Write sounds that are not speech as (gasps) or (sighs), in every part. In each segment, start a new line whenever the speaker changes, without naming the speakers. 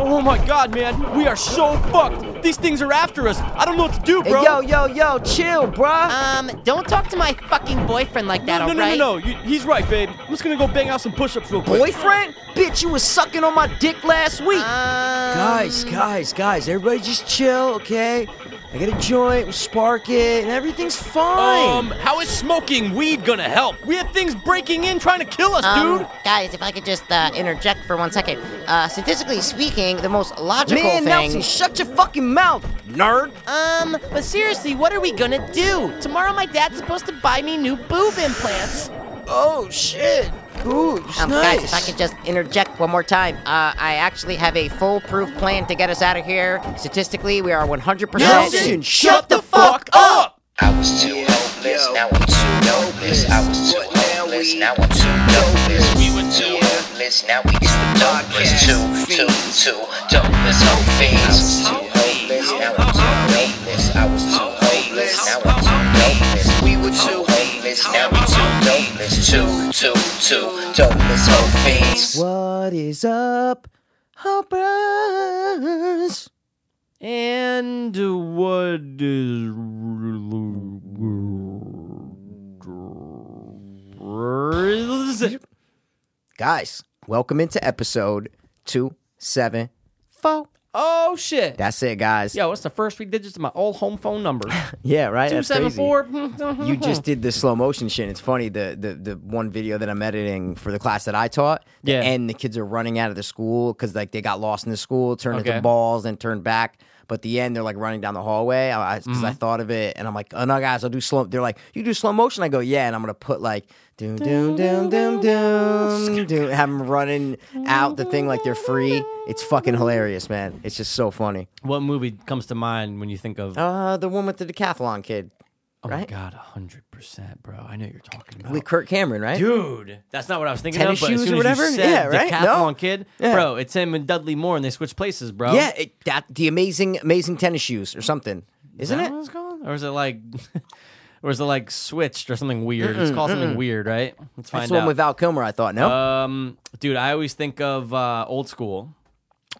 Oh my god, man, we are so fucked. These things are after us. I don't know what to do,
Hey,
bro.
yo, yo, yo, chill, bruh.
Um, don't talk to my fucking boyfriend like that,
no, no, no,
alright?
no, no. You, he's right, babe. I'm just gonna go bang out some push-ups real quick.
Boyfriend? Bitch, you was sucking on my dick last week.
Um,
guys, guys, guys, everybody just chill, okay? I got a joint, we'll spark it, and everything's fine.
Um, how is smoking weed gonna help? We have things breaking in trying to kill us,
Um,
dude.
guys, if I could just uh, interject for one second. Uh, statistically speaking, the most logical
Man,
thing.
Nelson, shut your fucking mouth, nerd.
um, but seriously, what are we gonna do? Tomorrow, my dad's supposed to buy me new boob implants.
Oh, shit. Ooh, it's
Um,
nice.
Guys, if I could just interject one more time, uh, I actually have a foolproof plan to get us out of here. Statistically, we are 100%.
Nelson, shut the fuck up.
I was too hopeless, now I'm too hopeless. I was too hopeless, now I'm too hopeless. We were too hopeless, now we is the darkest. Two, two, two, dopeless, hope fiends. I was too hopeless, now I'm too hopeless. I was too hopeless, now I'm too hopeless. We were too hopeless, now we too hopeless. Two, two, two, dopeless, hope fiends.
What is up, Hoppers?
And what
(laughs)
is
Guys, welcome into episode 274.
Oh shit.
That's it, guys.
Yo, what's the first three digits of my old home phone (laughs) number?
Yeah, right?
Two
That's
seven
crazy.
four. Hmm,
You
Mm-hmm.
just did the slow motion shit. It's funny the, the the one video that I'm editing for the class that I taught. the
Yeah.
end, the kids are running out of the school because like they got lost in the school, turned
Okay.
into balls, and turned back. But the end, they're like running down the hallway. I, I, 'cause I
Mm-hmm.
thought of it, and I'm like, "Oh no, guys, I'll do slow." They're like, "You do slow motion?" I go, "Yeah," and I'm gonna put like, "Doom doom doom
(laughs)
doom doom doom," have them running out the thing like they're free. It's fucking hilarious, man. It's just so funny.
What movie comes to mind when you think of?
Uh, the one with the decathlon kid,
oh my
right?
god, hundred percent, bro. I know what you're talking about.
With Kurt Cameron, right?
Dude, that's not what I was thinking
Tennis
of. But
shoes
as soon
or
as
whatever?
you said
Yeah, right?
Decathlon
No.
kid,
Yeah.
bro. It's him and Dudley Moore, and they switch places, bro.
Yeah, it, that the amazing, amazing tennis shoes or something,
Is
isn't
that
it?
what it's called? Or is it like, (laughs) or is it like switched or something weird? it's called something weird, right? Let's
That's
find
the one
out.
with Val Kilmer. I thought no.
um, dude, I always think of uh, old school.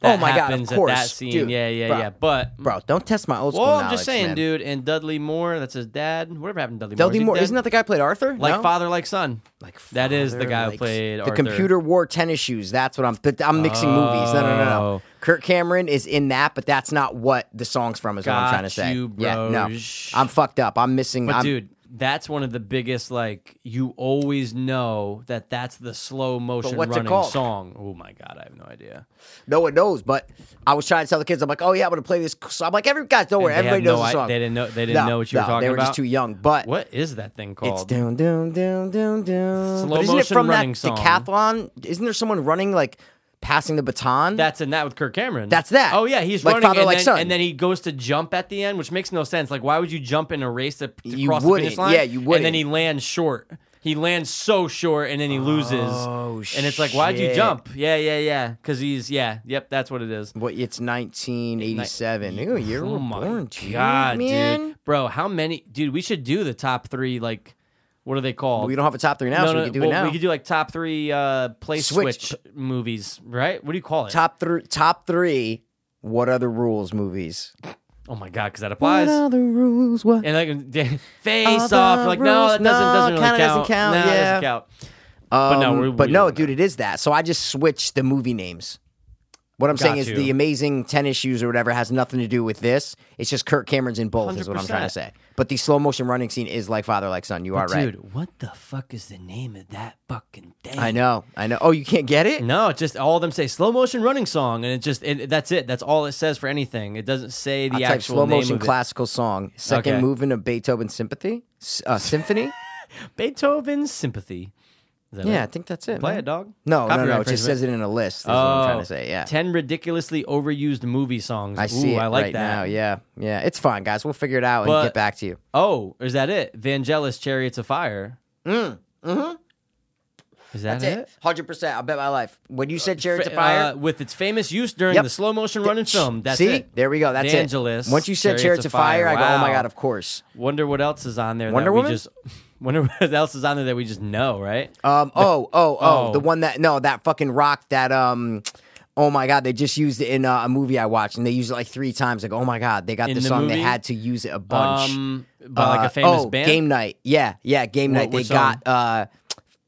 Oh
That
my God, of
happens At that
course,
scene,
dude,
yeah, yeah,
bro.
yeah. But
Bro, don't test my old school.
well, I'm just
knowledge,
saying,
man.
dude. And Dudley Moore, that's his dad. Whatever happened to Dudley,
Dudley
Moore?
Moore,
Is he dead?
isn't that the guy who played Arthur?
like
No?
father, like son?
Like
that is the
father,
guy who
like-
played
the
Arthur.
computer wore tennis shoes. That's what I'm. But I'm mixing movies. No, no, no,
Oh.
no. Kurt Cameron is in that, but that's not what the song's from. Is what I'm
Got
trying to say.
you,
Yeah, no,
bros.
I'm fucked up. I'm missing.
But
I'm,
dude, that's one of the biggest. Like you always know that that's the slow motion
what's it
running
called?
song. Oh my god, I have no idea.
no one knows. But I was trying to tell the kids, I'm like, oh yeah, I'm gonna play this. So I'm like, every guys, don't worry,
They had
everybody knows
no
the
i-
song.
They didn't know. They didn't
No,
know what you were
no,
talking about.
They were just too young. But
What is that thing
It's
called?
down, down, down, down, down.
Slow
But isn't it
motion
from
running
that
song.
decathlon? Isn't there someone running like passing the baton?
That's in that with Kirk Cameron.
That's that.
Oh yeah, he's
Like
running
father,
and,
like
then,
son.
and then he goes to jump at the end, which makes no sense. Like, why would you jump in a race to, to
You
cross the
wouldn't.
finish line?
Yeah, you
And then
wouldn't.
he lands short. He lands so short, and then he loses.
Oh,
And it's like, why'd you
shit.
jump? Yeah, yeah, yeah. Because he's yeah, yep. That's what it is.
what? It's 1987. Ew, you
oh
were
my
born, dude,
god,
man.
dude, bro, how many, dude? We should do the top three. Like, what are they called?
We don't have a top three now, so we can do
well,
it now.
We could do like top three uh, play switch.
Switch.
movies, right? What do you call it?
top three. Top three. What are the rules? Movies.
Oh my god, because that applies.
What are the rules?
(laughs)
What?
And like (laughs) face
the
off, like no, that doesn't
rules, no,
doesn't really
kinda doesn't count,
No, it
yeah.
doesn't count.
but
no, we're-
Um, but
we're
no,
doing
dude, it is that. So I just switched the movie names. What I'm saying
Got
is
you.
the amazing tennis shoes or whatever has nothing to do with this. It's just Kurt Cameron's in both, is what I'm trying to
100%.
say. But the slow motion running scene is like father, like son. You are right.
Dude, what the fuck is the name of that fucking thing?
I know, I know. Oh, you can't get it?
No, it's just all of them say slow motion running song, and it just it, that's it. That's all it says for anything. It doesn't say the
I type
actual
slow
name
motion
of it.
classical song, second
Okay.
movement of Beethoven sympathy, S-
(laughs)
uh, symphony.
Beethoven's Sympathy. Is that
yeah, I
it?
think that's it.
play
man.
it, dog.
No, no,
Copyright
no. It just
infringement.
says it in a list. Is what I'm trying
Oh,
to say. Yeah,
Ten ridiculously overused movie songs.
I see
Ooh,
it
I like
right
that.
now. Yeah, yeah. It's fine, guys. We'll figure it out
But-
and get back to you.
Oh, is that it? Vangelis Chariots of Fire.
mm-hmm.
Mm. Mm-hmm. Is that it?
Hundred percent. I bet my life. When you said
Fa-
chariots of fire,
uh, with its famous use during
Yep.
the slow motion running film. That's
see,
it.
there we go. That's
Vangelis,
it. Once you said chariots of fire, I go, oh my
Wow.
god, of course.
Wonder what else is on there.
Wonder
that
Woman?
We just, (laughs) wonder what else is on there that we just know, right?
Um, oh, oh, oh,
Oh.
the one that no, that fucking rock that um. Oh my god, they just used it in uh, a movie I watched, and they used it like three times. Like, oh my god, they got
In
this
the
song. They
movie?
had to use it a bunch.
Um, by like
Uh,
a famous
oh,
band.
Game night. Yeah, yeah, game night. They
which
got uh,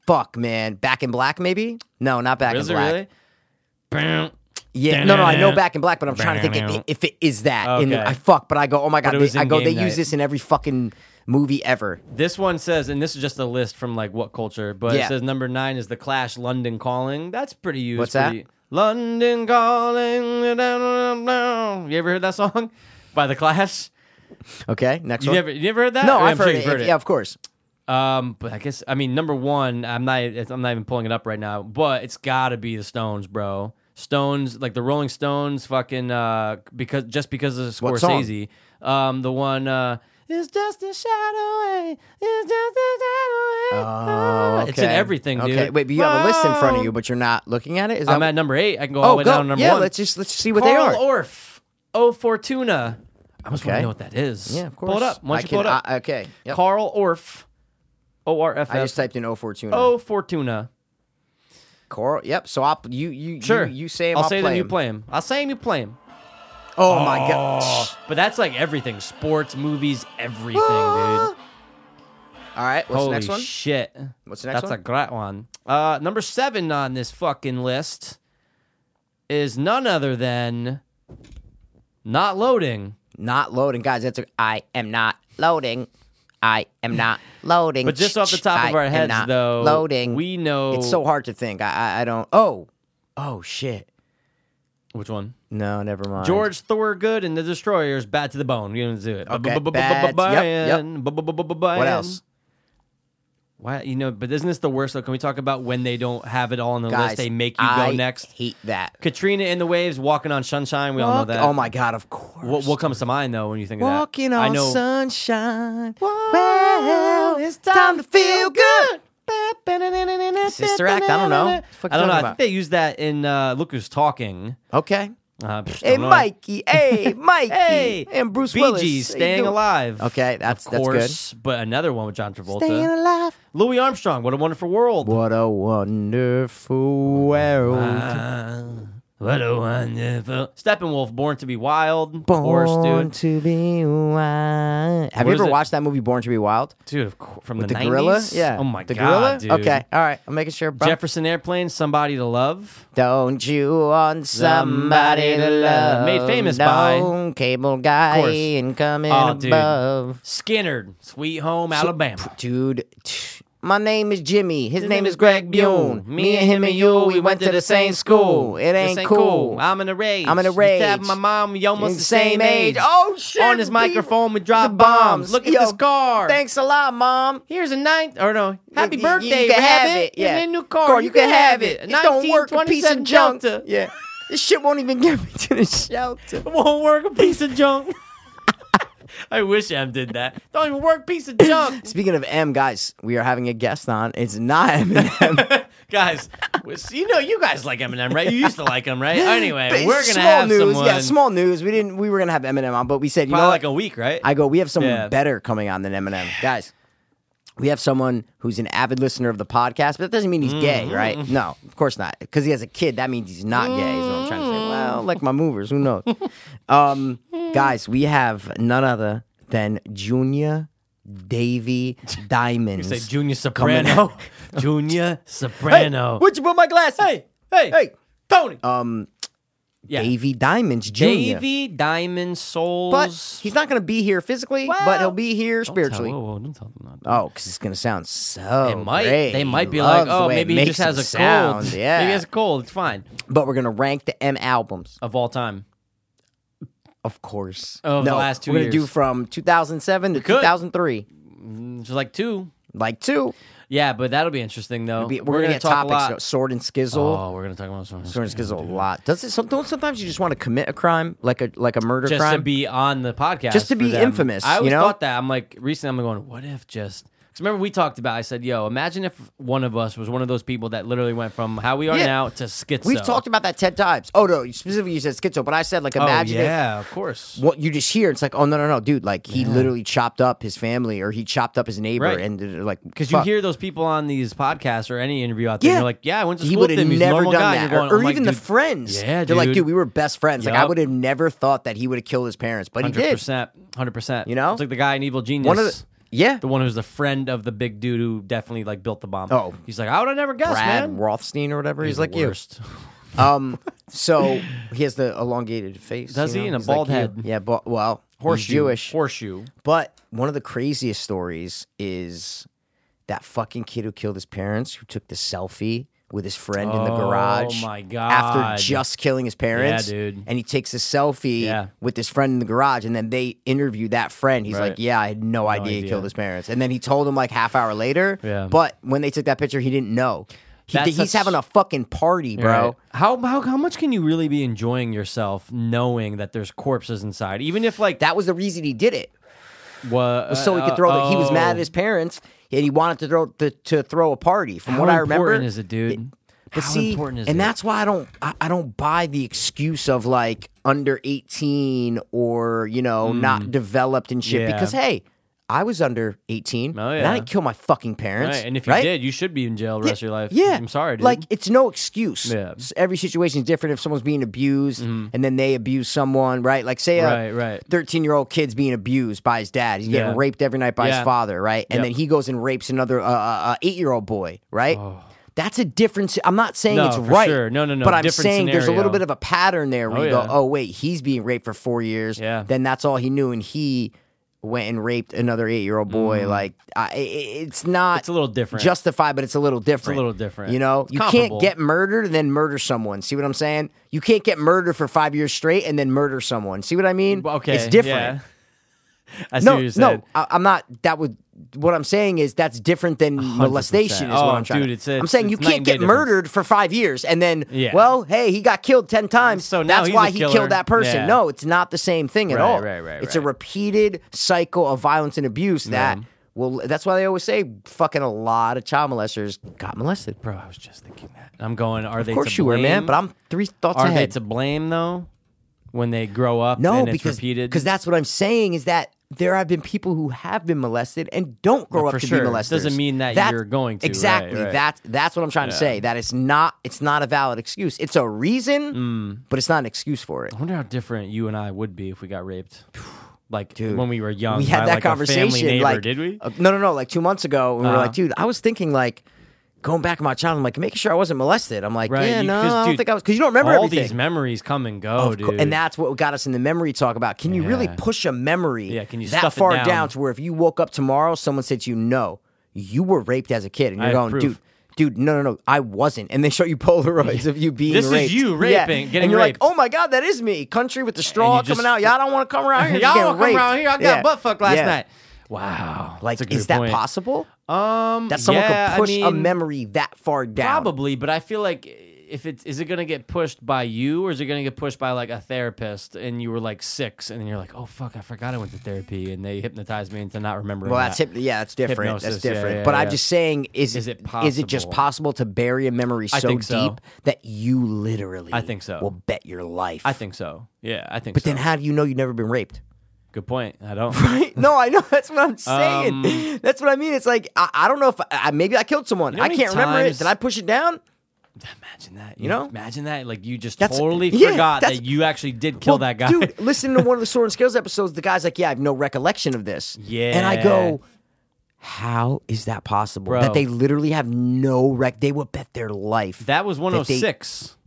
fuck man, Back in Black maybe? No, not Back
Is
in
it
Black.
really? Bam.
Yeah, no, no, I know Back in Black, but I'm trying to think if, if it is that. in the-
Okay.
I fuck, but I go, oh my god,
it
they,
was
I
in
go,
Game
they
Night.
use this in every fucking movie ever.
This one says, and this is just a list from like what culture, but
Yeah.
it says number nine is the Clash, London Calling. That's pretty used.
What's that?
pretty- London Calling. da, da, da, da. You ever heard that song by the Clash?
oh, Okay, next
You
one.
never, you never heard that?
no,
Or
I've
I'm sure
heard,
you've
it. Yeah, of course.
Um, but I guess I mean number one. I'm not. it's- I'm not even pulling it up right now. But it's got to be the Stones, bro. Stones, like the Rolling Stones, fucking uh, because just because of
What song?
Scorsese. Um, the one. Uh, it's just a shadow. eh? It's just a shadow. eh?
Oh,
Ah,
okay.
It's in everything, dude.
Okay, wait, but you have a list in front of you, but you're not looking at it. Is that?
I'm at number eight. I can go all
oh,
the way
go.
down to number
yeah,
one.
let's just let's see what
Carl
they are.
Orff. Oh, Fortuna. I must want
Okay.
to know what that is.
yeah, of course.
Pull it up. Why
I
don't you pull it
can-
up?
I- okay. Yep.
Carl Orff. O R F F.
I just typed in 042.
Oh, Fortuna.
Carl. Yep. So I'll you you
Sure.
you, you say him.
I'll,
I'll
say
play
them, you
him.
play him. I'll say him, you play him.
Oh, my god.
But that's like everything sports, movies, everything, dude.
All right. What's the
Holy
next one?
shit.
What's the next
that's
one?
a great one. Uh, number seven on this fucking list is none other than Not Loading.
Not loading, guys. That's a, I am not
Loading. I am not loading.
But just off the top
I
of our
am
heads,
not
though,
Loading.
we know.
It's so hard to think. I, I I don't. Oh, oh shit.
Which one?
No, never mind.
Oh. George Thorgood and the Destroyers, Bad to the Bone. You're going to do it.
Okay, Bad- yep, yep.
What
What else?
Why you know? But isn't this the worst? Though, can we talk about when they don't have it all on the
guys,
list? They make you
I
go next.
Hate that.
Katrina and the Waves, Walking on Sunshine. We all know
Walk-
that.
Oh my god. Of course.
What, what comes to mind though when you think
Walking
of that? I
on
know.
sunshine. Well, it's time to feel good. Sister Act. I don't know. What the fuck
I don't
you
know. I
talking
think they use that in uh, Look Who's Talking.
about? Okay.
Uh, pfft,
Hey,
don't know.
Mikey.
(laughs)
Hey, Mikey.
Hey,
and Bruce
Bee
Willis.
Gees,
How you
Staying
doing?
Alive.
Okay, that's
of
that's
course,
good.
but another one with John Travolta.
Staying alive.
Louis Armstrong, What a Wonderful World.
What a wonderful world.
Ah, what a wonderful Steppenwolf, Born to Be Wild.
Born
Horse, dude.
to be wild. Have
What
you
is
ever
it?
watched that movie Born to Be Wild?
Dude, of course, from
The
90s?
gorilla? Yeah.
Oh my
the
god,
gorilla?
dude.
Okay. All right. I'm making sure. Bro.
Jefferson Airplane, Somebody to Love.
Don't you want somebody to love?
Made famous
no
by-
cable guy
Of course.
and coming
Oh, dude.
above.
Skinner, Sweet Home Alabama.
Dude, tch, my name is Jimmy. His, name, is Greg Bune. Me and him and you, we went to the same school. It
This
ain't, cool.
I'm in a rage.
I'm in a
You
rage.
stabbed my mom. You almost
It's
the same age.
Oh shit!
On his
people.
microphone, we drop
The
bombs. Look at
Yo,
this car.
Thanks a lot, mom.
Here's a ninth,
oh,
or no, happy
You- you-
birthday,
You can have
Rabbit.
it. Yeah,
And a new car.
you, can, have it.
A
It don't work. A piece of
1927
junk.
Delta.
(laughs) Yeah, this shit won't even get me to the shelter.
Won't work a piece of
(laughs)
junk. I wish Em did that. Don't even work piece of junk.
Speaking of M, guys, we are having a guest on. It's not Eminem.
(laughs) guys, you know you guys like Eminem, right? You used to like
(gasps)
him, right? Anyway,
But
we're
it's
gonna have
news.
someone
Yeah, small news. We didn't. We were gonna have Eminem on, but we said, you
probably
know,
like
what?
a week, right?
I go, we have someone
Yeah.
better coming on than
(sighs)
Eminem. Guys, we have someone who's an avid listener of the podcast, but that doesn't mean he's
Mm.
gay, right? No, of course not. Because he has a kid, that means he's not gay, is what I'm trying to
Mm.
say. Well, like my movers,
(laughs)
who knows? um, guys, we have none other than Junior
(laughs)
Davy Diamonds.
Say Junior Soprano, (laughs) Junior Soprano.
Would you put my glasses? Hey,
hey,
hey.
Tony,
Um,
yeah.
Davy Diamonds Jr.
Davy Diamond Souls.
But he's not going to be here physically,
Well,
but he'll be here
Don't tell-
spiritually.
whoa, whoa, don't tell them that.
Oh, because it's gonna sound so.
They might.
Oh, great.
They might
He
be like,
loves the
oh,
way it
maybe he
makes
just has
him
a
sound.
cold.
Yeah.
Maybe he has a cold. It's fine.
But we're gonna rank the M albums,
Of all time.
of course.
Of the
no,
last two
we're gonna do
years.
from 2007 to
could.
2003,
There's like two.
like two.
Yeah, but that'll be interesting though.
Be- We're,
Oh, gonna,
gonna, get
talk
topics:
a lot.
so Sword and Skizzle.
Oh, we're gonna talk about some
Sword and Skizzle a lot. Does it? Some, don't sometimes you just want to commit a crime, like a like a murder
just
crime?
to be on the podcast,
Just to
for
be
them.
infamous,
I
you
always
know?
thought that. I'm like recently, I'm going, what if just Because remember, we talked about. I said, "Yo, imagine if one of us was one of those people that literally went from how we are
Yeah.
now to schizo."
We've talked about that ten times. Oh no, specifically you said schizo, but I said like imagine
oh,
if
yeah, of course.
what you just hear it's like oh no no no dude like he literally chopped up his family or he chopped up his neighbor
Right.
and uh, like
Because you
fuck.
hear those people on these podcasts or any interview out there, and
Yeah.
you're like, "Yeah, I went to
he
school
would
with
have
him. He's a
never
normal
done
guy." You're
that or,
going,
or
I'm like,
even the
dude,
friends
Yeah,
they're like
dude.
dude we were best friends like I
Yup.
would have never thought that he would have killed his parents but he
Hundred
did
percent, hundred percent.
You know?
it's like the guy in Evil Genius.
one of the yeah
the one who's the friend of the big dude who definitely like built the bomb.
Oh.
he's like, I would have never guessed,
Brad
man.
Rothstein or whatever he's, like
the worst.
you (laughs) um so he has the elongated face
Does
you
he? And
know?
a
He's like
bald
you.
head.
yeah but well he's
Horseshoe,
Jewish
horseshoe.
But one of the craziest stories is that fucking kid who killed his parents, who took the selfie with his friend in the
Oh,
garage.
my God.
After just killing his parents,
Yeah, dude.
And he takes a selfie
Yeah.
with his friend in the garage, and then they interview that friend. He's
Right.
like, "Yeah, I had no, idea, he
idea.
killed his parents." And then he told him like half hour later.
Yeah.
But when they took that picture, he didn't know. He,
That's-
he's
that's-
having a fucking party, bro.
Right. How, how how much can you really be enjoying yourself knowing that there's corpses inside? Even if like
That was the reason he did it.
was
so he could throw. he
oh,
was mad at his parents, and he wanted to throw to, to throw a party. From what I remember,
important is it, dude?
But
How
see,
important is it?
and that's why I don't I, I don't buy the excuse of like under eighteen or you know not developed and shit
Mm. Hmm. Yeah.
because hey, I was under eighteen
Oh,
and
yeah.
I didn't kill my fucking parents.
Right, and if you
right?
did, you should be in jail the rest of your life.
Yeah,
I'm sorry, dude.
Like it's no excuse.
Yeah. Mm-hmm.
S- every situation is different. If someone's being abused and then they abuse someone, right? Like say a
Right, right.
13 year old kid's being abused by his dad. He's
Yeah.
getting raped every night by
Yeah.
his father, right? And
Yep.
then he goes and rapes another uh, uh, uh, eight year old boy, right? That's a different. si- I'm not saying
Oh. No,
it's
for
right.
sure. No, no, no,
But I'm
different
saying there's a
scenario.
little bit of a pattern there where
Oh,
you
yeah.
go, oh wait, he's being raped for four years.
Yeah.
Then that's all he knew, and he went and raped another eight year old boy. Like I, i- i- it's not.
Mm. It's a little different.
Justified, but it's a little different.
little different.
You know,
It's
you
comparable.
can't get murdered and then murder someone. See what I'm saying? You can't get murdered for five years straight and then murder someone. See what I mean?
okay,
it's different.
yeah. (laughs) I see
No,
what you're
no, I, I'm not. That would. What I'm saying is that's different than molestation. Is
Oh,
what I'm trying.
dude,
to-
it's- it's-
I'm saying you
it's night
can't
and day
get
difference.
murdered for five years and then.
Yeah.
Well, hey, he got killed ten times.
So now
that's
he's
why
a
he
killer.
killed that person.
Yeah.
No, it's not the same thing at
Right,
all.
right, right,
It's a
right.
repeated cycle of violence and abuse that. Well, that's why they always say fucking a lot of child molesters got molested.
Bro, I was just thinking that. I'm going. Are they?
Of course
to
you were,
blame?
man. But I'm three thoughts
Are they
ahead.
to blame though? When they grow up,
no,
and it's
because
repeated.
because that's what I'm saying is that there have been people who have been molested and don't grow
for
up to
sure.
be molesters.
Doesn't mean that you're going to, right,
exactly.
right.
That's that's what I'm trying to say. That it's not it's not a valid excuse. It's a
Hmm.
reason, but it's not an excuse for it.
I wonder how different you and I would be if we got raped. (sighs) Like
Dude,
when we were young,
we had
by,
that
like, our family
conversation.
neighbor,
like,
did we?
uh, no, no, no. Like two months ago, and we were
Uh-huh.
like, dude, I was thinking like. Going back to my child, I'm like making sure I wasn't molested. I'm like,
Right,
yeah,
you-
no,
'cause,
I don't
dude,
think I was because you don't remember
All
everything.
these memories come and go,
Of
dude.
cour- And that's what got us in the memory talk about. Can you really
Yeah.
push a memory
Yeah, can you
that
stuff it
far
down?
to where if you woke up tomorrow, someone said to you, no, you were raped as a kid. And
I
you're
have
going,
proof.
dude, dude, no, no, no, I wasn't. And they show you (laughs) Polaroids of you being
This is
raped.
you
Yeah.
raping- getting
And you're
raped.
like, oh my God, that is me. Country with the straw
you just-
coming out. Y'all don't want to come
(laughs)
around here.
y'all
You're
don't come
getting raped.
around here. I got
Yeah.
butt fucked last
Yeah.
night. Wow,
Like,
That's a good
is that
point.
possible?
Um,
That someone
yeah,
could push
I mean,
a memory that far down?
Probably, but I feel like if it's is it gonna get pushed by you or is it gonna get pushed by like a therapist and you were like six and then you're like, oh fuck, I forgot I went to therapy and they hypnotized me into not remembering.
Well,
that.
that's hip- yeah, that's different.
Hypnosis,
that's
yeah,
different.
yeah,
but
yeah.
I'm just saying, is,
Is it
Is it just
possible?
possible to bury a memory so
think
deep
so.
that you literally,
I think so.
will bet your life?
I think so. Yeah, I think.
But
so.
then, how do you know you've never been raped? (laughs)
good point. I don't.
no, I know. That's what I'm saying.
Um,
that's what I mean. It's like I, I don't know if I, I- maybe I killed someone.
know
I
how
can't
many
remember it.
times-
Did I push it down?
Imagine that. You,
know?
Mm-hmm. imagine that. Like you just
That's-
totally
yeah,
forgot
that's-
that you actually did kill
Well,
that guy.
Dude, listening to one of the Sword and Scales episodes, the guy's like, Yeah, I have no recollection of this.
Yeah.
And I go, How is that possible?
Bro.
That they literally have no rec they would bet their life.
(laughs) that was
they-
106.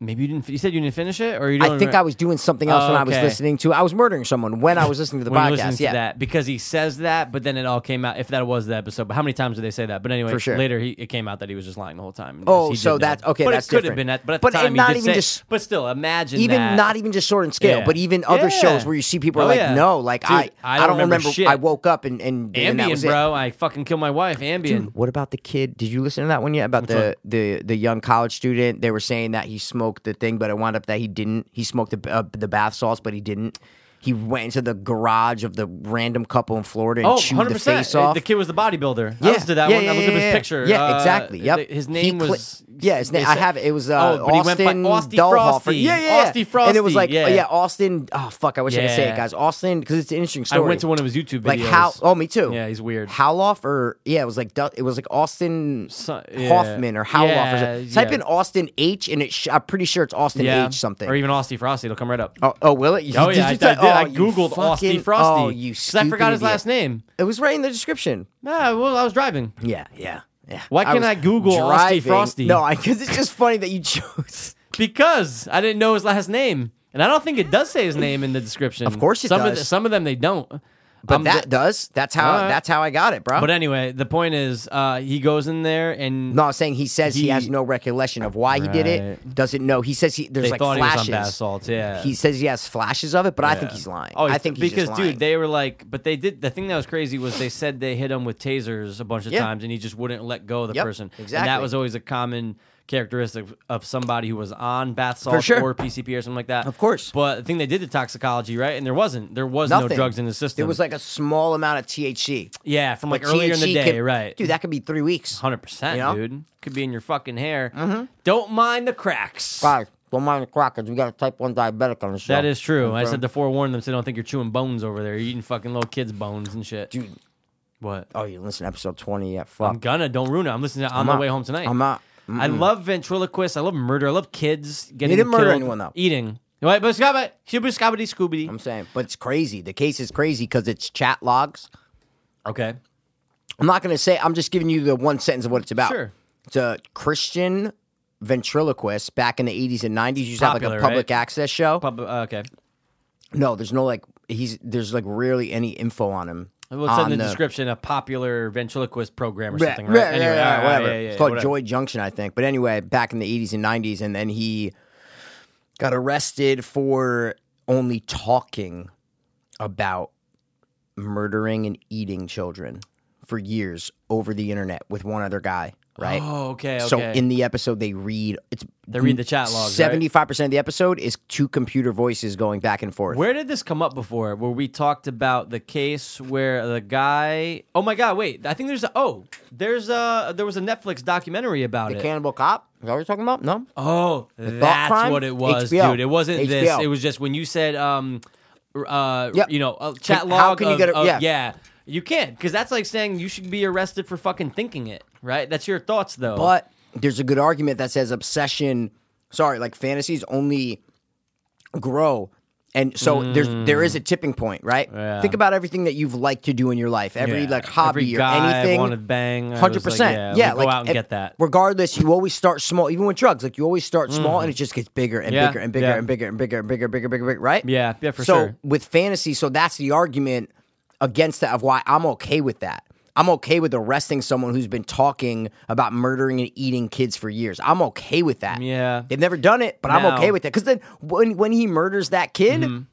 Maybe you didn't. You said you didn't finish it, or you? Don't
I think I was doing something else
Oh,
when I was
okay.
listening to I was murdering someone when I was listening to
(laughs)
the
when you listen
podcast.
to
yeah.
that because he says that, but then it all came out. If that was the episode, but how many times did they say that? But anyway,
For sure.
later he, it came out that he was just lying the whole time. and
Oh,
yes, he
so
did know.
that's- okay,
But
that's
it could have
different.
been that. But at
But
the time,
and
he
not
did
even
say-
just-
But still, imagine
Even
that.
not even just sword and scale,
Yeah.
but even other
Yeah.
shows where you see people
Oh,
are like,
yeah.
no, like
Dude,
I,
I don't remember shit.
I woke up and and, and that
Ambien,
was it.
bro. I fucking killed my wife. Ambien.
What about the kid? Did you listen to that one yet? About the, the the young college student? They were saying that he smoked the thing, but it wound up that he didn't. He smoked the uh, the bath salts, but he didn't. he went into the garage of the random couple in Florida and
Oh,
chewed the
100%.
face off.
The kid was the bodybuilder. I listened to that one. I looked at his
yeah.
picture.
Yeah,
Uh,
exactly. Yep.
th- His
He
name
cli-
was.
yeah, his name.
they
I
said-
have it. It was uh,
oh, but he went by
Austin
Austin
Dahlhofer.
Frosty.
Yeah, yeah,
Austin
yeah. And it was like,
Frosty,
yeah,
yeah.
Austin. Oh fuck, I wish I could say
Yeah.
it, guys. Austin, because it's an interesting
I
story.
went to one of his YouTube videos.
Like how? Oh, me too.
Yeah, he's weird.
Howloff or yeah, it was like Du- it was like Austin
So- yeah.
Hoffman or Howloff. or something.
Yeah,
Type
yeah.
in Austin H, and it. Sh- I'm pretty sure it's Austin
yeah.
H something.
Or even Austin Frosty. It'll come right up.
Oh, oh, will it?
Oh, yeah. I, I
you
did.
type-
I
oh, you
Googled Austin
fucking-
Frosty.
Oh, you
'cause I forgot his last name.
It was right in the description.
Nah, well, I was driving.
Yeah, yeah, yeah.
Why can't
was
I Google Austin
driving.
Frosty?
No, because it's just funny that you
(laughs)
chose.
Because I didn't know his last name, and I don't think it does say his name in the description.
Of course it
some Of
does.
the, some of them they don't.
But
I'm
that
the-
does. That's how.
Alright.
That's how I got it, bro.
but anyway, the point is, uh, he goes in there and
no, I'm saying he says he,
He-
has no recollection of why he
Right.
did it. Doesn't know. He says he there's
they
like
thought
flashes.
he was on bath salts. Yeah,
He says he has flashes of it, but I think
Yeah.
he's lying.
Oh,
I
he's-
think he's
because
just lying.
dude, they were like, but they did. The thing that was crazy was they said they hit him with tasers a bunch of
Yeah.
times, and he just wouldn't let go of the
Yep,
person. And that
exactly.
was always a common characteristic of somebody who was on bath salts
sure.
or PCP or something like that.
Of course.
But the thing they did the toxicology, right? And there wasn't. There was no
Nothing.
drugs in the system.
There was like a small amount of THC.
yeah, from like
But
earlier in the
THC
day,
could-
right?
Dude, that could be three weeks.
hundred percent,
You know?
dude. Could be in your fucking hair.
Mm-hmm.
Don't mind the cracks.
Guys, don't mind the crackers. We got a type one diabetic on the show.
That is true. I said to forewarn them so they don't think you're chewing bones over there. You're eating fucking little kids' bones and shit.
Dude.
What?
Oh, you listen to episode twenty? Yeah, fuck.
I'm gonna. Don't ruin it. I'm listening to it on
I'm
the
out.
way home tonight.
I'm out.
I love ventriloquists. I love murder. I love kids getting
didn't murder
killed,
anyone, though.
Eating. Wait, but scuba- scuba- scuba-dee, scoobity.
I'm saying, but it's crazy. The case is crazy because it's chat logs.
Okay.
I'm not going to say. I'm just giving you the one sentence of what it's about.
Sure.
It's a Christian ventriloquist back in the 80s and 90s. Used to have
Popular,
like a public
right?
access show.
Pub- uh, okay.
no, there's no like he's there's like rarely any info on him.
Well, it's in
on
the, description a popular ventriloquist program or
Yeah,
something, right?
yeah,
anyway,
yeah,
all right, all right,
whatever.
yeah, yeah,
it's called
whatever.
Joy Junction, I think. But anyway, back in the 80s and 90s, and then he got arrested for only talking about murdering and eating children for years over the internet with one other guy, right?
Oh, (gasps) okay. Okay.
So in the episode, they read it's
They read the chat logs, right?
Seventy-five percent of the episode is two computer voices going back and forth.
Where did this come up before? Where we talked about the case where the guy? Oh my God! Wait, I think there's a oh there's a there was a Netflix documentary about
the
it.
Cannibal Cop? Is that what you're talking about? No.
oh, that's
crime?
what it was,
HBO.
dude. It wasn't this.
HBO.
It was just when you said um, uh,
Yep.
you know, a chat
Can-
log.
how can you
of-
get a-
of-
yeah.
you can't because that's like saying you should be arrested for fucking thinking it, right? That's your thoughts though.
But there's a good argument that says obsession, sorry, like fantasies only grow. And so there's there is a tipping point, right?
Mm. Yeah.
Think about everything that you''ve liked to do in your life, every
Yeah.
like hobby
Every
or
guy I
anything.
wanted to bang, I was like,
hundred percent.
yeah,
Yeah,
let me go out and
ev-
get that.
Regardless, you always start small, even with drugs. Like you always start small, and it just gets bigger and
Mm. Yeah,
bigger and bigger
yeah.
and bigger and bigger and bigger, bigger, bigger, bigger, right?
Yeah, yeah, for
so
sure.
with fantasy, so that's the argument against that of why I'm okay with that. I'm okay with arresting someone who's been talking about murdering and eating kids for years. I'm okay with that.
Yeah.
They've never done it, but
No.
I'm okay with that. Because then when when he murders that kid, then,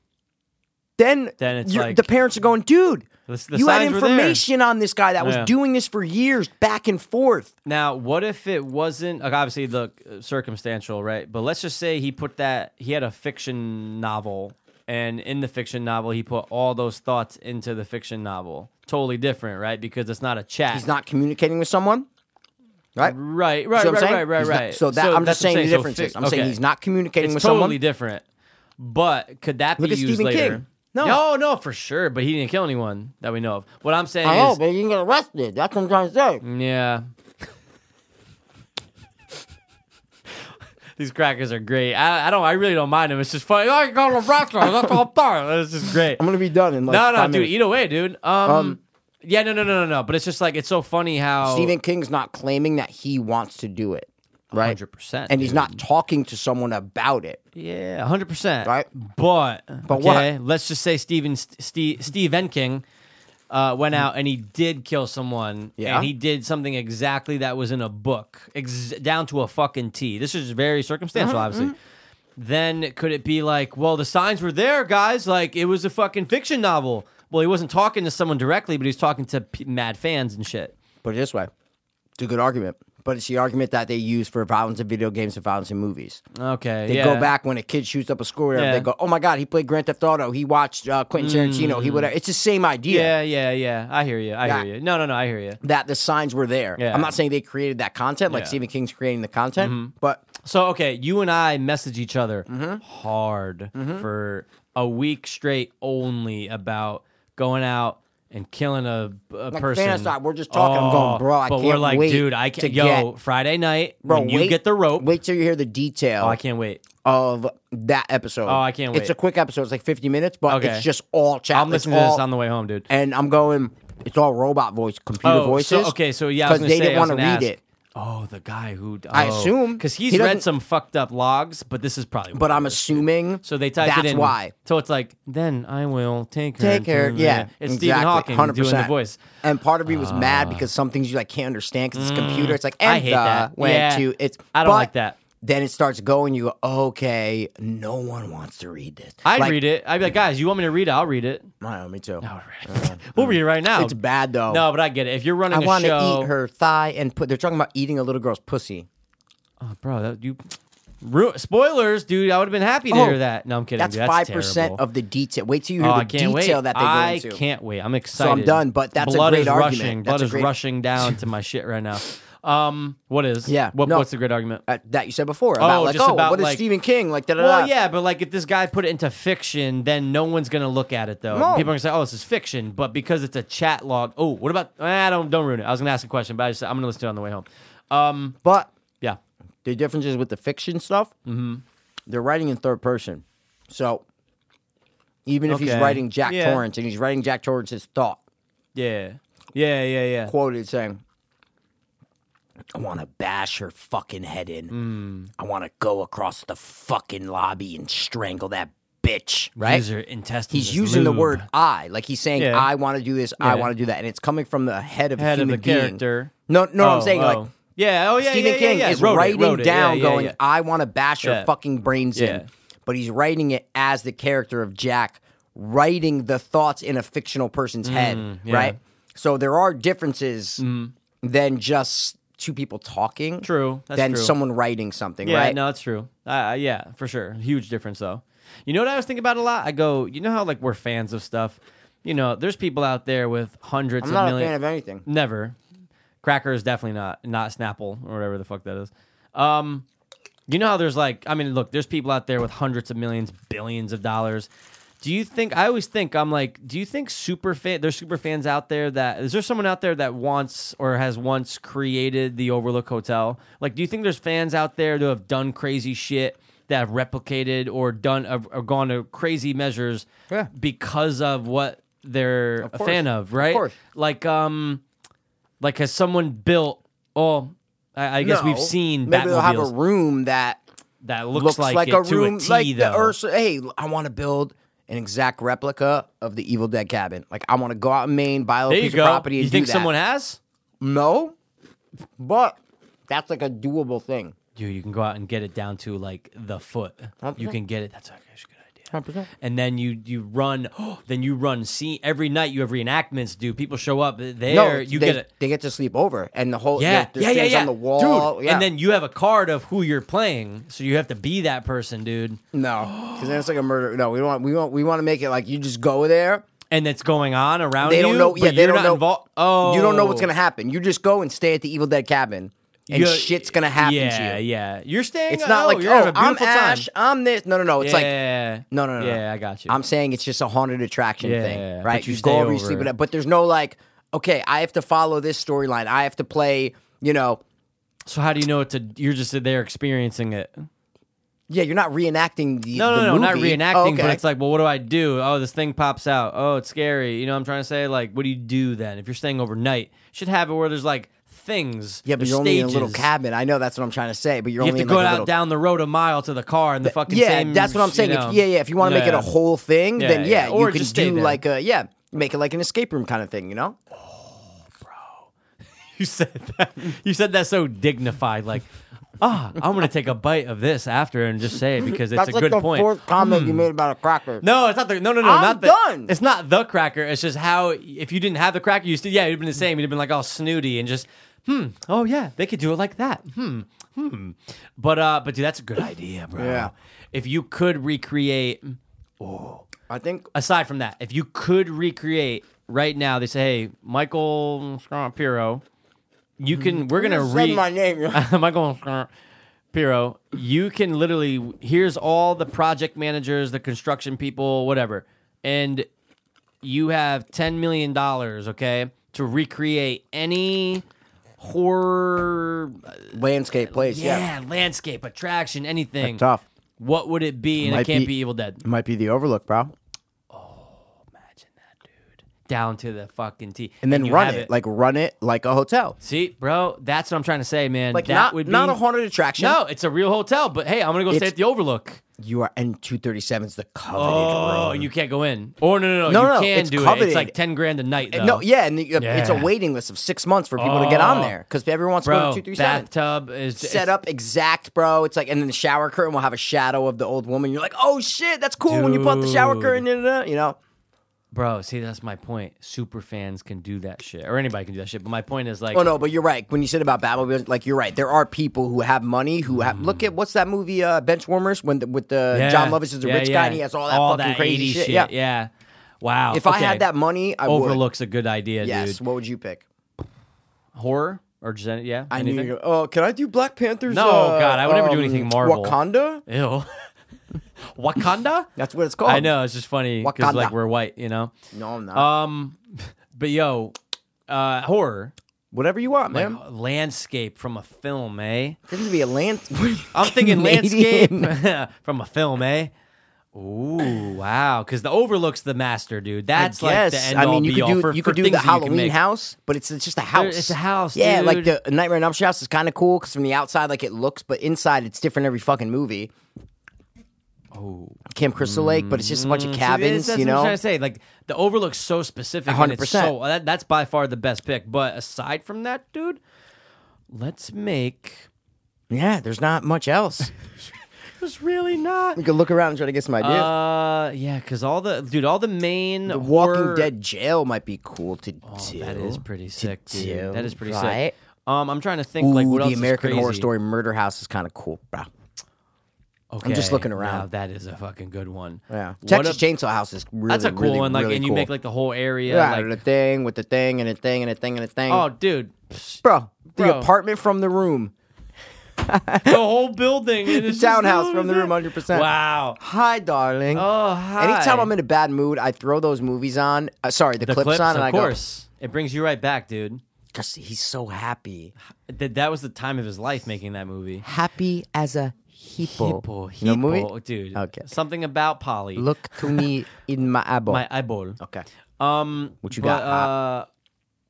Mm-hmm. Then it's
you're-
like-
the parents are going, dude,
The- the
you had
signs were there."
information on this guy that
Yeah.
was doing this for years, back and forth.
Now, what if it wasn't like obviously the uh, circumstantial, right? But let's just say he put that he had a fiction novel, and in the fiction novel, he put all those thoughts into the fiction novel. Totally different, right? Because it's not a chat.
He's not communicating with someone, right?
right, right,
See what I'm
right,
saying?
right, right,
He's not-
right.
so that I'm
that's
just
what
saying, the
So
differences.
fi-
I'm saying
okay.
he's not communicating
It's
with
totally
someone.
different. But could that
Look
be
at
used
Stephen
later?
King. No.
no, no, for sure. But he didn't kill anyone that we know of. What I'm saying
I know,
is,
Oh, but you can get arrested. That's what I'm trying to say.
Mm. Yeah. These crackers are great. I, I don't. I really don't mind them. It's just funny. I got a rock star. That's all part. It's just great.
I'm gonna be done in like
no, no,
five
dude.
minutes.
Either way, dude. Um, yeah, no, no, no, no, no. But it's just like it's so funny how
Stephen King's not claiming that he wants to do it, right?
hundred percent,
And he's not talking to someone about it.
Yeah, hundred percent.
Right?
But
But what?
okay, let's just say Stephen Steve, Stephen King uh, went out and he did kill someone.
Yeah.
and he did something exactly that was in a book, ex- down to a fucking T. This is very circumstantial,
Uh-huh,
obviously. Then could it be like, well, the signs were there, guys? Like it was a fucking fiction novel. Well, he wasn't talking to someone directly, but he's talking to p- mad fans and shit.
Put it this way, it's a good argument but it's the argument that they use for violence in video games and violence in movies.
Okay.
They
yeah.
go back when a kid shoots up a school, whatever,
Yeah.
they go, "Oh my god, he played Grand Theft Auto. He watched uh, Quentin Tarantino. He whatever." It's the same idea.
Mm. Yeah, yeah, yeah. I hear you. I
Yeah.
hear you. No, no, no. I hear you.
That the signs were there.
Yeah.
I'm not saying they created that content, like
Yeah. Mm-hmm.
Stephen King's creating the content, but
So okay, you and I message each other
Mm-hmm.
hard for a week straight only about going out and killing a, a person. Oh,
fantasize. We're just talking. I'm going, "Bro, I
but we're
can't
like,
wait
dude, I
to
can't. Yo,
get-
Friday night,
bro,
when you
wait-
get the rope.
Wait till you hear the detail.
Oh, I can't wait.
of that episode.
Oh, I can't
It's
wait.
a quick episode. It's like 50 minutes, but
Okay.
it's just all chat.
I'm
It's
listening to this
all-
on the way home, dude. Oh,
and I'm going. It's all robot voice, computer
so-
voices.
okay, so yeah, I
because
was gonna
they
say,
didn't
I was
want to read
gonna ask-
it.
Oh, the guy who
I assume
because he's
he doesn't-
read some fucked up logs, but this is probably.
But
one of
I'm
those.
assuming.
So they typed
that's
it in.
why.
So it's like, then I will take her.
Take
to
care.
the-"
Yeah,
It's Stephen
exactly,
Hawking
100%.
doing the voice. Ah.
And part of me was mad because some things you like can't understand because it's a computer. It's like and
Mm. I hate that.
went
Yeah.
to it's.
I don't
but
like that.
Then it starts going. You go, okay, no one wants to read this.
I'd
Like,
read it. Oh, I'd be like, guys, you want me to read it? I'll read it.
I know, me too.
I'll read (laughs) it. we'll read it right now.
Mm. It's bad though.
No, but I get it. If you're
I
running a
want to
show,
eat her thigh and put. They're talking about eating a little girl's pussy.
Oh, bro, that, you ru- spoilers, dude. I would have been happy to
Oh,
hear that. No, I'm kidding.
That's
dude.
five
terrible.
percent of the detail. Wait till you
Oh,
hear
I
the
can't
detail
wait.
that they go
I
into.
can't wait. I'm excited.
done, but that's a
blood
great
is
argument.
rushing.
That's
Blood
a
is
great- (laughs)
rushing down to my shit right now. Um, what is?
Yeah,
What,
no.
What's the great argument?
Uh, that you said before about like
just
oh,
about,
what is
like-
Stephen King like? Da da
Well,
da.
yeah, but like if this guy put it into fiction, then no one's gonna look at it though.
No.
People are gonna say, "Oh, this is fiction," but because it's a chat log. Oh, what about? I don't don't ruin it. I was gonna ask a question, but I just, I'm gonna listen to it on the way home. Um,
But
yeah,
the difference is with the fiction stuff,
Mm-hmm.
they're writing in third person. So even if he's
Okay.
writing Jack
Yeah.
Torrance and he's writing Jack Torrance's thought,
yeah, yeah, yeah, yeah.
quoted saying, I want to bash her fucking head in.
Mm.
I want to go across the fucking lobby and strangle that bitch. Right?
User intestines.
He's
is
using the
lube.
word "I," like he's saying,
Yeah.
"I want to do this. I
Yeah.
want to do that," and it's coming from the head of
head
a
of
human
the
being.
character.
No, no, I'm
Oh,
saying
oh.
like
yeah, oh yeah,
Stephen
yeah, yeah,
King
yeah.
is
Wrote it,
writing
wrote it. Yeah,
down,
yeah,
going,
yeah.
"I want to bash your
Yeah.
fucking brains
Yeah.
in," but he's writing it as the character of Jack, writing the thoughts in a fictional person's head,
Mm, yeah. Mm-hmm.
right? So there are differences than just two people talking.
True, that's
than
true.
someone writing something,
Yeah,
right?
no, that's true. Uh, yeah, for sure. Huge difference, though. You know what I was thinking about a lot? I go, you know how like we're fans of stuff. You know, there's people out there with 100s
I'm not
of
a
millions.
fan of anything.
Never. Cracker is definitely not not Snapple or whatever the fuck that is. Um, you know how there's like, I mean, look, there's people out there with hundreds of millions, billions of dollars. Do you think? I always think I'm like, do you think super fan? There's super fans out there that is there someone out there that wants or has once created the Overlook Hotel? Like, do you think there's fans out there that have done crazy shit that have replicated or done or gone to crazy measures
Yeah.
because of what they're a
course.
fan of, right?
course.
Like, um, like has someone built? Oh, I, I guess
No.
we've seen
Maybe they'll have a
Batmobiles
room that
that looks,
looks
like,
like,
it
a
to
room
a T,
like
though.
the Ursa. Hey, I want to build an exact replica of the Evil Dead cabin. Like I want to go out in Maine, buy a
there
little
you
piece
go.
of property, and
you think
do that.
someone has?
no, but that's like a doable thing.
Dude, you can go out and get it down to like the foot. You can get it. That's actually a good idea. And then you you run. (gasps) then you run. See, every night you have reenactments. Dude, people show up there.
No,
you
they,
get it.
They get to sleep over, and the whole
Yeah,
there- there's
yeah, yeah,
things
yeah.
on the wall.
dude.
yeah.
And then you have a card of who you're playing, so you have to be that person, dude.
no, because then it's like a murder. No, we want we want we want to make it like you just go there.
And it's going on around.
They don't
you,
know.
but
Yeah, they
you're
don't
not
know.
Involved. Oh,
you don't know what's gonna happen. You just go and stay at the Evil Dead cabin, and
You're-
shit's gonna happen
yeah,
to you.
Yeah, You're staying.
It's not
oh,
like
you're having
oh,
a
I'm
beautiful time.
Ash, I'm this. No, no, no. It's like
yeah.
no, no, no, no.
Yeah, I got you.
I'm saying it's just a haunted attraction
Yeah, yeah,
thing,
yeah.
right?
But you
go
stay
over, you
over.
sleep it up, but there's no like, okay, I have to follow this storyline. I have to play, you know.
so how do you know it's a? You're just there experiencing it.
Yeah, you're not reenacting the
No,
the
no, no, not
movie.
reenacting.
Oh, okay.
But it's like, well, what do I do? Oh, this thing pops out. Oh, it's scary. You know, what I'm trying to say like, what do you do then if you're staying overnight? You should have it where there's like things.
yeah, but
there's
you're only in a little
stages.
cabin. I know that's what I'm trying to say, but you're
You have
only
to
in
go
like, a
out
little-
down the road a mile to the car in the fucking
Yeah,
same.
that's what I'm saying.
You
If,
know.
yeah, yeah. If you want to make it a
Yeah.
whole thing,
Yeah,
then yeah,
yeah. Or
you can
just stay
do
there.
like a yeah, make it like an escape room kind of thing. You know?
(laughs) You said that. You said that so dignified, like, ah, I'm gonna take a bite of this after and just say it because it's
that's
a
like
good
the
point.
fourth comment you made about a cracker.
No, it's not the no no no
I'm
not the
done.
It's not the cracker. It's just how if you didn't have the cracker, you still yeah, you'd been the same. You'd have been like all snooty and just hmm, oh yeah, they could do it like that. Hmm, hmm. But uh, but dude, that's a good idea, bro.
Yeah.
If you could recreate,
I think
aside from that, if you could recreate right now, they say, hey, Michael Scarpiro, you can. We're gonna
Mm-hmm. Said
re
my name.
(laughs) Michael Piro, you can literally here's all the project managers, the construction people, whatever, and you have ten million dollars, okay, to recreate any horror,
(laughs) Landscape place. Yeah.
yeah, landscape, attraction, anything.
Tough.
What would it be? And it
Might
can't
be-
be Evil Dead.
It might be the Overlook, bro.
Imagine that, dude, down to the fucking T.
And then
you
run
have
it. like run it like a hotel.
see, bro, that's what I'm trying to say, man.
Like
that
not
would be
not a haunted attraction.
No, it's a real hotel, but hey, I'm gonna go stay
It's-
at the Overlook.
you are and two thirty seven is the coveted
Oh,
room.
you can't go in. Oh no, no, no,
No,
you
no,
can
it's
do it.
coveted.
It's like ten grand a night. Though.
No, yeah, and the, uh, it's a
Yeah.
waiting list of six months for people to get on
Oh.
there because everyone wants to go
bro,
to two three seven.
bathtub is
Set up exact, bro. It's like, and then the shower curtain will have a shadow of the old woman. You're like, oh shit, that's cool when you bought the shower
Dude.
curtain. da-da-da," You know,
bro. See, that's my point. Super fans can do that shit, or anybody can do that shit. But my point is like,
Oh no, but you're right. When you said about Batmobile, like you're right. There are people who have money who have. Look at what's that movie, uh, Benchwarmers, when the, with the
Hmm. Yeah,
John Lovitz is the
yeah,
rich guy
yeah.
and he has all that fucking crazy
80
shit. Yeah.
yeah. Wow.
If I
okay.
had that money, I would.
overlooks a good idea,
Yes.
dude.
What would you pick?
Horror or just any, yeah,
I knew.
anything.
you were gonna- Oh, can I do Black Panthers?
No,
uh,
God, I would never do anything Marvel.
Wakanda.
Ew. (laughs) Wakanda.
That's what it's called.
I know. It's just funny because
Wakanda.
like we're white, you know.
No, I'm not.
Um, (laughs) but yo, uh, horror.
Whatever you want, man.
Like, landscape from a film, eh?
This is gonna be a land.
I'm thinking
(laughs) Canadian.
landscape (laughs) from a film, eh? Ooh, wow! Because the Overlook's the master, dude. (laughs) That's like the
Yes,
end
I mean,
all
you
be
could
all
do
for,
you
for
could do
things
the
that you can
Halloween
make.
house, but it's it's just a house.
it's a house,
Yeah, like
dude.
the Nightmare on Elm Street house is kind of cool because from the outside, like it looks, but inside it's different every fucking movie. Oh, Camp Crystal Lake, but it's just a bunch of
Mm, so
cabins,
that's- that's
you
What I'm
know.
trying to say, like the Overlook's so specific. and it's
100%.
So that, that's by far the best pick. But aside from that, dude, let's make.
Yeah, there's not much else.
(laughs) There's really not.
you can look around and try to get some ideas.
Uh, yeah, because all the dude, all the main
the Walking
horror-
Dead jail might be cool to do.
Oh, That is pretty sick,
do,
dude. That is pretty
right?
sick. Um, I'm trying to think
Ooh,
like what else
the American
is
Horror
crazy.
Story Murder House is kind of cool, bro.
Okay,
I'm just looking around.
now that is a fucking good one.
Yeah,
What
Texas
a-
Chainsaw House is really
that's a cool
really,
one. Like,
really
and you
cool.
make like the whole area.
yeah,
like,
the thing with the thing and a thing and a thing and a thing.
oh, dude, psh,
bro, the
Bro.
apartment from the
(laughs)
room.
the whole building.
(laughs)
and it's just
townhouse
little
from the
bit-
room, 100%.
Wow.
Hi, darling.
Oh, hi.
Anytime I'm in a bad mood, I throw those movies on. Uh, sorry, the,
the
clips,
clips,
on, and
of
I
course, it brings you right back, dude.
go, "Just- he's so happy,
That that was the time of his life making that movie.
happy as a hippo.
People,
You know the movie?
people, dude.
Okay.
Something about Polly.
Look to me in my eyeball.
my eyeball.
okay,
Um,
What you
but,
got,
Uh,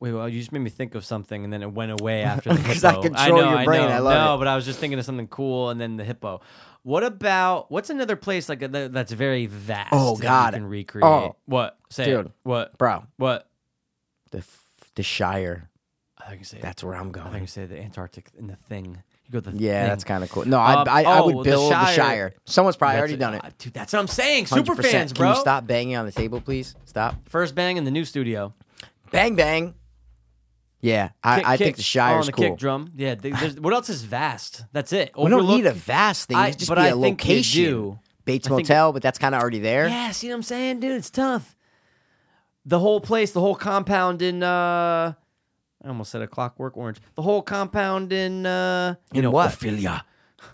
wait, well, you just made me think of something, and then it went
(laughs)
away after the
'Cause
hippo.
I control
know,
your brain.
know.
I love
no,
it.
but I was just thinking of something cool, and then the hippo. What about what's another place like that, that's very vast?
Oh,
that
God.
you can recreate
Oh.
what? Say
Dude.
it. what?
bro,
What?
the f- the Shire.
I think I can say it.
That's where I'm
I think I
going.
can say the Antarctic and the thing. You go the
Yeah,
thing.
that's kind of cool. No, I,
Um,
I, I
oh,
would
the
build the Shire.
Shire.
Someone's probably
That's
already done it.
Ah, dude. That's what I'm saying.
100%.
Super fans, bro.
Can you stop banging on the table, please? Stop.
First bang in the new studio.
Bang bang. Yeah, I,
Kick-
I
kick
think the Shire
on
is
the
cool.
kick drum. Yeah, th- there's- what else is vast? That's it.
we don't
Overlook-
need a vast thing.
I-
It's just
but
be
I
a
think you
location.
do.
Bates
I think-
Motel, but that's kind of already there.
Yeah, see what I'm saying, dude? It's tough. The whole place, the whole compound in uh I almost said a clockwork orange. The whole compound in uh you
In
know
what?
Ophelia.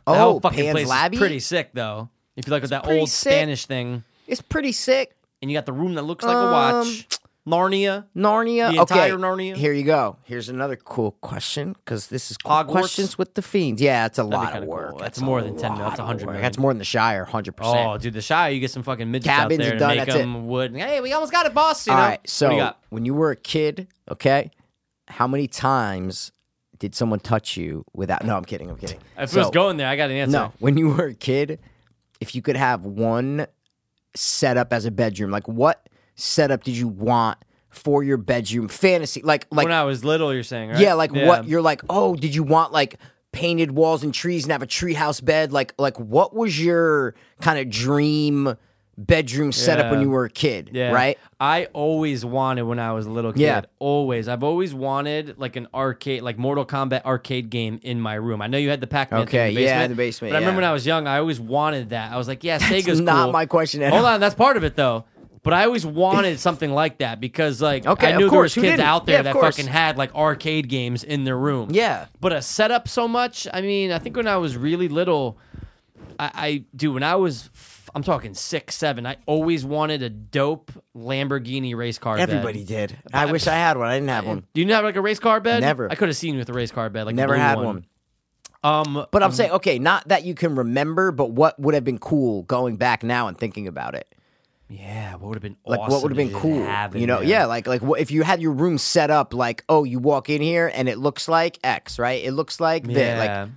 Oh,
that whole fucking
Pan's
place
Labby?
is pretty sick though. If you look at that
pretty
old
sick.
Spanish thing
It's pretty sick.
and you got the room that looks like a watch. Narnia.
Narnia.
The
okay.
entire Narnia?
Here you go. Here's another cool question because this is cool
Hogwarts?
questions with the fiends. Yeah, it's a
be
lot of
kinda
work.
cool. That's more
a
than 10
lot
that's
of
100
work.
million.
That's more than the Shire, hundred percent.
Oh, dude, the Shire, you get some fucking midgets
Cabins
out
are
there
done,
to make
that's it.
them wood. Hey, we almost got it, boss. You
All
know?
right.
what do you
So
got?
when you were a kid, okay, how many times did someone touch you without? No, I'm kidding. I'm kidding.
If it
So-
was going there, I got an answer.
No, when you were a kid, if you could have one setup as a bedroom, like what setup did you want for your bedroom? Fantasy, like like
when I was little, you're saying, right?
yeah, like what you're like. Oh, did you want like painted walls and trees and have a treehouse bed? Like like what was your kind of dream bedroom setup when
Yeah.
you were a kid,
Yeah.
right?
I always wanted when I was a little kid.
Yeah.
Always. I've always wanted like an arcade, like Mortal Kombat arcade game in my room. I know you had the Pac Man.
Okay,
In the
yeah,
basement,
in the basement,
But I remember
yeah.
when I was young, I always wanted that. I was like, yeah, Sega's
not
cool.
my question at
Hold
all.
on, that's part of it though. But I always wanted something like that because, like,
Okay,
I
of
knew
course,
there
who
was
didn't?
kids out there
Yeah, of
that
course.
fucking had like arcade games in their room.
Yeah.
But a setup so much. I mean, I think when I was really little, I, I do when I was f- I'm talking six, seven, I always wanted a dope Lamborghini race car
Everybody
bed.
did. I wish I had one. I didn't have one.
Do you not have like a race car bed?
Never.
I could have seen you with a race car bed. Like a
Never
blue
had one.
one. Um
But I'm saying, okay, not that you can remember, but what would have been cool going back now and thinking about it?
Yeah, what would have been
Like
awesome
what would have
to
been
just
cool,
have in
you know?
there.
Yeah, like like what, if you had your room set up, like oh, you walk in here and it looks like X, right? It looks like
Yeah.
this, like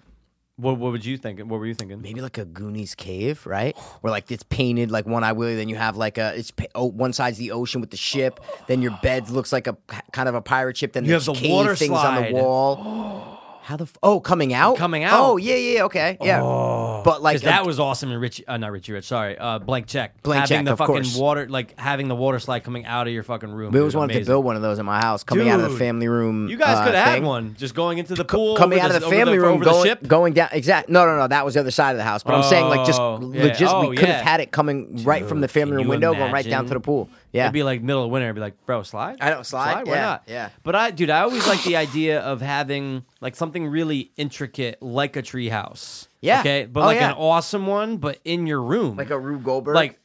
what what would you think? What were you thinking?
maybe like a Goonies cave, right? Where like it's painted like one eye willy, then you have like a it's pa- oh, one side's the ocean with the ship, then your bed looks like a kind of a pirate ship, then
You have
there's
the
cave
water
things on
slide.
the wall.
(gasps)
How the f- oh coming out
Coming out.
oh yeah yeah okay yeah but like um,
Because that was awesome in Rich, uh, not Richie Rich, sorry, uh, Blank Check.
Blank
having
Check,
the
of
fucking
course.
water, like having the water slide coming out of your fucking room.
We
dude,
always wanted to
amazing.
build one of those in my house, coming out of the
Dude,
family room.
You guys
uh,
could have had
thing.
one. Just going into the pool,
Coming
over
out of
the
the family
over the,
room,
over
going
the ship.
going down. Exact. No, no, no. That was the other side of the house. But I'm saying, like, just
Oh, yeah.
legit,
Oh,
we could
yeah.
have had it coming right from the
Dude, can
family room
you
window, going right down
imagine?
to the pool. Yeah,
It'd be like middle of winter. I'd be like, bro, slide.
I know, slide,
Why
yeah,
not?
yeah.
But I, dude, I
(laughs)
always like the idea of having like something really intricate, like a treehouse.
Yeah.
Okay. But
Oh,
like
yeah.
an awesome one, but in your room,
like a Rube Goldberg.
like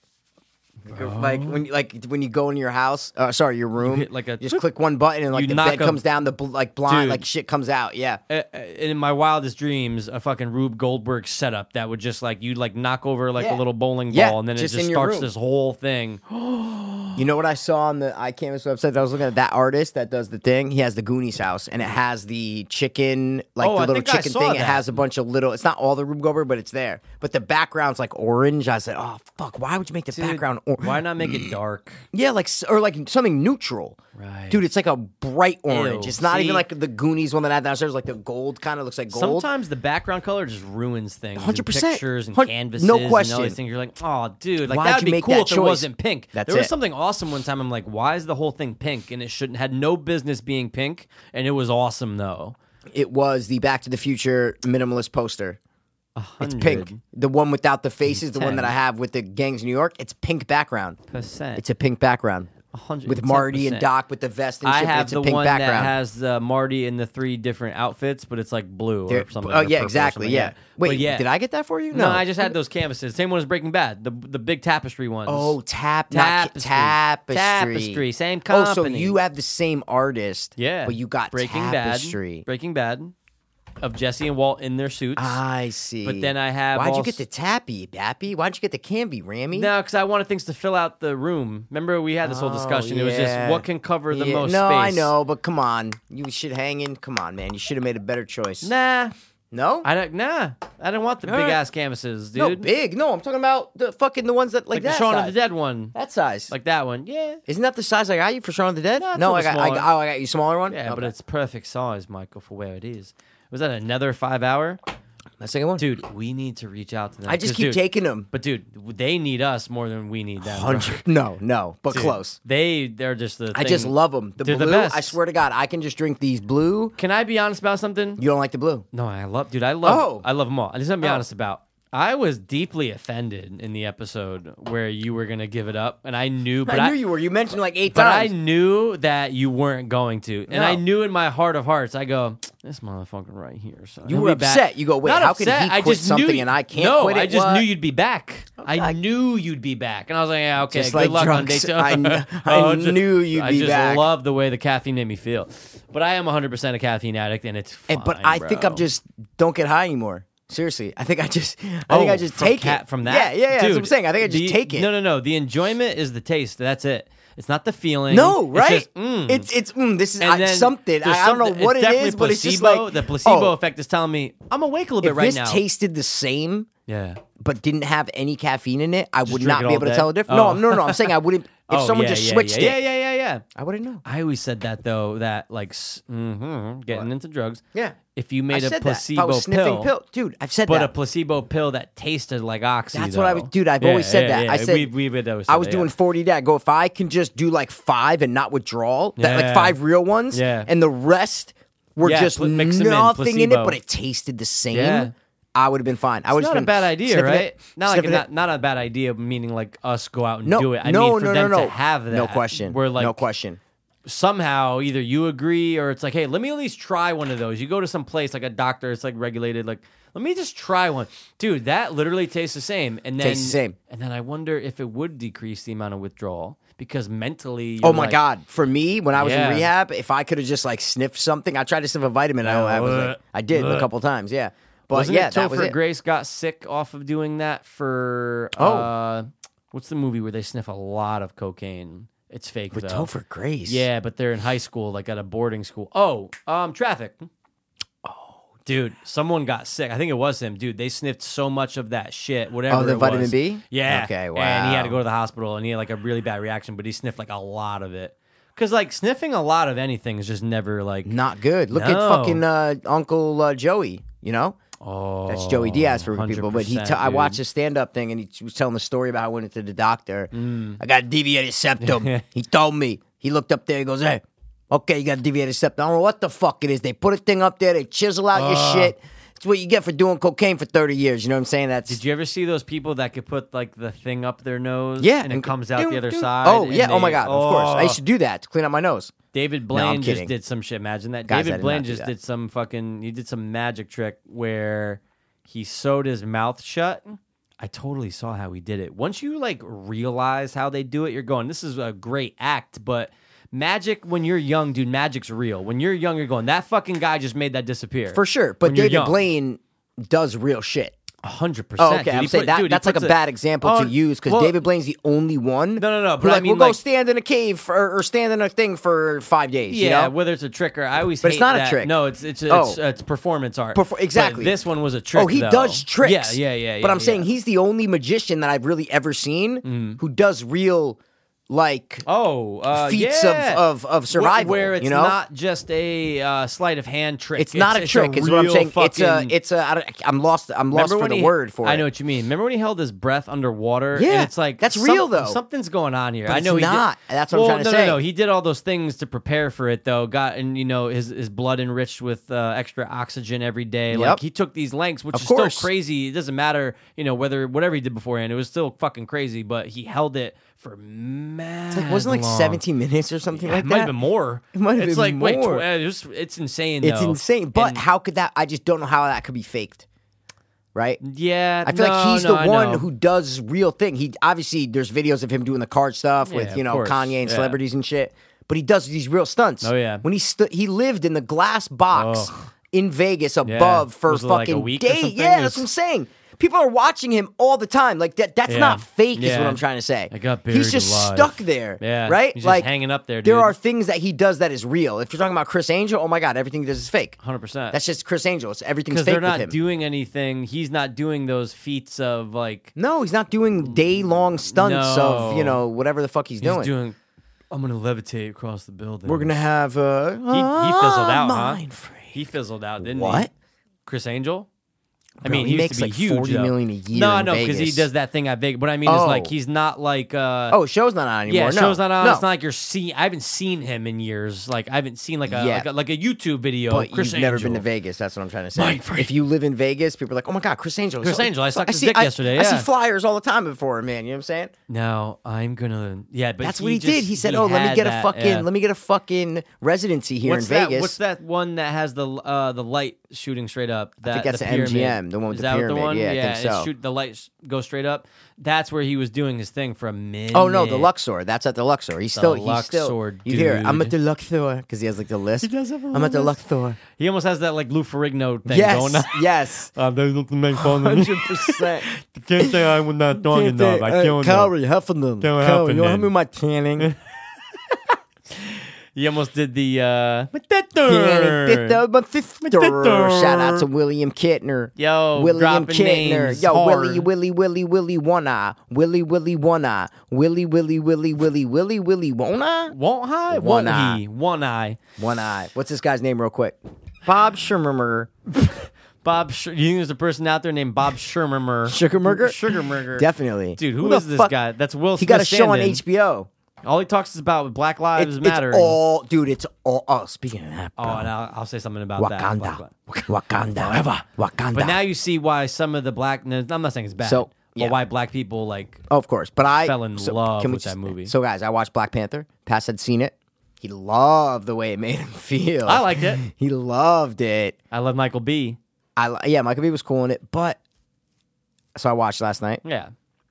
Like a- like when you- like when you go into your house, uh, sorry, your room.
hit like a
you just
click.
click one button and like
You
the
knock
bed
a-
comes down, the bl- like blind,
Dude.
like shit comes out. Yeah,
uh, uh, in my wildest dreams, a fucking Rube Goldberg setup that would just like you'd like knock over like
Yeah.
a little bowling ball,
Yeah,
and then
just
it
in
just
your
starts
room.
this whole thing.
You know what I saw on the iCanvas website? That I was looking at that artist that does the thing. He has the Goonies house, and it has the chicken, like the
Oh, I
little
think I
chicken
saw
thing. It
that.
has a bunch of little. It's not all the Rube Goldberg, but it's there. But the background's like orange. I said, "Oh fuck, why would you make the
Dude,
background orange?
Why not
(clears throat)
make it dark?
Yeah, like s- or like something neutral."
Right.
Dude, it's like a bright orange.
Ew,
it's not
see?
even like the Goonies one that I had downstairs. Like the gold kind of looks like gold.
Sometimes the background color just ruins things. and
100%.
Pictures and
Hun-
canvases.
no
And all
question.
these things. You're like, oh, dude, like
Why'd
that
you
would be
make
cool
that
if
choice?"
it wasn't pink.
That's
there was
it.
something awesome one time. I'm like, why is the whole thing pink? And it shouldn't had no business being pink. And it was awesome though.
it was the Back to the Future minimalist poster. It's
100%.
pink. The one without the faces, the one that I
Ten.
have with the gangs of New York. It's pink background. It's
It's
a pink background. With Marty and Doc with the vest and shit.
I
but
have
it's a
the
pink
one
background.
that has uh, Marty in the three different outfits, but it's like blue
There-
or something.
oh
or
yeah,
purple or
exactly.
something,
Yeah.
But
Wait,
yeah.
did I get that for you?
No, I just had those canvases. Same one as Breaking Bad, the the big tapestry ones.
Oh, tap, not
Tapestry.
tapestry.
Tapestry, same
Oh, so
company.
you have the same artist.
Yeah,
But you got
Breaking
tapestry.
Bad. Breaking Bad of Jesse and Walt in their suits.
I see.
But then I have
Why'd you
als-
get the tappy, Dappy? Why'd you get the Camby, Rammy?
no, because I wanted things to fill out the room. Remember, we had this whole
Oh,
discussion. It was
yeah.
just what can cover the
Yeah,
most
no, I
space.
know, but come on. You should hang in. Come on, man. You should have made a better choice.
Nah,
no?
I don't. Nah, I don't want the
All
big
right.
ass canvases, dude.
no, big. No, I'm talking about the fucking the ones that like,
like the
that
Shaun
size.
of the Dead one,
That size.
like that one. Yeah,
Isn't that the size I got you for Shaun of the Dead?
No, it's
I got,
a little
I,
smaller.
got- oh, I got you smaller one.
yeah, but
Okay.
it's perfect size, Michael, for where it is. Was that another five hour?
the second one.
Dude, we need to reach out to them.
I just
'Cause,
keep
dude,
taking
(laughs)
them.
But dude, they need us more than we need them. bro.
Hundred. No, no, but
Dude,
close.
They they're just the.
I just
thing.
love them. The
They're
blue.
the best.
I swear to God, I can just drink these blue.
Can I be honest about something?
You don't like the blue.
No, I love, dude. I love.
Oh.
I love them all. I just want to be
Oh.
honest about. I was deeply offended in the episode where you were gonna give it up, and I knew, but
I, knew you were. You mentioned like eight
But I
times.
knew that you weren't going to, and I
No.
knew in my heart of hearts, I go, "This motherfucker right here." Son.
You
He'll
were
be back."
upset. You go, "Wait,
Not
how could he
upset. I
quit
just
something
knew-
and I can't
No,
quit
I
it?
just
What?"
knew you'd be back. I knew you'd be back, and I was like, "Yeah, okay,
Just
good
like
luck
drunks,
on day two.
I kn-
(laughs)
I
Oh, ju-
knew you'd
I
be
just
back.
love the way the caffeine made me feel, but I am 100 percent a caffeine addict, and it's. Fine,
And- but I think I'm
bro.
just don't get high anymore. Seriously, I think I just. I think
Oh,
I just
from
take
cat-
it
from that.
Yeah, yeah, yeah. That's what I'm
Dude,
saying. I think I just
the-
take it.
No, no, no. The enjoyment is the taste. That's it. It's not the feeling.
No,
It's
right?
just, mm.
It's it's mm, this is
And
I,
then
something. I,
there's
I don't know
something-
what it
it's definitely
is, but it's just
placebo.
like
the placebo
oh,
effect is telling me I'm awake a little bit
If
right
this
now.
tasted the same
yeah,
but didn't have any caffeine in it, I would
drink
not
it
be
all
able to
day?
tell the difference.
Oh.
No, no, no. I'm saying I wouldn't. If
(laughs) Oh,
someone
yeah,
just
yeah,
switched
yeah,
it,
Yeah, yeah, yeah, yeah.
I wouldn't know.
I always said that though. That like s- mhm, getting into drugs.
Yeah.
If you
I
made a
said that. If
placebo
I was sniffing
pill,
pill, dude, I've said
but a
that.
placebo pill that tasted like oxy.
That's what I
though.
was- dude, I've always said that. I said-
we, we would always.
I
say
was
that,
doing
yeah.
40 day. I go, if I can just do like five and not withdrawal, that, like
Yeah.
five real ones,
Yeah.
and the rest were
Yeah,
just
put- mix 'em in,
nothing in, it,
placebo.
but it tasted the same,
Yeah.
I would have been fine. I would
It's not a bad idea, right? not like
sniffing it.
not, not a bad idea, meaning like us go out and
no,
do it. I
no,
mean, for
no,
them
no, no.
to have that,
no question.
We're like
no question.
somehow either you agree or it's like, hey, let me at least try one of those. You go to some place like a doctor, it's like regulated. Like, let me just try one, dude. That literally tastes the same, and then
Tastes the same.
And then I wonder if it would decrease the amount of withdrawal because mentally, you're
Oh my
like,
god! For me, when I was
Yeah.
in rehab, if I could have just like sniffed something, I tried to sniff a vitamin. I, don't have. I, was like, I did a couple times. Yeah, but
Wasn't
yeah,
it
that was
Topher
it.
Grace got sick off of doing that for oh. uh what's the movie where they sniff a lot of cocaine? It's fake
But
though.
Topher Grace.
Yeah, but they're in high school, like at a boarding school. Oh, um, traffic. Oh, dude, someone got sick. I think it was him, dude. They sniffed so much of that shit, whatever.
Oh, the
it
vitamin
was.
B?
Yeah.
Okay,
And he had
wow.
to go to the hospital, and he had like a really bad reaction, but he sniffed like a lot of it. Because like sniffing a lot of anything is just never like.
Not good. Look at
No.
fucking uh, Uncle uh, Joey. You know,
Oh,
that's Joey Diaz for people. But he, t-
100%,
I
dude.
watched a stand-up thing, and he was telling the story about how I went into the doctor.
Mm.
I got a deviated
(laughs)
septum. he told me. He looked up there. He goes, "Hey, okay, you got a deviated septum. I don't know what the fuck it is. They put a thing up there. They chisel out your shit. It's what you get for doing cocaine for thirty years. You know what I'm saying? That's
Did you ever see those people that could put like the thing up their nose?
yeah,
and it comes out
Dude,
the other
dude.
side.
Oh
and
yeah. oh my
they-
god. Of course. I
Oh.
used to do that to clean out my nose.
David
I'm
Blaine just
kidding.
did some shit. Imagine that.
Guys, I
David
did
Blaine
not do
just
that.
did some fucking. He did some magic trick where he sewed his mouth shut. I totally saw how he did it. Once you like realize how they do it, you're going, "This is a great act." But magic, when you're young, dude, magic's real. When you're young, you're going, "That fucking guy just made that disappear
For sure. But
When you're
David
young.
Blaine does real shit.
hundred percent."
Oh, okay. I'm saying that, that's like a bad example to use because David Blaine's the only one.
No, no, no,
who,
but I
like,
mean,
we'll go
like-
stand in a cave for, or, stand in a thing for five days.
Yeah,
You know?
whether it's a trick or I always.
But it's
hate
not a
that.
trick.
No, it's it's it's,
Oh.
it's performance art.
Perfor-
But
exactly.
this one was a trick.
oh, he
though.
does tricks.
Yeah, yeah, yeah.
But
yeah,
I'm saying
yeah.
he's the only magician that I've really ever seen who does real, like,
Oh, uh,
feats
yeah.
of- of- of
Wh-
survival,
Where it's
you know?
not just a uh, sleight of hand trick.
it's not a trick. is what I'm
real
saying. It's a,
fucking-
it's a. I don't, I'm lost. I'm lost
Remember
for
when
the
he-
word for it.
I know what you mean. Remember when he held his breath underwater?
Yeah,
and it's like
that's real, though.
Something's going on here.
But
I
it's
know he did-
not. That's what I'm
Well,
trying to
no,
say.
No, no, he did all those things to prepare for it, though. Got and you know his his blood enriched with uh, extra oxygen every day.
Yep.
Like he took these lengths, which
Of
is
course.
still crazy. It doesn't matter, you know, whether whatever he did beforehand, it was still fucking crazy. But he held it for mad.
Like, (laughs) wasn't it like
long.
17 minutes or something like
it
that.
might have been more. It
might have
it's
been
like, Wait,
more.
tw- uh, it's, it's insane.
It's
though.
insane. But
And-
how could that? I just don't know how that could be faked. Right?
yeah,
I feel like
no,
he's
no, I
the one
know.
who does real thing. He obviously there's videos of him doing the card stuff
Yeah,
with you
of
know
course.
Kanye and
Yeah.
celebrities and shit, but he does these real stunts.
Oh, yeah.
when he stu- he lived in the glass box
Ugh.
in Vegas above for
Was it
fucking
like a week or
days.
something?
Yeah,
It
that's
was-
what I'm saying. People are watching him all the time. Like that. That's
Yeah.
not fake. Is what
Yeah.
I'm trying to say.
I got
he's
buried
just
alive.
stuck there.
Yeah,
right.
he's just
like
hanging up there,
There
dude.
are things that he does that is real. If you're talking about Chris Angel, oh my god, everything he does is fake.
100%.
That's just Chris Angel. It's everything's
because
fake
they're not
with him.
doing anything. He's not doing those feats of like
No, he's not doing day long stunts of you
No.
know whatever the fuck he's,
he's
doing.
doing. I'm gonna levitate across the building.
We're gonna have uh, he,
He, he fizzled out,
Mind
huh?
free.
He fizzled out, didn't he?
What?
Chris Angel. I
Bro,
mean,
he
he, used
makes
to be
like
huge.
40
though.
million a year
No,
in
no, because he
Vegas.
does that thing at Vegas. What I mean is like
Oh.
he's not like. uh
Oh, show's not on anymore.
Yeah,
no.
show's not on.
No.
It's not like you're seeing. I haven't seen him in years. Like I haven't seen like a
Yeah.
like, a, like a YouTube video.
But
of Chris
you've never
Angel.
been to Vegas. That's what I'm trying to say.
Mind free.
If you live in Vegas, people are like, "Oh my God, Chris Angel."
Chris
So-
Angel, I
so
sucked his
see,
dick
I-
yesterday,
I see
yeah.
flyers all the time before him, man. You know what I'm saying?
No, I'm gonna. Yeah, but
That's
he
what he
just-
did. He said, "Oh, let me
had
get
that,
a fucking,
yeah.
let me get a fucking residency here
what's
in
that,
Vegas."
What's that one that has the uh, the light shooting straight up? That,
think that's
the
the
pyramid.
MGM, the one with
Is
the
that what
pyramid.
The one?
Yeah, I think
it's
so.
shoot the light sh- go straight up. That's where he was doing his thing for a minute.
Oh no, the Luxor. That's at the Luxor. He's still he's still.
Luxor,
You hear? I'm at
dude.
the Luxor because he has like the list. He
does have a
I'm at the
little
Luxor.
He almost has that like Lou Ferrigno thing
Yes, (laughs)
going on. (laughs)
yes,
Uh, there's nothing make fun (laughs)
hundred percent.
Can't say I would not strong
Calorie, Heffernan.
Can't
Calorie, you
(laughs) Heffernan.
help me with my tanning.
You almost did the. uh
Shout out to William Kittner.
Yo,
William
dropping
Kittner.
names
Yo,
hard.
Willie, Willie, Willie, Willie, one eye. Willie, Willie, one eye. Willie, Willie, Willie, Willie, Willie, Willie, one eye?
Won't I?
One
Won't
eye.
he? One eye.
One eye. What's this guy's name, real quick? Bob Schermermer.
(laughs) Bob. Sh- you think there's a person out there named Bob Shermermer?
Sugarmerger?
Sugarmerger.
Definitely.
Dude,
Who
who
the
is this
fuck-
guy? That's Will.
He got a
Smith
show on
stand-in.
HBO.
All he talks is about Black
It-
Lives
it's
Matter. and-
all, dude, it's all. Oh, speaking of that,
oh,
bro.
and I'll, I'll say something about that. Black
Wakanda.
Lives-
Wakanda. Forever. Wakanda.
But now you see why some of the black. no, I'm not saying it's bad.
So, yeah.
but why black people like?
Oh, of course. But I
Fell in love with that movie.
So, guys, I watched Black Panther. Pass had seen it. He loved the way it made him (laughs) feel.
I liked it.
He loved it.
I love Michael B.
I li- yeah, Michael B was cool in it, but so I watched last night.
Yeah.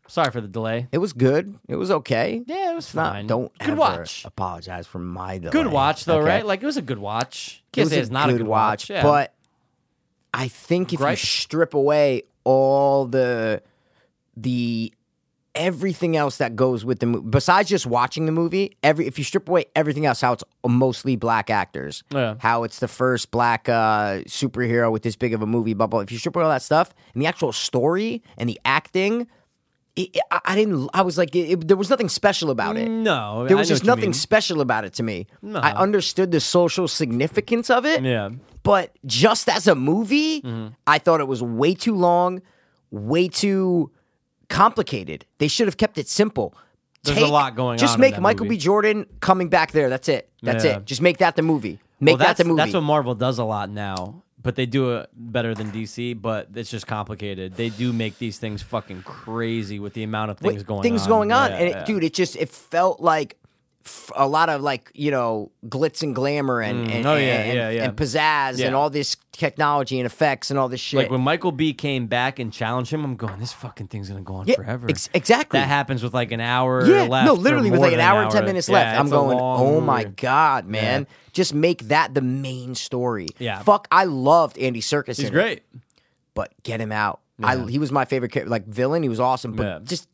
Sorry for the delay.
It was good. It was okay.
Yeah, it was
It's not.
fine.
Don't
good
ever
watch.
Apologize for my delay.
Good watch though,
okay?
right? Like it was a good watch.
It
Can't
was
say it's not a good watch, yeah.
but I think if
Gripe.
you strip away all the the everything else that goes with the movie, besides just watching the movie, every if you strip away everything else, how it's mostly black actors,
Yeah.
how it's the first black uh, superhero with this big of a movie, blah blah. If you strip away all that stuff and the actual story and the acting. It, it- I I didn't. I was like, it, it- there was nothing special about it.
no,
There
I
was
know
just
what you
nothing
mean.
special about it to me. I understood the social significance of it,
Yeah. Mm-hmm.
but just as a movie, I thought it was way too long, way too complicated. They should have kept it simple.
There's a lot going
just
on in
make
that
Michael
movie.
B. Jordan coming back there. That's it. That's
Yeah.
it. Just make that the movie. Make
well,
that
that's,
the movie.
That's what Marvel does a lot now, but they do it better than DC. But it's just complicated. They do make these things fucking crazy with the amount of things
with
going
things
on.
going on.
Yeah,
and it,
yeah.
dude, it just it felt like f- a lot of like you know glitz and glamour and and,
Oh,
and,
yeah,
and,
yeah, yeah.
and pizzazz
Yeah.
and all this technology and effects and all this shit.
Like when Michael B came back and challenged him, I'm going, this fucking thing's gonna go on
Yeah,
forever.
ex- exactly.
That happens with like an hour
yeah,
left.
no,
or
literally with
more
like an
than
hour and ten minutes
Yeah,
left, I'm
it's a
going.
long
Oh my
movie."
god, man! Just make that the main story.
Yeah.
fuck. I loved Andy Circus.
He's great.
but get him out. I he was my favorite character, like villain. He was awesome, but
Yeah. Mm.
just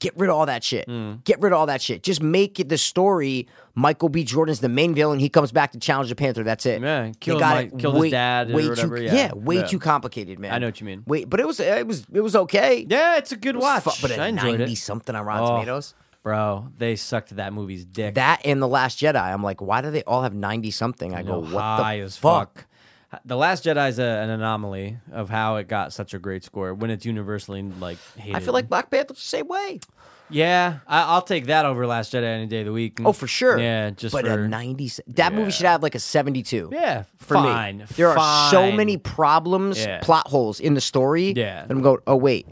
get rid of all that shit. Get rid of all that shit. Just make it the story. Michael B. Jordan's the main villain. He comes back to challenge the Panther. That's it.
Yeah,
They
kill
got
Mike-
it
kill his dad or
way
whatever,
Too,
yeah.
way
Yeah.
too complicated, man.
I know what you mean.
Wait, but it was it was it was okay.
Yeah, it's a good
It
watch.
was fu- but
I
at
enjoyed
ninety
it.
something on Rotten
Oh.
Tomatoes.
Bro, they sucked that movie's dick.
That and the Last Jedi. I'm like, why do they all have ninety something? I go, what
high
the
as fuck. The Last Jedi is a, an anomaly of how it got such a great score when it's universally like hated.
I feel like Black Panther's the same way.
yeah, I, I'll take that over Last Jedi any day of the week.
Oh, for sure.
Yeah, just
but
for
a ninety. That movie
Yeah.
should have like a seventy-two.
yeah.
for
fine,
me. There are so
fine.
many problems,
Yeah.
plot holes in the story.
Yeah.
And I'm going, oh, wait.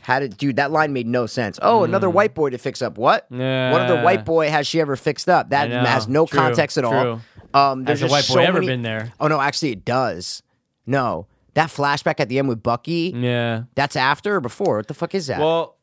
How did, dude, that line made no sense. Oh, another white boy to fix up. What? What other
Mm. Yeah.
white boy has she ever fixed up? That
know.
has no
True,
context at all.
true.
Um, there's
Has a
just
white boy
so
ever
many-
been there?
Oh, no, actually, it does. No. That flashback at the end with Bucky,
Yeah.
that's after or before? What the fuck is that?
Mm. Well,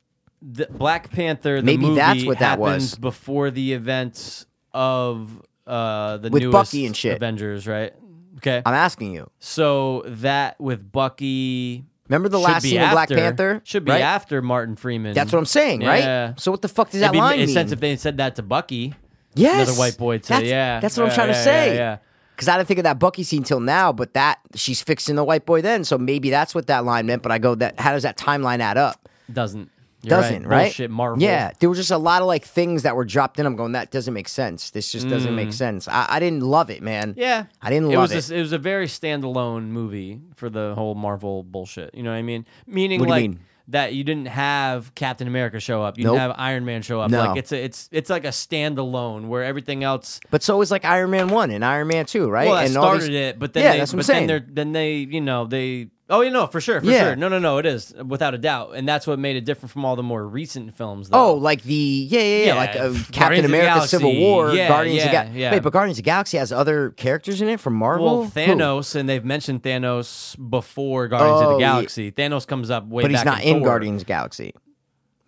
the Black Panther. The
Maybe
movie
that's what that
happens
was.
before the events of uh, the
With
newest
Bucky and shit.
Avengers, right? Okay,
I'm asking you.
so that with Bucky.
Remember the
should
last
be
scene of Black
after-
Panther?
should be
Right?
after Martin Freeman.
That's what I'm saying,
Yeah.
right? So what the fuck does that
It'd be-
line
it
mean?
sense if they had said that to Bucky.
yes,
Another white boy to
That's-
yeah.
That's what I'm
Yeah,
trying to
yeah,
say.
Yeah, yeah.
Because I didn't think of that Bucky scene till now, but that she's fixing the white boy then, so maybe that's what that line meant. But I go, that how does that timeline add up?
Doesn't. You're
Doesn't right?
Bullshit Marvel.
Yeah, there were just a lot of like things that were dropped in. I'm going, that doesn't make sense. This just doesn't make sense. I, I didn't love it, man.
Mm. Yeah.
I didn't
it
love
was
it.
a- it was a very standalone movie for the whole Marvel bullshit. You know what I mean? Meaning
What do you
like
mean?
that you didn't have Captain America show up. You
Nope.
didn't have Iron Man show up.
No.
Like it's a, it's it's like a standalone where everything else
But so was like Iron Man one and Iron Man two, right?
well, that
and all
started
these-
it, but then
yeah,
they,
that's what I'm
but
saying.
then they then they you know they oh you know for sure for
Yeah.
sure no no no it is without a doubt and that's what made it different from all the more recent films.
Oh,
Though.
like the yeah, yeah, yeah,
Yeah,
like uh,
Guardians
Captain
of the
America: Civil
Galaxy.
War,
Yeah,
Guardians of
yeah,
Galaxy.
yeah.
Wait, but Guardians of the Galaxy has other characters in it from Marvel.
Well,
Who?
Thanos, and they've mentioned Thanos before Guardians of
Oh,
the
yeah.
Galaxy. Thanos comes up way
but he's
back
not in
Thor.
Guardians of the Galaxy.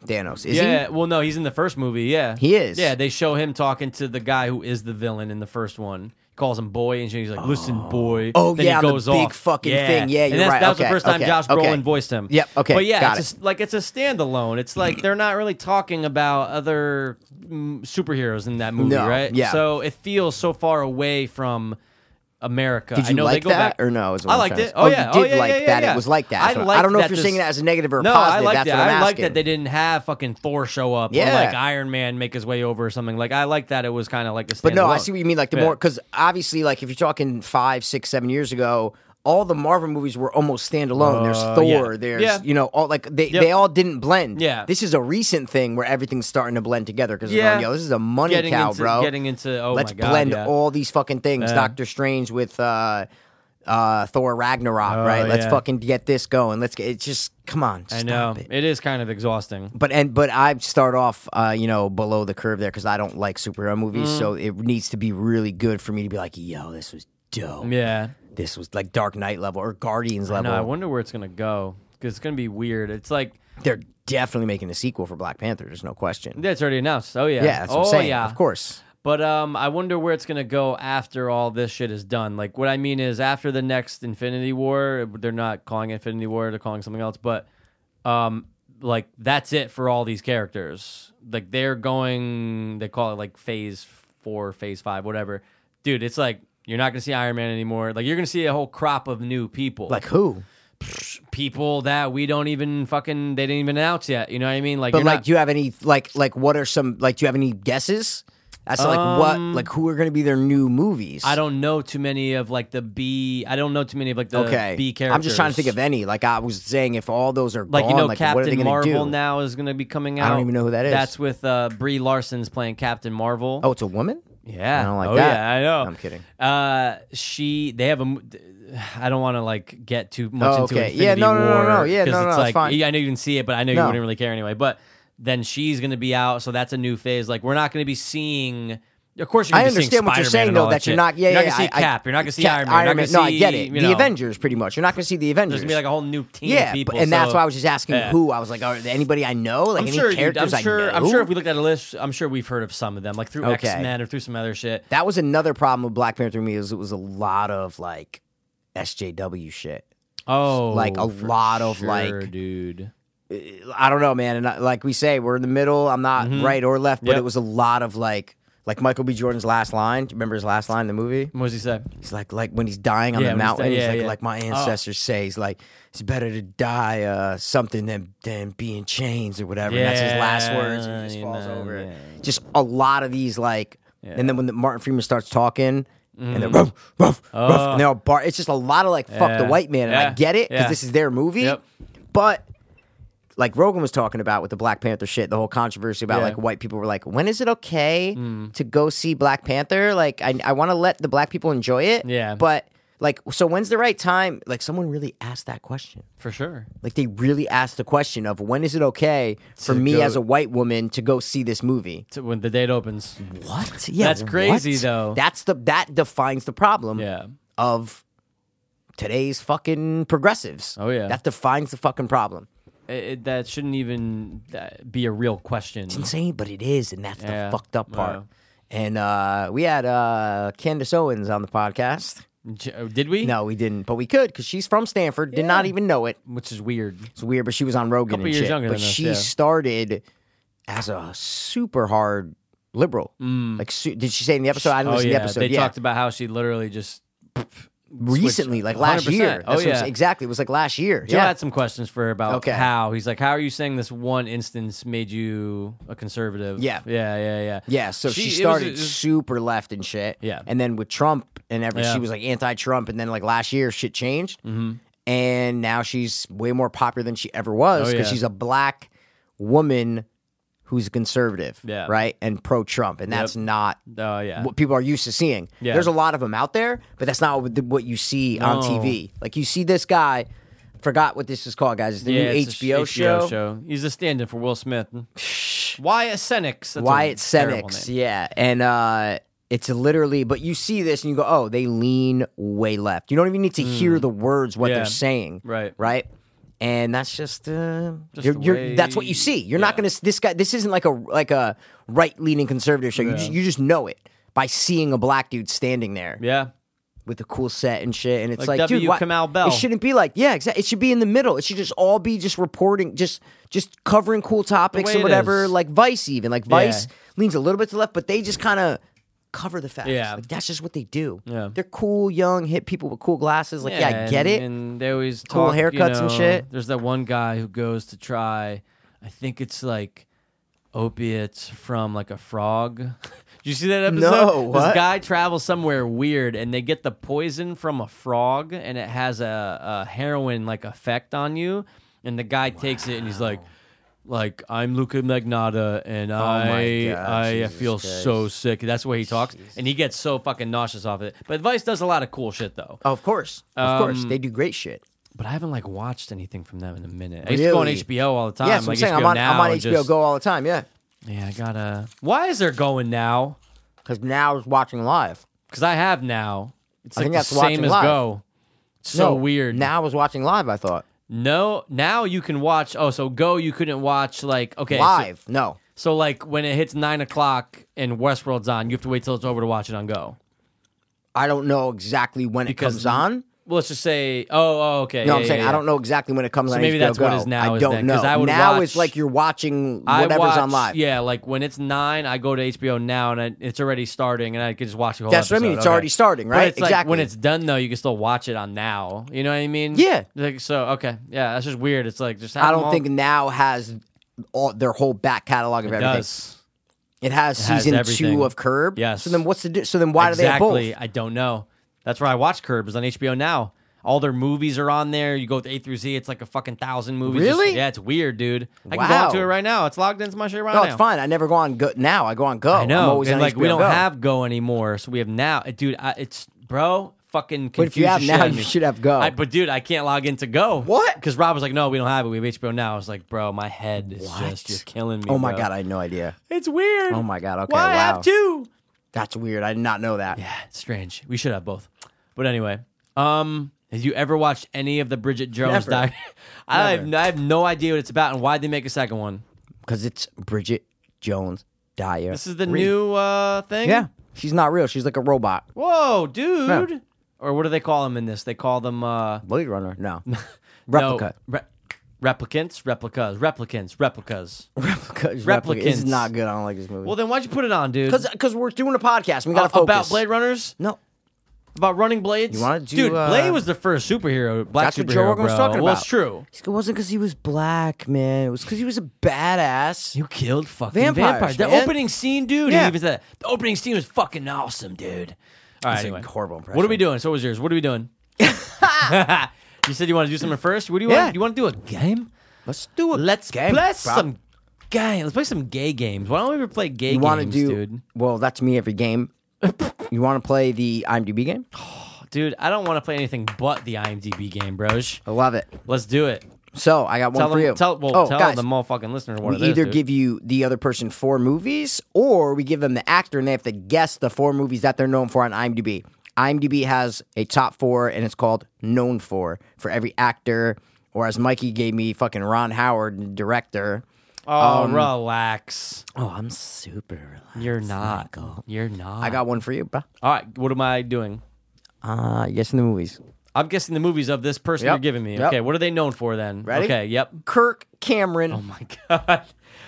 Thanos is
yeah,
he?
well, no, he's in the first movie. Yeah,
He is.
Yeah, they show him talking to the guy who is the villain in the first one. calls him boy, and she's like, "Listen, boy."
Oh,
Then
yeah,
he
on the
goes
big
off.
fucking thing. Yeah, you're
And that's-
right.
That was
Okay,
the first time
okay,
Josh
okay.
Brolin voiced him.
Yep, okay,
But yeah,
got
it's just like it's a standalone. It's like they're not really talking about other mm, superheroes in that movie,
No,
right?
yeah.
So it feels so far away from America.
Did
I
you
know they
like
go
that
back-
or no? is what
I
I'm
liked
trying
it.
to-
Oh, yeah.
you did
Oh, yeah,
like
yeah, yeah,
that.
yeah.
It was like that.
I
That's what-
liked
don't know if
that
you're saying
this-
that as a negative or a
no,
positive.
I like
That's
that.
what I'm
I like that
asking.
they didn't have fucking Thor show up or
Yeah.
like Iron Man make his way over or something. Like I like that it was kind of like a.
But no, I see
standalone.
what you mean. Like the
Yeah.
more, because obviously, like if you're talking five, six, seven years ago, all the Marvel movies were almost standalone. there's
Uh, yeah.
Thor. There's
Yeah.
you know all like they,
Yep.
they all didn't blend.
Yeah.
this is a recent thing where everything's starting to blend together because
Yeah.
yo, this is a money
Getting
cow,
into-
bro.
getting into- oh
let's
my God,
blend
yeah.
all these fucking things.
Yeah.
Doctor Strange with. uh uh, Thor Ragnarok,
Oh,
right? Let's
yeah.
fucking get this going. Let's get. It's just come on.
I
stop
know
it.
it is kind of exhausting.
But and but I start off, uh, you know, below the curve there because I don't like superhero movies,
Mm.
so it needs to be really good for me to be like, yo, this was dope.
Yeah.
This was like Dark Knight level or Guardians
No,
level.
I wonder where it's gonna go because it's gonna be weird. It's like
They're definitely making a sequel for Black Panther. There's no question.
that's already announced. Oh yeah.
Yeah, that's
oh
what I'm saying.
yeah.
Of course.
But um, I wonder where it's gonna go after all this shit is done. Like what I mean is after the next Infinity War, they're not calling it Infinity War; they're calling it something else. But um, like that's it for all these characters. Like they're going, they call it like Phase Four, Phase Five, whatever. Dude, it's like you're not gonna see Iron Man anymore. Like you're gonna see a whole crop of new people.
Like who?
people that we don't even fucking they didn't even announce yet. You know what I mean? Like,
But
you're
like,
not-
do you have any like like what are some like? Do you have any guesses as to like what like who are going to be their new movies?
Um, I don't know too many of like the B. I don't know too many of like the
Okay.
B characters.
I'm just trying to think of any. Like I was saying, if all those are
like
gone,
you know
like what are they
Captain
gonna
Marvel
do?
now is going to be coming out.
don't even know who that is.
That's with uh, Brie Larson's playing Captain Marvel.
Oh, it's a woman.
yeah,
I don't like
oh,
that.
Yeah, I know.
I'm kidding.
Uh, she they have a. m- (sighs) I don't want to like get too much
Oh,
into
okay.
Infinity
Yeah, no, no, no,
War,
no. Yeah,
'cause
no, no,
It's
it's
like
fine.
yeah, I know you didn't see it, but I know
No.
you wouldn't really care anyway. But then she's going to be out, so that's a new phase. Like we're not going to be seeing. Of course, you're
I
gonna be seeing
understand what you're
Spider-Man
saying
and all
though that you're
shit.
not. Yeah,
you're
yeah.
not gonna
I-
see
I-
Cap. You're not gonna see
Cap-
Iron Man. You're not
No,
gonna
I
see,
get it.
you
The
know,
Avengers, pretty much. You're not gonna see the Avengers.
There's gonna be like a whole new team.
yeah,
of
but-
people,
and that's
so-
why I was just asking
Yeah.
who. I was like, are there anybody I know? Like
I'm
any
sure. you-
characters
I'm sure.
I know?
I'm sure if we looked at a list, I'm sure we've heard of some of them, like through
Okay.
X Men or through some other shit.
that was another problem with Black Panther to me is it was a lot of like SJW shit.
Oh,
Like a
for
lot of,
sure,
like-
dude.
I don't know, man. And I, like we say, we're in the middle. I'm not right or left, but
Mm-hmm. Yep.
it was a lot of like. Like Michael B. Jordan's last line. Do you remember his last line in the movie?
What does he say?
He's like, like when he's dying on
Yeah,
the
when he's
mountain,
di-
he's,
yeah,
like,
yeah. Oh.
like my ancestors say, he's like, it's better to die uh, something than than be in chains or whatever. and that's his last
Yeah,
words. And he just
you
falls
know,
over. it.
yeah.
Just a lot of these, like, and then when the Martin Freeman starts talking. And they're ruff, ruff, ruff, and they're all bar. It's just a lot of like fuck the
Mm. Oh. Yeah.
white man, and I
Yeah.
get it because
Yeah.
this is their movie.
Yep.
But like Rogan was talking about with the Black Panther shit, the whole controversy about
Yeah. Hmm.
like white people were like, when is it okay to go see Black Panther? Like, I, I want to let the black people enjoy it.
Yeah.
But like, so when's the right time? Like, someone really asked that question.
For sure.
Like, they really asked the question of when is it okay for
To
me
go-
as a white woman to go see this movie?
To- when the date opens.
What? (laughs) Yeah.
That's crazy,
what?
though.
That's the, that defines the problem
Yeah.
of today's fucking progressives.
Oh, yeah.
That defines the fucking problem.
It, it- that shouldn't even uh, be a real question.
insane, but it is, and that's
Yeah.
the fucked up part.
Wow.
And uh, we had uh, Candace Owens on the podcast.
J- uh, Did we?
No, we didn't, but we could because she's from Stanford. Did not even know it.
Which is weird.
It's weird, but she was on Rogan
Couple
and
years
shit.
younger
but
than us,
she
yeah.
started as a super hard liberal. Like, su- did she say in the episode? I didn't
Mm. Oh
listen
yeah.
to the episode.
they
yeah,
talked about how she literally just.
recently, like last
100%.
year.
Oh
That's what I'm
yeah.
saying. exactly. It was like last year.
Joe
yeah,
had some questions for her about
Okay.
how he's like, how are you saying this one instance made you a conservative?
Yeah.
yeah, yeah, yeah.
Yeah, so she,
it was-
started
it was-
super left and shit.
Yeah.
and then with Trump and every,
Yeah. Mm-hmm.
she was like anti-Trump, and then like last year shit changed, and now she's way more popular than she ever was
Oh,
because
yeah.
she's a black woman who's conservative,
Yeah.
right, and pro-Trump, and that's not
Oh yeah.
what people are used to seeing.
Yeah.
There's a lot of them out there, but that's not what, what you see on
No.
TV. Like you see this guy, forgot what this is called, guys. It's the
yeah,
new
it's a sh-
HBO, show.
He's a stand-in for Will Smith. Wyatt Senex. That's a
Wyatt
terrible
Senex,
name.
yeah, and uh, it's literally. But you see this and you go, "Oh, they lean way left." You don't even need to hear the words what
Hmm. Yeah.
they're saying,
Right.
Right, and that's just, uh,
Just
you're,
the
you're,
way-
that's what you see. You're not
yeah.
gonna s- this guy. This isn't like a like a right leaning conservative show. You just, you just know it. by seeing a black dude standing there
Yeah.
with a cool set and shit. And it's
Like
like,
W.
dude, why-
Kamau Bell.
It shouldn't be like, yeah, exactly. It should be in the middle. It should just all be just reporting, just just covering cool topics
way
or
it
whatever.
is.
Like Vice, even like Vice leans a little bit to the left, but they just kind of cover the facts.
Yeah.
like, that's just what they do.
Yeah.
they're cool, young, hit people with cool glasses. Like, yeah, I get
and-
it.
And they always
Cool
talk, you
haircuts and
know,
shit.
There's that one guy who goes to try. I think it's like opiates from like a frog. (laughs) Did you see that episode? This
what?
guy travels somewhere weird, and they get the poison from a frog, and it has a, a heroin like effect on you. And the guy takes it, and he's like. Like I'm Luca Magnotta, and I
Oh God,
I
Jesus
feel
Christ.
so sick. That's the way he talks, and he gets so fucking nauseous off it. But Vice does a lot of cool shit though
of course, of
Um,
course, they do great shit.
but I haven't like watched anything from them in a minute. I used to go on
Really?
HBO all the time.
yeah, so
like
I'm saying
HBO
I'm on,
now
I'm on
and
HBO
just-
Go all the time. Yeah,
Yeah, I gotta. Why is there going now?
because now I was watching live.
Because I have now. It's
I
like
think
the
that's
same
watching
as
live.
Go. It's so
No,
weird.
Now I was watching live. I thought
no, now you can watch. Oh, so Go you couldn't watch like okay so-
live. no,
So, like when it hits nine o'clock and Westworld's on, you have to wait till it's over to watch it on Go.
I don't know exactly when it
Because
comes on.
Well, let's just say. Oh, oh okay.
No,
yeah,
I'm saying
yeah, yeah.
I don't know exactly when it comes
So
on.
maybe
HBO
that's
Go.
what is now
I
is
don't
then,
know.
'cause I would
now
watch-
it's like you're watching
I
whatever's
watch,
on live.
Yeah, like when it's nine, I go to HBO now and I, it's already starting, and I can just watch the whole.
That's what I mean,
episode.
it's already starting,
But
right?
it's like when
Exactly.
it's done though, you can still watch it on now. You know what I mean?
Yeah.
Like so, okay, yeah, that's just weird. It's like just. Have
I
them
don't
all-
think now has all their whole back catalog of
it
everything.
does.
It has
has
season
everything.
two of Curb.
Yes.
So then what's the di- so then why do they
exactly.
have both?
I don't know. That's where I watch Curb is on HBO now. All their movies are on there. You go with A through Z. It's like a fucking thousand movies. Just-
Really?
yeah, it's weird, dude. I can
Wow.
go into it right now. It's logged into my shit right
No,
now.
it's fine. I never go on go now. I go on Go.
I know.
Oh, I'm always
and
on
like we
HBO
don't
Go.
have Go anymore, so we have now. Dude, I, it's bro, fucking.
But if you
confused
have
the shit
now,
out of
you
me.
should have Go.
I, but dude, I can't log into Go.
What?
Because Rob was like, "No, we don't have it. We have HBO now." I was like, "Bro, my head is just you're killing me."
oh my
bro."
god, I had no idea.
it's weird.
Oh my God, okay,
Why
wow.
have two?
That's weird. I did not know that.
Yeah, it's (sighs) strange. We should have both. But anyway, um, have you ever watched any of the Bridget Jones
Never.
doc? (laughs) I have, I have no idea what it's about and why they make a second one.
Because it's Bridget Jones Dyer.
This is the new uh thing.
Yeah. She's not real. She's like a robot.
Whoa, dude. Or what do they call them in this? They call them uh
Blade Runner. (laughs) No.
no,
Replica.
re- replicants, replicas, replicants, replicas.
Replica. Replica. This is
Replicants.
not good. I don't like this movie.
Well, then why'd you put it on, dude?
because we're doing a podcast. We
Uh,
gotta focus.
about Blade Runners,
No,
about running blades.
You wanna do,
dude?
uh,
Blade was the first superhero, black
that's
superhero.
what Joe Rogan was
bro.
talking
Well,
about.
it's true.
it wasn't because he was black, man. It was because he was a badass.
You killed fucking vampires.
Vampires,
The
man.
opening scene, dude.
Yeah.
He even said the opening scene was fucking awesome, dude. All right,
a
anyway.
horrible
What are we
impression.
doing? So was yours. What are
(laughs)
we doing? you said you want to do something first. What do you
Yeah.
want? You want to do a game?
Let's do it.
Let's play some
You
game. Let's play some gay games. Why don't we ever play gay
want to
games,
do?
dude?
Well, that's me every (laughs) game. you want to play the IMDb game?
Dude, I don't want to play anything but the IMDb game, bros.
I love it.
Let's do it.
So I got one
Tell
Oh, for you.
them, tell, well,
oh,
tell
guys,
the motherfucking listener what
we
it is,
either
dude.
give you the other person four movies or we give them the actor and they have to guess the four movies that they're known for on IMDb. IMDb has a top four and it's called known for for every actor, or as Mikey gave me, fucking Ron Howard, director.
Oh,
um,
relax.
Oh, I'm super relaxed.
You're not. You're not.
I got one for you, bro.
All right, what am I doing?
Uh, guessing the movies.
I'm guessing the movies of this person
Yep.
you're giving me.
Yep.
Okay, what are they known for then?
Ready?
Okay, yep. (laughs)
Kirk Cameron.
Oh my god.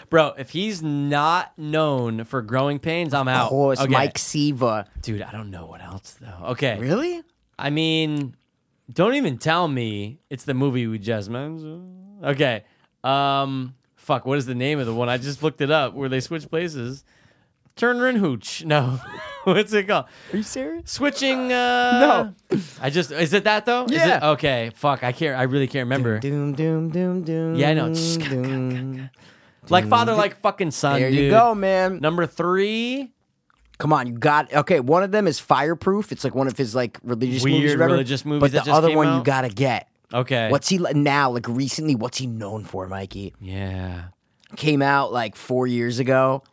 Bro, if he's not known for growing pains, I'm out.
of course,
okay.
Mike Siva.
Dude, I don't know what else though. Okay.
Really?
I mean, don't even tell me it's the movie we just mentioned. Okay. Um fuck, what is the name of the one? I just looked it up where they switch places. Turner and Hooch. No. (laughs) What's it called?
Are you serious?
Switching uh No. I just is it that though? Is it-
Yeah.
okay, fuck. I can't I really can't remember.
Doom, doom, doom, doom.
Yeah, I know.
doom.
Like father, like fucking son.
There
dude.
you go, man.
Number three,
Come on, you got okay. One of them is fireproof. It's like one of his like religious movies,
Weird
or whatever.
religious movies
But
that
the
just
other
came
one you
out?
gotta get.
Okay.
What's he like now? Like recently, what's he known for? Mikey
yeah?
came out like four years ago.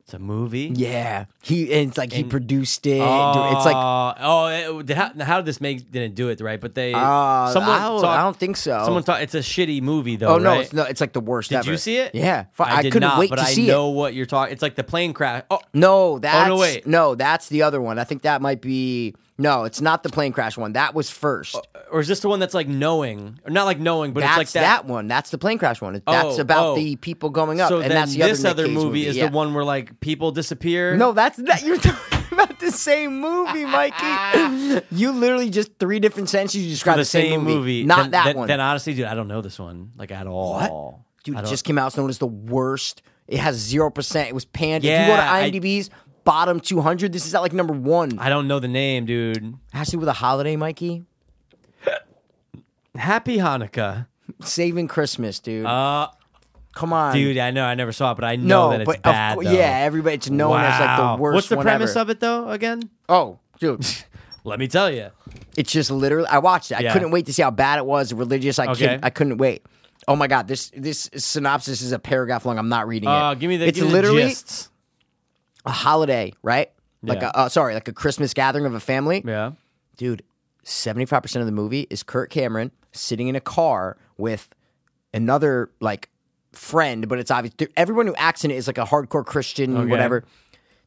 It's a movie.
Yeah, he and it's like he
And-
produced it.
Oh,
it's like
oh, it- did- how, how did this make didn't do it right? But they
Uh,
someone
I don't-
talked-
I don't think so.
Someone talked. It's a shitty movie though.
oh no,
right?
it's no, it's like the worst.
Did
ever.
you see it?
Yeah, Fu-
I, did
couldn't
not.
wait
but
to
I
see
know
it.
what you're talking. It's like the plane crash. Oh,
No, that's
wait.
no, that's the other one. I think that might be no, it's not the plane crash one. That was first.
or is this the one that's like knowing, or not like knowing, but
that's
it's like that.
one. That's the plane crash one. That's
Oh,
about
oh.
the people going up,
so
and
then
that's the
this
other, Nick Cage
movie, is
yeah.
the one where like people disappear.
No, that's that you're (laughs) talking about the same movie,
(laughs)
Mikey. you literally just three different sentences. You described
the,
same,
same movie.
not
Then-
that
then-
one.
Then honestly, dude, I don't know this one like at all.
What? Dude,
I
it
don't-
just came out. It's known as the worst. It has zero percent. It was panned.
Yeah, I-
if you go to IMDb's bottom 200, this is at like number one.
I don't know the name, dude.
Has to do with a holiday, Mikey.
Happy Hanukkah.
Saving Christmas, dude.
Uh,
Come on,
dude, I know I never saw it, but I know
Um, No,
that it's
but of
bad.
cour-
though.
yeah, everybody. It's known as like
Wow.
the worst.
What's the
one
premise
ever.
of it though? Again,
Oh,
(laughs)
dude.
let me tell you.
It's just literally. I watched it. I
Yeah.
couldn't wait to see how bad it was. Religious. I
Okay.
couldn't. I couldn't wait. Oh my god. This this synopsis is a paragraph long. I'm not reading it.
Uh, give me the.
It's
give me the
literally
gists.
a holiday, right? Like
Yeah.
a uh, sorry, like a Christmas gathering of a family.
Yeah.
Dude, seventy five percent of the movie is Kurt Cameron sitting in a car with another like friend, but it's obvious. dude, Everyone who acts in it is like a hardcore Christian, whatever.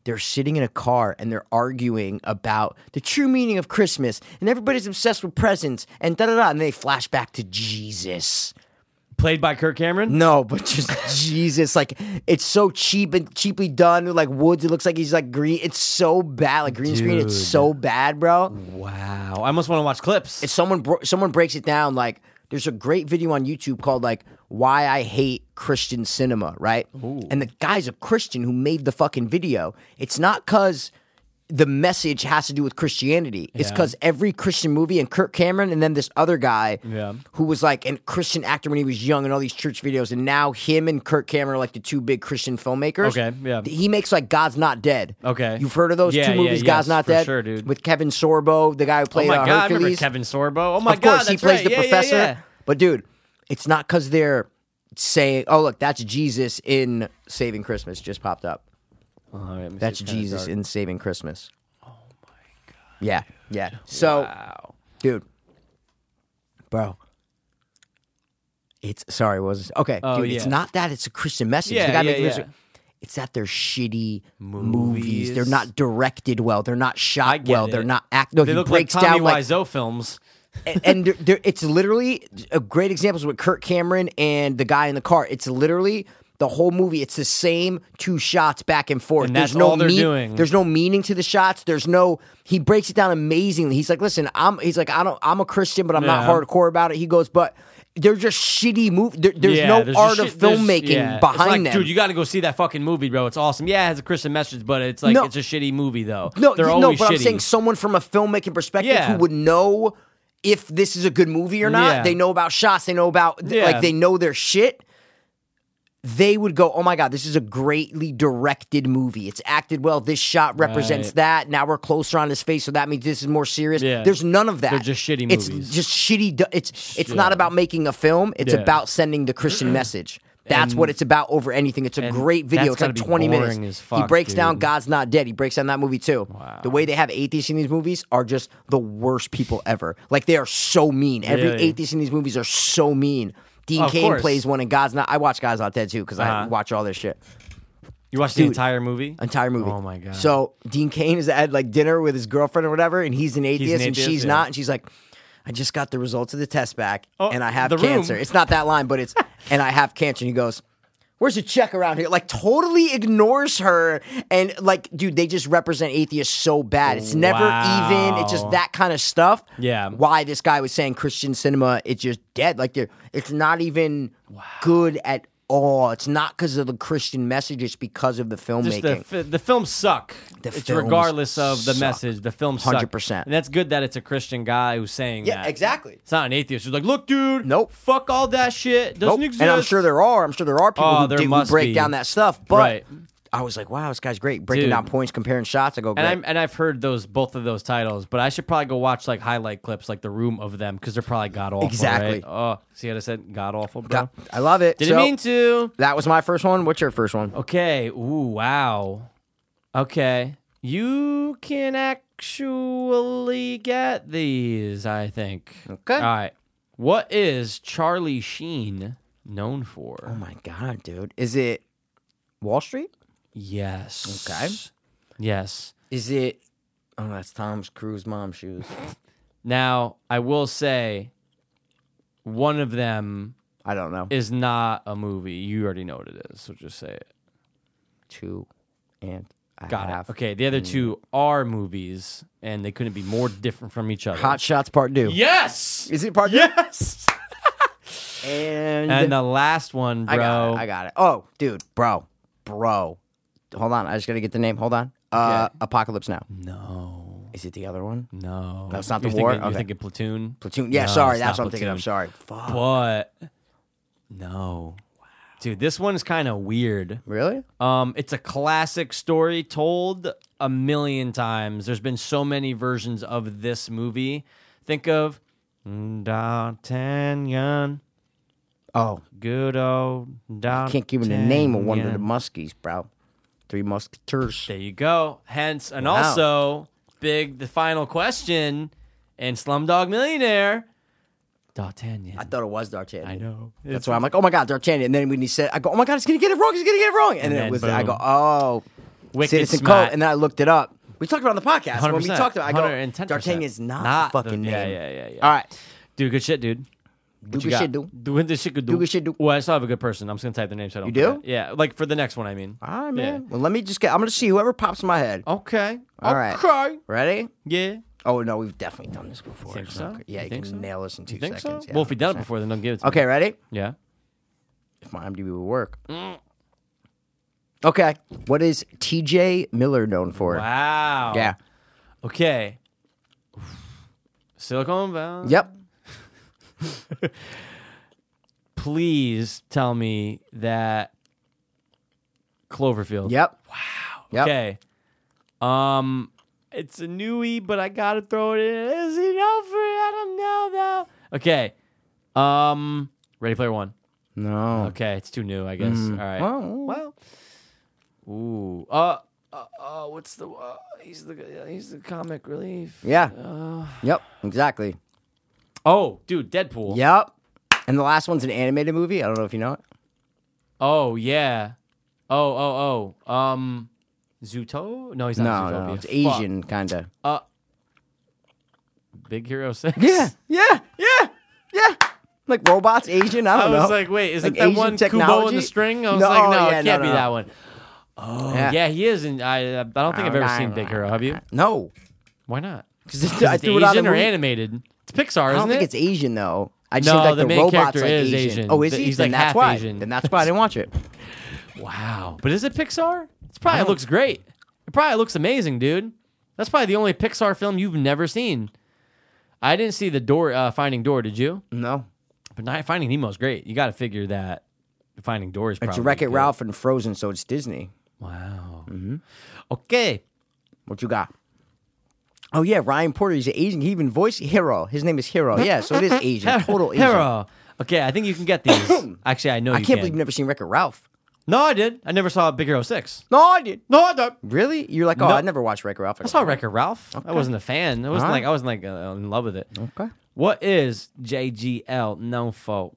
They're sitting in a car and they're arguing about the true meaning of Christmas, and everybody's obsessed with presents and da da da. And they flash back to Jesus.
Played by Kirk Cameron.
No, but just (laughs) Jesus, like it's so cheap and cheaply done. Like Woods, it looks like he's like green. It's so bad, like green screen. It's
Dude.
so bad, bro.
Wow. I almost want to watch clips.
It's someone bro- someone breaks it down. Like there's a great video on YouTube called like "Why I Hate Christian Cinema," right? And the guy's a Christian who made the fucking video. It's not because the message has to do with Christianity. It's
Yeah.
because every Christian movie and Kirk Cameron and then this other guy
Yeah.
who was like a Christian actor when he was young and all these church videos, and now him and Kirk Cameron are like the two big Christian filmmakers.
Okay, yeah.
He makes like God's Not Dead.
Okay.
You've heard of those
Yeah,
two
yeah,
movies, God's
yes,
Not
for
Dead?
sure, dude.
With Kevin Sorbo, the guy who
oh
played
my
uh,
god! I remember
Hercules
Kevin Sorbo. Oh my
of course,
god!
he
that's
plays
right.
the
Yeah, yeah,
professor.
yeah.
But dude, it's not because they're saying, "Oh, look, that's Jesus in Saving Christmas." Just popped up.
Oh, all right, let me see.
That's
It's kinda
Jesus
dark.
in Saving Christmas. Oh my god. Yeah, yeah. So,
Wow.
dude, bro. It's sorry, what was this? okay,
Oh,
dude. It's
yeah.
not that it's a Christian message.
Yeah,
you gotta
yeah,
make it
yeah.
Christian. It's that they're shitty movies. They're
Movies.
not directed well. They're not
I
shot
get
well.
it.
They're not act. No,
They
he
look like
breaks
Tommy
down like
Wiseau films.
and, and there, there, it's literally a great example is with Kurt Cameron and the guy in the car. It's literally the whole movie. It's the same two shots back and forth.
And
there's
that's
no
all they're
mean-
doing.
There's no meaning to the shots. There's no. He breaks it down amazingly. He's like, listen, I'm. He's like, I don't. I'm a Christian, but I'm not
Yeah.
hardcore about it. He goes, but they're just shitty movie. There, there's
Yeah,
no
there's just
art of
shit- there's-
filmmaking
yeah. It's
behind
like,
them.
Dude, you got to go see that fucking movie, bro. It's awesome. Yeah, it has a Christian message, but it's like
No.
it's a shitty movie though.
No,
they're
you- no,
always
but I'm
shitty.
saying someone from a filmmaking perspective
Yeah.
who would know if this is a good movie or not.
Yeah.
They know about shots. They know about th-
Yeah.
like they know their shit. They would go, oh my god, this is a greatly directed movie. It's acted well. This shot represents
Right.
that. Now we're closer on his face, so that means this is more serious.
Yeah.
There's none of that.
They're just shitty
It's
movies.
just shitty. du- It's it's not
Yeah.
about making a film. It's
Yeah.
about sending the
(clears throat)
Christian message. That's what it's about over anything. It's a
and
great video. It's
that's
like
gotta be
20
boring as
minutes. he
fuck,
breaks down
dude.
God. God's Not Dead. He breaks down that movie too. The way they have atheists in these movies are just the worst people ever. Like they are so mean. Every
Really?
atheist in these movies are so mean. Dean
Of
Cain
course.
plays one in God's Not. I watch God's Not Dead too because I
Uh-huh.
watch all their shit.
you watched the
dude.
entire movie.
Entire movie.
Oh my god.
So Dean Cain is at like dinner with his girlfriend or whatever, and he's an atheist, and
atheist,
she's
yeah.
not, and she's like, "I just got the results of the test back,
Oh,
and I have
The Room.
cancer." It's not that line, but it's, "And I have cancer." And he goes, "Where's the check around here?" Like totally ignores her, and like, dude, they just represent atheists so bad. It's never even. It's just
Wow.
that kind of stuff.
Yeah.
Why this guy was saying Christian cinema? It's just dead. Like they're, it's not even good at. all. it's not because of the Christian message. It's because of the filmmaking.
Just the, fi- the films suck.
The
it's
films
regardless of the
suck.
message. The films suck.
100%.
And that's good that it's a Christian guy who's saying
Yeah,
that.
exactly.
It's not an atheist who's like, look, dude,
Nope.
fuck all that shit. Doesn't
Nope.
exist.
And I'm sure there are. I'm sure there are people
Oh,
who,
there
do, who
must
break
be.
down that stuff. But
Right.
I was like, wow, this guy's great. Breaking
Dude.
down points, comparing shots. I go, great.
And I'm and I've heard those both of those titles, but I should probably go watch like highlight clips, like the room of them, because they're probably god awful.
Exactly.
Right? Oh, see how I said god awful, bro.
God, I love it.
Didn't
So,
mean Oh to.
That was my first one. What's your first one?
Okay. Ooh. Wow. Okay. You can actually get these. I think.
Okay.
All right. What is Charlie Sheen known for?
Oh my god, dude! Is it Wall Street?
Yes.
Okay.
Yes.
Is it? Oh, that's Tom's Cruise mom shoes.
Now, I will say one of them
I don't know.
is not a movie. You already know what it is, so just say it.
Two and a
Got
half.
it. Okay, the other two are movies, and they couldn't be more different from each other.
Hot Shots Part Two.
yes!
Is it Part Yes. and (laughs)
And the last one, bro.
I got it. I got it. Oh, dude, bro, bro. Hold on, I just gotta get the name. Hold on. Uh, Apocalypse Now.
no,
Is it the other one?
no.
No, it's not The
you're
War?
Thinking, You're
Okay.
thinking Platoon?
Platoon. Yeah,
Mm-hmm. No,
sorry,
it's
that's
not
what I'm thinking. I'm
Platoon.
sorry. Fuck.
But, no. Dude, this one's kind of weird.
Really?
Um, it's a classic story told a million times. There's been so many versions of this movie. Think of D'Artagnan,
Oh,
good old D'Artagnan.
can't give me the name of one of the muskies, bro. Three musketeers.
There you go. Hence, and
Wow.
also big. The final question in Slumdog Millionaire, D'Artagnan.
I thought it was D'Artagnan.
I know.
That's why I'm like, oh my god, D'Artagnan. And then when he said, I go, oh my god, he's gonna get it wrong. He's gonna get it wrong. And, then, it
then
was, I go,
boom.
oh,
Wicked
Citizen
smart.
Code. And then I looked it up. We talked about it on the podcast when we
100%,
talked about. it, I go,
110%.
D'Artagnan's not,
Not the-
the fucking name.
yeah, yeah, yeah, yeah.
All right,
Dude, good shit, dude.
do good
you
shit,
got?
dude.
Do the shit, do.
good shit, do.
Well, I still have a good person. I'm just gonna type their name so I don't.
You do?
forget. Yeah, like for the next one, I mean.
All right, man. Well, let me just get. I'm gonna see whoever pops in my head.
Okay.
All right.
Okay.
Ready?
Yeah.
Oh no, we've definitely done this before.
Think so?
Yeah,
You
you,
think
can
so?
nail this in two
You think
seconds.
so?
Yeah,
well, if we done it
100%.
before, then don't give it to me.
Okay, ready?
Yeah.
If my IMDb will work. Okay, what is T.J. Miller known for?
Wow.
Yeah.
Okay. Silicon Valley.
Yep.
Please tell me that Cloverfield.
Yep. Wow. Yep.
Okay. Um, it's a newie, but I gotta throw it in. Is he no free? I don't know though. Okay. Um, Ready Player One.
No.
Okay, it's too new, I guess. All right.
Mm. Well,
Ooh. Uh. Uh, uh, what's the uh, he's the he's the comic relief.
yeah. yep. Exactly.
Oh, dude, Deadpool.
Yep. And the last one's an animated movie. I don't know if you know it.
Oh yeah. Oh oh oh. Um, Zuto? No, he's
No,
not.
no,
Zootopia.
it's
Fuck. Uh,
Asian kind of.
Big Hero Six.
Yeah. Yeah. Yeah. Yeah. Like robots, Asian. I
I
don't know.
was like, wait, is
Uh, Like
it that
Asian
one Kubo in
technology?
the string? I was
No,
like, no,
yeah,
it
no,
can't be
no.
that one. Oh
Yeah. Oh,
yeah, he is. And I, I don't think I've ever seen Big Hero. Have you?
no.
Why not?
Because it's, (laughs)
Is
I
it
threw it out
Asian
of
or
the movie.
animated? It's Pixar,
I don't
isn't
think
it?
it's Asian though. I just
No,
think like
the
the,
main
robot's
character
like
is
Asian.
Asian.
Oh, is
Th-
he?
he's,
then
like,
that's
half
why.
Asian.
Then that's why I didn't watch it.
Wow. But is it Pixar? It's probably it looks great. It probably looks amazing, dude. That's probably the only Pixar film you've never seen. I didn't see the door uh, Finding Door, did you?
No.
But not, Finding Nemo's great. You got to figure that Finding Door is probably
It's Wreck It
good.
Ralph and Frozen, so it's Disney.
Wow. Okay.
What you got? Oh yeah, Ryan Porter. He's an Asian. He even voiced Hero. His name is Hero. Yeah, so it
(laughs)
is Asian. Total Asian.
Hero. Okay, I think you can
(coughs)
get these. Actually, I know
I
you
can't
can.
believe you've never seen Wreck-It Ralph.
no, I did. I never saw Big Hero Six.
No, I did.
No, I don't.
Really? You're like, oh,
No.
I never watched Wreck-It Ralph.
I saw Wreck-It Ralph. I wasn't a fan. I wasn't
Alright.
like I wasn't like uh, in love with it.
Okay.
What is JGL known for?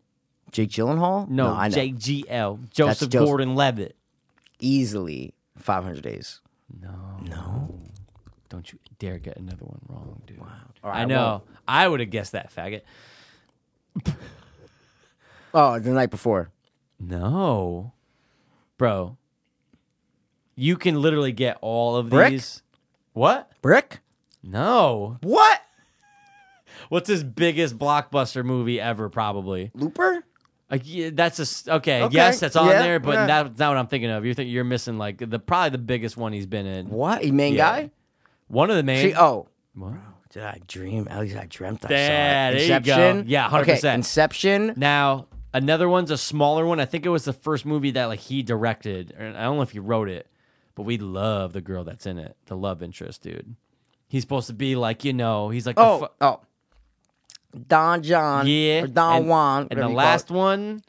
Jake Gyllenhaal.
No,
I know.
JGL. Joseph
Joseph-
Gordon Levitt.
Easily 500 days.
Don't you dare get another one wrong, dude.
right,
I
I
know. I would have guessed that, faggot.
Oh, the night before.
No. Bro. You can literally get all of
Brick?
these. What?
Brick.
No.
What?
What's his biggest blockbuster movie ever, probably?
Looper.
Like, yeah, that's a s okay,
Okay,
Yes, that's on
yeah,
there, but
yeah.
that's not what I'm thinking of. You're think, you're missing like the probably the biggest one he's been in.
What? He main
Yeah.
guy?
One of the main.
She, oh.
What?
Did I dream? At least I dreamt I saw
Yeah, there
it.
you
Inception.
go. Yeah, 100%.
Okay, Inception.
Now, another one's a smaller one. I think it was the first movie that like he directed. Or I don't know if he wrote it, But we love the girl that's in it, the love interest, dude. He's supposed to be like, you know, he's like, the
Oh,
fu-
oh. Don John.
yeah,
Or Don
and,
Juan.
And
whatever you
the
call
last
it.
one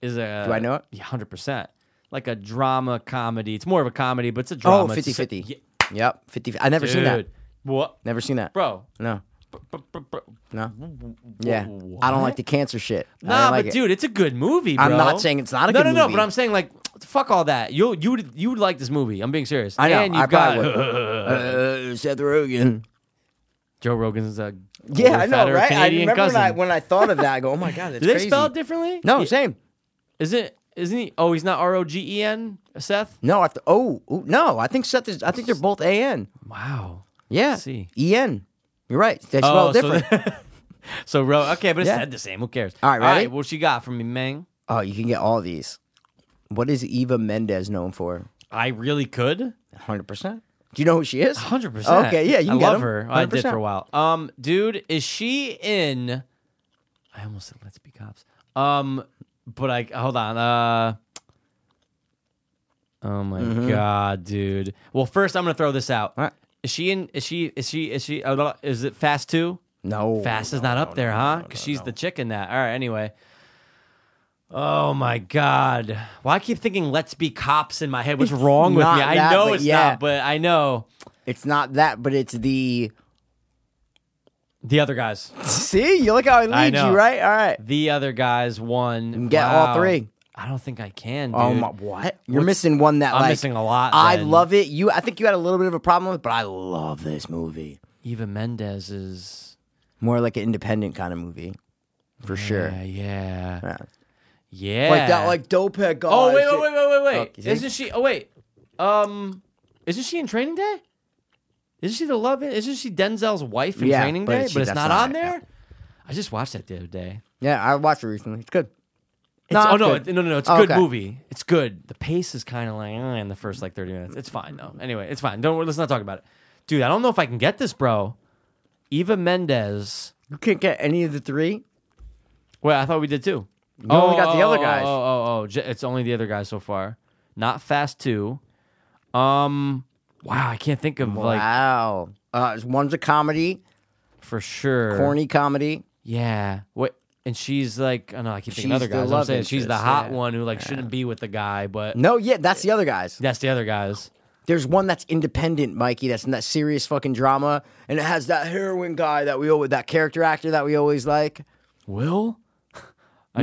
is a.
Do I know it?
Yeah, hundred percent. Like a drama comedy. It's more of a comedy, but it's a
Oh,
drama. It's
50
a-
50.
Yeah,
Yep. 50 i never seen that.
dude. What,
Never seen that.
bro?
No.
br- br- br-
No. Yeah. I don't like the cancer shit. I
Nah,
don't like
but
it.
dude, it's a good movie. Bro.
I'm not saying it's not a
no,
good
no, no.
movie.
But I'm saying like, fuck all that. You you would you would like this movie. I'm being serious.
I know.
And you've
I probably
(laughs) got
would. Uh, Seth Rogen.
Joe Rogan's a
Yeah, I
older,
know,
fatter
right? I
Canadian
remember
cousin.
when I, when I thought of that, I go, oh my
(laughs)
God, that's
Do they
crazy.
spell it differently?
no,
Yeah.
same.
Is it? Isn't he? Oh, he's not R O G E N. Seth.
No, I th- oh, ooh, no, I think Seth is, I think they're both AN.
Wow.
Yeah.
see. Oh,
EN. You're right. They spell it
so-
different. (laughs)
So, Ro. Okay, but it's
Yeah.
said the same. Who cares?
All right,
All
ready?
right. What she got from me, Meng?
oh, you can get all these. What is Eva Mendez known for?
I really could.
100%. Do you know who she is?
Hundred percent.
Okay, yeah, you
I
can get
love
them.
her. I did
100%.
for a while. Um, dude, is she in? I almost said Let's Be Cops. Um, but I hold on. Uh, oh my god, dude. Well, first I'm gonna throw this out.
Mm-hmm. All right.
Is she in? Is she? Is she? Is she? uh, blah, Is it Fast Two?
No.
Fast is not up there, huh? Because she's the chick in that. All right. Anyway. Oh my God! Why I keep thinking "Let's Be Cops" in my head? What's wrong with me?
not
I
that,
know
but
it's
yeah.
not, but I know.
It's not that, but it's the.
The other guys.
See, you look how it
I
leads you,
know.
right? All right.
The other guys won.
get all
Wow.
three.
I don't think I can. Dude.
Oh my, what? You're
What's-
missing one that
I'm
like,
missing a lot,
I
then.
love it. You, I think you had a little bit of a problem with, it, but I love this movie.
Eva Mendes is.
More like an independent kind of movie, for sure.
Yeah, yeah,
Yeah.
yeah.
Like that, like dope head guy.
Oh wait,
shit.
wait, wait, wait, wait, wait.
Fuck, you see?
isn't she? Oh wait. Um, isn't she in Training Day? Isn't she the love? Isn't she Denzel's wife in
Yeah,
Training
but
Day?
she-
but it's
that's
not,
not
on
it, no.
there. I just watched that the other day.
Yeah, I watched it recently. It's good.
It's,
Nah,
oh no,
good.
it- no, no, no! It's a
Oh,
good
okay.
movie. It's good. The pace is kind of like eh, in the first like thirty minutes. It's fine though. Anyway, it's fine. Don't worry. let's not talk about it, dude. I don't know if I can get this, bro. Eva Mendes.
You can't get any of the three.
Wait, I thought we did too.
only got the other
oh,
guys.
Oh, oh, oh, J- it's only the other guys so far. Not Fast Two. Um, wow, I can't think of like
wow. Uh, one's a comedy,
for sure.
corny comedy.
Yeah. What? And she's like, oh no, I keep thinking
She's
other
the
guys. I'm
love
saying she's the
interest,
hot
yeah.
one who like shouldn't be with the guy, but
No, yeah, that's the other guys.
that's the other guys.
There's one that's independent, Mikey. That's in that serious fucking drama, and it has that heroin guy that we always, that character actor that we always like.
Will? I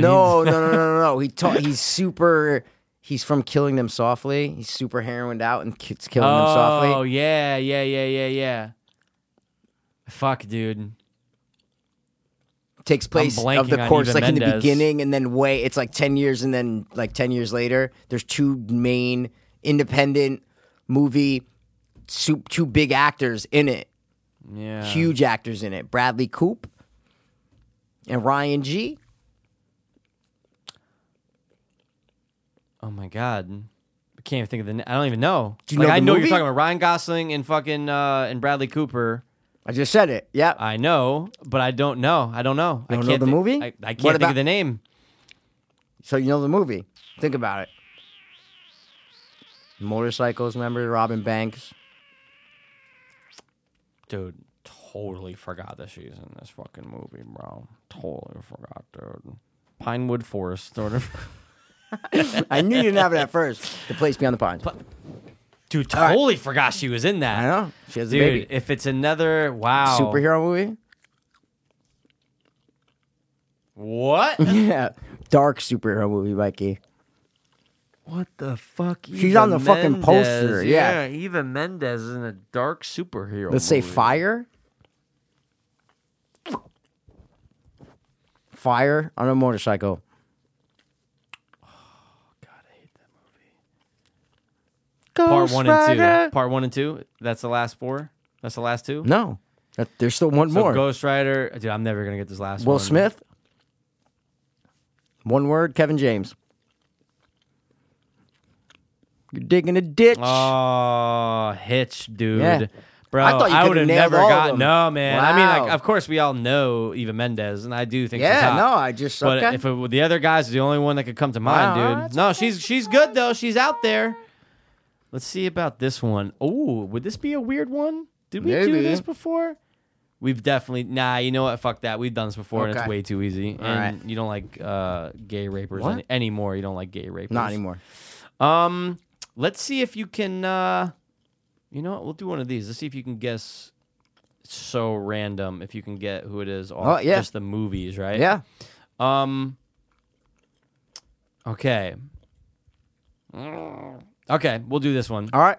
(laughs) No,
need-
no, no, no, no, no. He ta- he's super. He's from Killing Them Softly. He's super heroined out and kids killing them
Oh
softly.
yeah, yeah, yeah, yeah, yeah. Fuck, dude.
Takes place of
blanking
the
on
course
Eva
like in the
Mendes.
beginning, and then way it's like ten years, and then like ten years later, there's two main independent movie, su- two big actors in it,
Yeah.
huge actors in it. Bradley Coop and Ryan G.
Oh my god. I can't even think of the. na- I don't even know.
Do you
like,
know
I
the
know
movie?
you're talking about Ryan Gosling and fucking uh, and Bradley Cooper.
I just said it. Yeah,
I know, but I don't know. I don't know. I
don't
can't
know the
thi-
movie?
I, I can't
What
think
about-
of the name.
So you know the movie. Think about it. Motorcycles, remember Robin Banks?
Dude, totally forgot that she's in this fucking movie, bro. Totally forgot, dude. Pinewood Forest, sort of. (laughs)
I knew you didn't have it at first. The place beyond the pines.
Dude, totally forgot she was in that.
I know. She has a
Dude, oh.
baby.
if it's another wow
Superhero movie? (laughs) (laughs)
what?
Yeah. Dark superhero movie, Mikey.
what the fuck?
She's on the fucking poster, yeah.
Eva Mendes is in a dark superhero.
Let's say
movie.
fire. Fire on a motorcycle. God, I hate that movie.
Part one and two. Part one and two. That's the last four. That's the last two.
No. That, there's still one
So
more.
Ghost Rider, dude. I'm never gonna get this last
Will
one.
Smith. One word, Kevin James. You're digging a ditch.
Ah. Oh, Hitch, dude.
Yeah.
Bro,
I thought you could've
I would have
nailed
never
all of
got
them.
no man. I mean, like,
Wow.
of course we all know Eva Mendes, and I do think she's
yeah,
hot. (laughs)
no, I just
But
okay.
if it, were- the other guy's the only one that could come to mind,
Wow,
dude.
that's
No, she's she's good though. She's out there. Let's see about this one. Oh, would this be a weird one? Did we do
Maybe.
this before? We've definitely nah. You know what? Fuck that. We've done this before, and it's
Okay.
way too easy. and
right.
you don't like uh, gay rapers
What?
any- anymore. You don't like gay rapers.
Not anymore.
Um, let's see if you can. Uh, you know what? We'll do one of these. Let's see if you can guess. So random. If you can get who it is off
Oh, yeah.
just the movies, right?
Yeah.
Um. Okay. Okay, we'll do this one.
All right.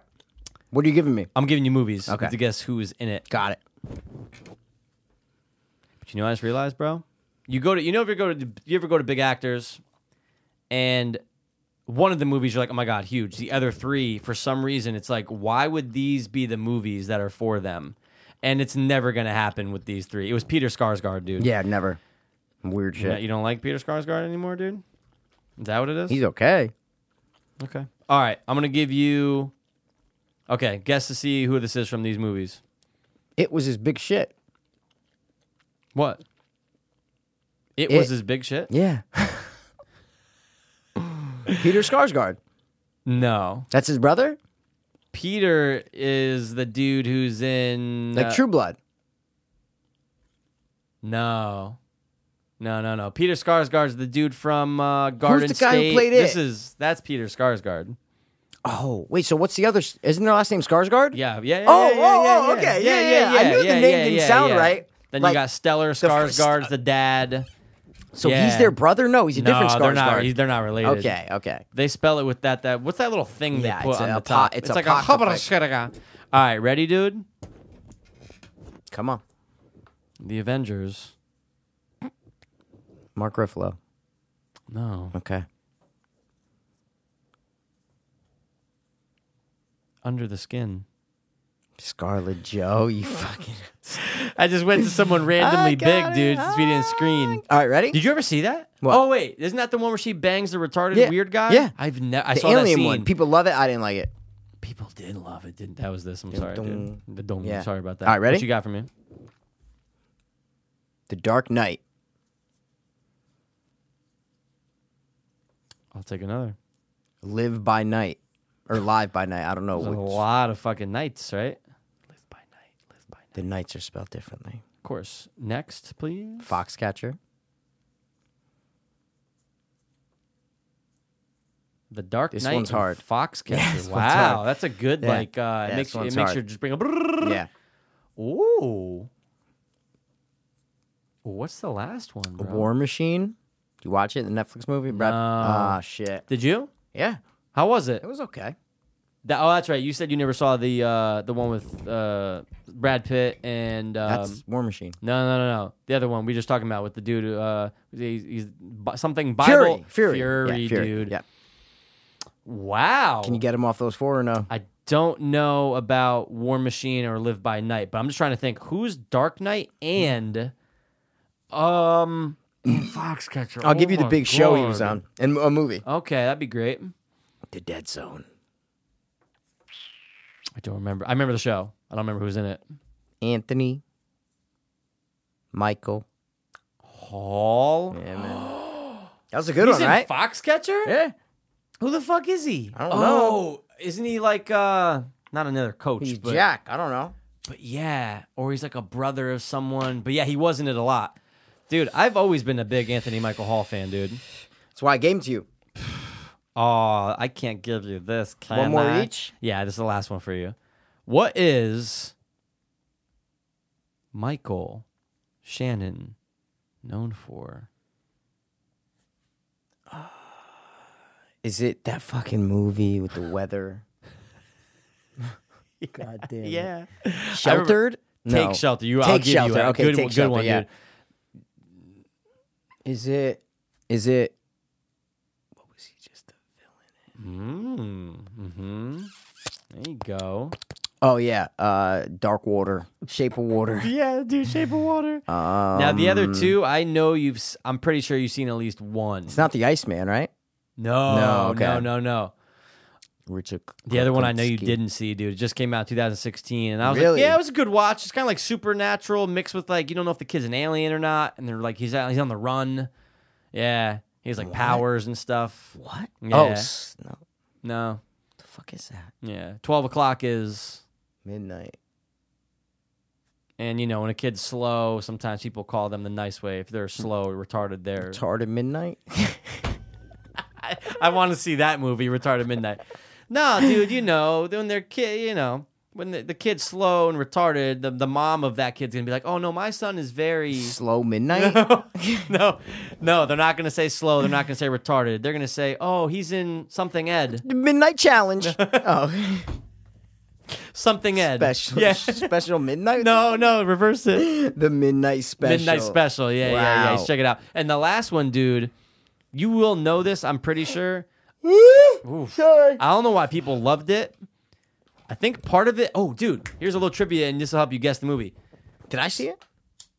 What are you giving me?
I'm giving you movies. You
Okay.
have to guess who is in it.
Got it.
But you know, what I just realized, bro. You go to you know if you go to you ever go to big actors, and one of the movies you're like, oh my god, huge. The other three, for some reason, it's like, why would these be the movies that are for them? And it's never gonna happen with these three. It was Peter Skarsgård, dude.
Yeah, never. Weird shit.
You don't like Peter Skarsgård anymore, dude? Is that what it is?
He's okay.
Okay. All right. I'm gonna give you. Okay, guess to see who this is from these movies.
It was his big shit.
What? It,
It-
was his big shit. (laughs)
Yeah. Peter Skarsgård.
No,
That's his brother?
Peter is the dude who's in
Like
uh,
True Blood.
No, no, no, no. Peter Skarsgård's the dude from uh, Garden
the guy who
State.
played
This
it?
is that's Peter Skarsgård.
Oh, wait, so what's the other isn't their last name Skarsgård?
Yeah, yeah. yeah,
Oh,
yeah,
oh,
yeah,
oh,
yeah.
okay.
Yeah,
Yeah,
yeah,
yeah. I knew the
yeah,
name
yeah,
didn't
yeah,
sound
yeah.
right.
Then you
Like,
got Stellar
first-
Skarsgård's the dad.
So
yeah.
he's their brother? No, he's a
No,
different Skarsgård.
they're not. They're not related.
okay, okay.
They spell it with that. That what's that little thing
Yeah,
they put
it's
on
a
the
apo-
top?
it's
like
apocryphic.
a All right, ready, dude.
Come on.
The Avengers.
Mark Ruffalo.
No,
Okay.
under the skin.
Scarlet Joe, you (laughs) fucking
I just went
(laughs)
to someone randomly
I got
big,
it.
dude, since we didn't screen.
All right, ready?
Did you ever see that?
What?
Oh wait, isn't that the one where she bangs the retarded
Yeah.
weird guy?
Yeah.
I've never. I
the
saw
alien
that scene.
one. People love it. I didn't like it.
People did love it. Didn't that was this? I'm sorry,
dong.
dude. The dong.
Yeah.
Sorry about that.
All right, ready?
What you got for me?
The Dark Knight.
I'll take another.
Live by night. Or live by night. I don't know
There's a
which.
lot of fucking nights, right? Live by night. Live by night.
The nights are spelled differently.
Of course. Next, please.
Foxcatcher.
The Dark
This
Knight.
one's
and
hard. (laughs)
Foxcatcher.
this one's
wow,
hard.
that's a good
Yeah.
like. Uh,
Yeah,
it makes
this
you, it
one's
makes
hard.
you just bring a. brrrr.
Yeah.
Ooh. What's the last one?
The
Bro?
War Machine. Did you watch it? The Netflix movie? Brad-
No.
Ah, shit.
Did you?
Yeah.
How was it?
It was okay.
That- oh, that's right. You said you never saw the uh, the one with uh, Brad Pitt and um,
That's War Machine.
no, no, no, no. The other one we just talking about with the dude. who, Uh, he's, he's Bi- something
Fury.
Bible
Fury. yeah, Fury.
dude.
Yeah.
Wow.
Can you get him off those four or no?
I don't know about War Machine or Live by Night, but I'm just trying to think who's Dark Knight and
(clears throat)
um and Foxcatcher.
I'll give
Oh
you the
my
big show he
God.
was on. And a movie.
Okay, that'd be great.
The Dead Zone.
I don't remember. I remember the show. I don't remember who's in it.
Anthony. Michael.
Paul.
Yeah, man. That was a good
He's
one,
in
right?
Foxcatcher?
yeah.
Who the fuck is he?
I don't
oh, isn't he like uh not another coach,
He's
but
Jack. I don't know.
but yeah, or he's like a brother of someone. But yeah, he was in it a lot. Dude, I've always been a big Anthony Michael Hall fan, dude.
That's why I gave him to you.
Oh, I can't give you this. Can
One more
I?
each?
Yeah, this is the last one for you. What is Michael Shannon known for?
Is it that fucking movie with the
(laughs)
weather? God damn. it. Sheltered?
Take
No.
shelter. You. I'll
Take
give
shelter.
you a
okay,
good,
take
good
shelter,
one,
yeah.
dude.
Is it? Is it? What was he just?
Mm, hmm There you go.
Oh yeah, uh, Dark Water, Shape of Water.
(laughs) Yeah, dude. Shape of Water.
Um,
now the other two, I know you've. s- I'm pretty sure you've seen at least one.
It's not the Iceman, right?
no,
No, okay.
no, no, no.
Richard.
The other one I know you
Kuklinski.
didn't see, dude. It just came out in 2016, and I was
Really?
like, yeah, it was a good watch. It's kind of like supernatural mixed with like you don't know if the kid's an alien or not, and they're like he's out, he's on the run. Yeah, he's like powers and stuff.
What?
Yeah.
Oh s- no.
No,
fuck is that?
Yeah. 12 o'clock is,
Midnight.
and you know, when a kid's slow, sometimes people call them the nice way. If they're slow or retarded, they're.
Tard at
(laughs)
midnight. (laughs)
I, I want to see that movie, Retarded Midnight. no, dude, you know, when they're kid, you know, when the, the kid's slow and retarded, the, the mom of that kid's going to be like, oh, no, my son is
(laughs)
very.
Slow midnight.
(laughs) no, no, they're not going to say slow. They're not going to say retarded. They're going to say, oh, he's in something Ed.
(laughs) The midnight
(laughs)
challenge. oh,
Something Ed.
special. (laughs)
Yeah. (laughs)
Special midnight.
no, no, reverse it.
The midnight special.
Midnight special. Yeah, yeah, yeah. You
Wow.
should check it out. And the last one, dude, you will know this, I'm pretty sure.
Woo! Sorry.
I don't know why people loved it. I think part of it. Oh, dude, here's a little trivia, and this will help you guess the movie.
Did I see it?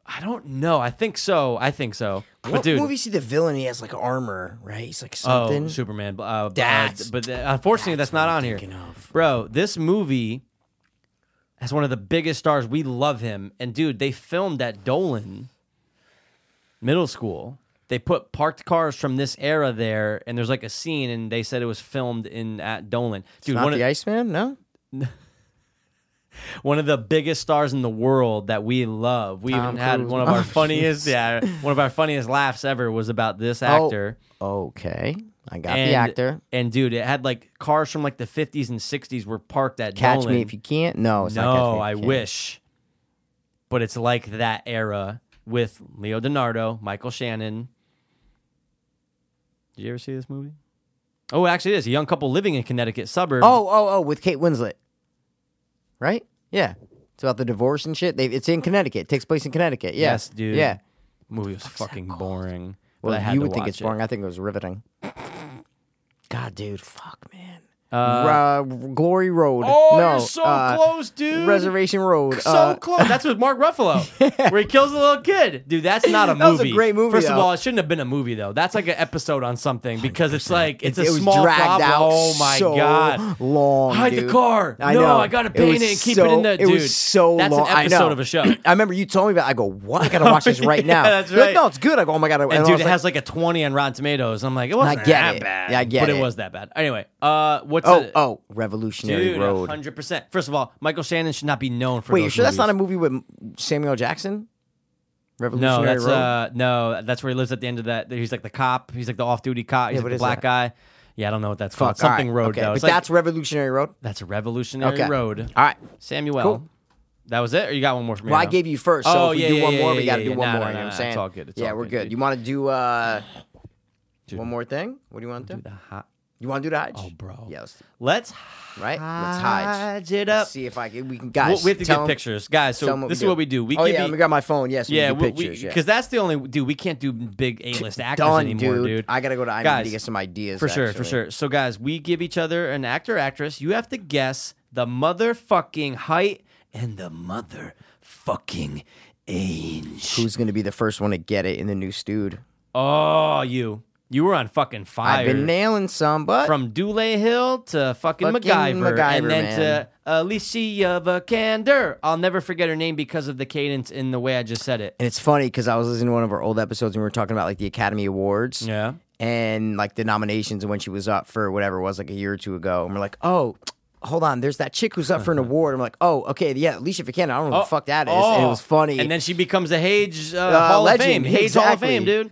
I don't know. I think so. I think so. but
what
dude,
movie see the villain? He has like armor, right? He's like something.
Oh, Superman. but, Uh,
That's-
uh, but uh, unfortunately, that's,
that's what
not
I'm
on here,
thinking of.
bro. This movie has one of the biggest stars. We love him, and dude, they filmed at Dolan Middle School. They put parked cars from this era there, and there's like a scene, and they said it was filmed in at Dolan. Dude,
Not
one
the e-
of,
Iceman? No.
one of the biggest stars in the world that we love. We
Tom
even had
Cruise.
one of our
(laughs) Oh,
funniest, yeah, one of our funniest laughs ever was about this
Oh.
actor.
Okay. I got the actor.
And dude, it had like cars from like the 50s and 60s were parked at
Catch
Dolan.
me if you can't. No, it's not Catch Me
No,
If
I
You Can.
wish. But it's like that era with Leo DiNardo, Michael Shannon. Did you ever see this movie? Oh, actually, it is a young couple living in Connecticut suburb.
Oh, oh, oh, with Kate Winslet. Right? Yeah. It's about the divorce and shit. They, it's in Connecticut. It takes place in Connecticut. Yeah.
Yes, dude.
Yeah.
movie was fucking boring. but I
Well,
had
you
to
would think
watch
it's
it.
boring. I think it was riveting. God, dude. Fuck, man.
Uh,
Ra- Glory Road.
Oh,
no,
you're so
uh,
close, dude.
Reservation Road.
so
uh,
close. That's with Mark Ruffalo, where he kills the little kid. Dude, that's not a
(laughs)
movie.
That was a great movie,
First of
though.
all, it shouldn't have been a movie though. That's like an episode on something because it's like it's
it
a
was
small
dragged
problem.
out.
oh my
so
god.
long.
Hide the
dude.
car.
I
no,
know.
I gotta
It
paint
was
it and keep
so,
it in the dude.
It was so
that's
long.
an episode
I know.
of
(clears throat)
a show.
I remember you told me about. it. I go, what? I gotta watch this right
(laughs) Yeah,
now.
that's
You're like,
right.
no, it's good. I go, oh my god.
And
I was
dude, it
like,
has like a twenty on Rotten Tomatoes. I'm like, it wasn't
get
that
it.
bad.
Yeah, I get
but it.
it.
was that bad. Anyway, uh, what's
oh,
it?
oh, Revolutionary
dude,
Road.
hundred percent. First of all, Michael Shannon should not be known for.
Wait, you
those
sure that's not a
movies.
movie with Samuel Jackson? Revolutionary
No, that's
Road.
uh, no, that's where he lives at the end of that. He's like the cop. He's like the off-duty cop. He's
Yeah,
like
what
the
is
black
that?
guy. Yeah, I don't know what that's
Fuck,
called. Something
all right,
road
okay.
though.
But
It's like-
that's Revolutionary Road.
that's a revolutionary
Okay.
road.
All right.
Samuel,
Cool.
that was it. Or you got one more for me?
Well, I
now?
gave you first, so
Oh,
if we
yeah,
do
yeah,
one
yeah,
more,
yeah,
we got to
yeah,
do
yeah.
one
No,
more.
no,
you know
no,
what I'm
it's
saying?
all good, it's
yeah,
all
we're
good,
good.
dude.
You want to do uh,
Dude.
one more thing? What do you want to do?
the hot.
You want to do the Hodge?
Oh, bro.
Yeah, let's,
Let's
right? Let's Hodge.
hide it up.
See if I can. We can
We'll-
guys.
we have to
tell
get
'em-
pictures, guys.
tell 'em
So
what
this
we
is
do.
what we do. We
oh
give
yeah,
you-
let me grab my phone. Yes, we
yeah,
can do pictures. yeah.
because that's the only dude we can't do big A-list actors
Done,
anymore,
dude.
dude.
I gotta go to IMDb
Guys,
to get some ideas.
For sure, for
actually.
sure. So, guys, we give each other an actor, actress. You have to guess the motherfucking height and the motherfucking age.
Who's gonna be the first one to get it in the new stewed?
Oh, you. You were on fucking fire.
I've been nailing some, but
From Dule Hill to fucking,
Fucking
MacGyver, and
MacGyver,
then
man.
to Alicia Vikander. I'll never forget her name because of the cadence in the way I just said it.
and it's funny because I was listening to one of our old episodes and we were talking about like the Academy Awards.
Yeah.
and like the nominations and when she was up for whatever it was like a year or two ago. And we're like, oh, hold on, there's that chick who's up
Uh-huh.
for an award. I'm like, oh, okay, yeah, Alicia Vikander. I don't know what the fuck that is. And it was funny.
Oh, And then she becomes a Hage uh,
Uh,
Hall
legend,
of Fame. Hage Hall of
exactly.
Fame, dude.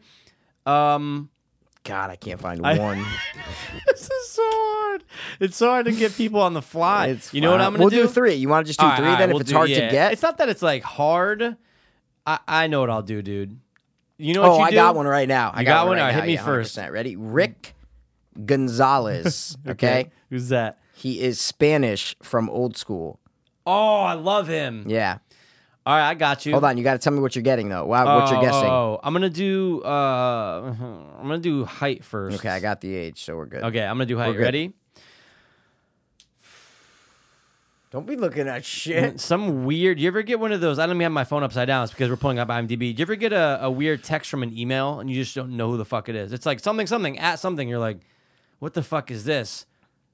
Um,
God, I can't find one.
This is so hard. It's so hard to get people on the fly.
It's
(laughs) you know what
fine.
I'm gonna
we'll
do?
do? three. You want to just do
All right,
three
all right,
then
we'll
if it's
do-
hard
yeah.
to get?
It's not that it's like hard. I, I know what I'll do, dude. You know what
oh,
you
I
do?
got one right now. I
You
got,
got one?
right
All right,
now.
hit me
yeah,
first.
100%. Ready?
(laughs)
Rick Gonzalez. okay.
Who's that?
He is Spanish from old school.
Oh, I love him.
Yeah.
All right, I got you.
Hold on. You got to tell me what you're getting, though. Wow, what you're
Oh,
guessing.
Oh, I'm gonna do. Uh, I'm gonna do height first.
Okay, I got the age, so we're good.
oh. Okay, I'm gonna do height.
good.
Ready?
Don't be looking at shit.
Some weird. You ever get one of those? I don't even have my phone upside down. It's because we're pulling up IMDb. Do you ever get a, a weird text from an email and you just don't know who the fuck it is? It's like something, something at something. You're like, what the fuck is this?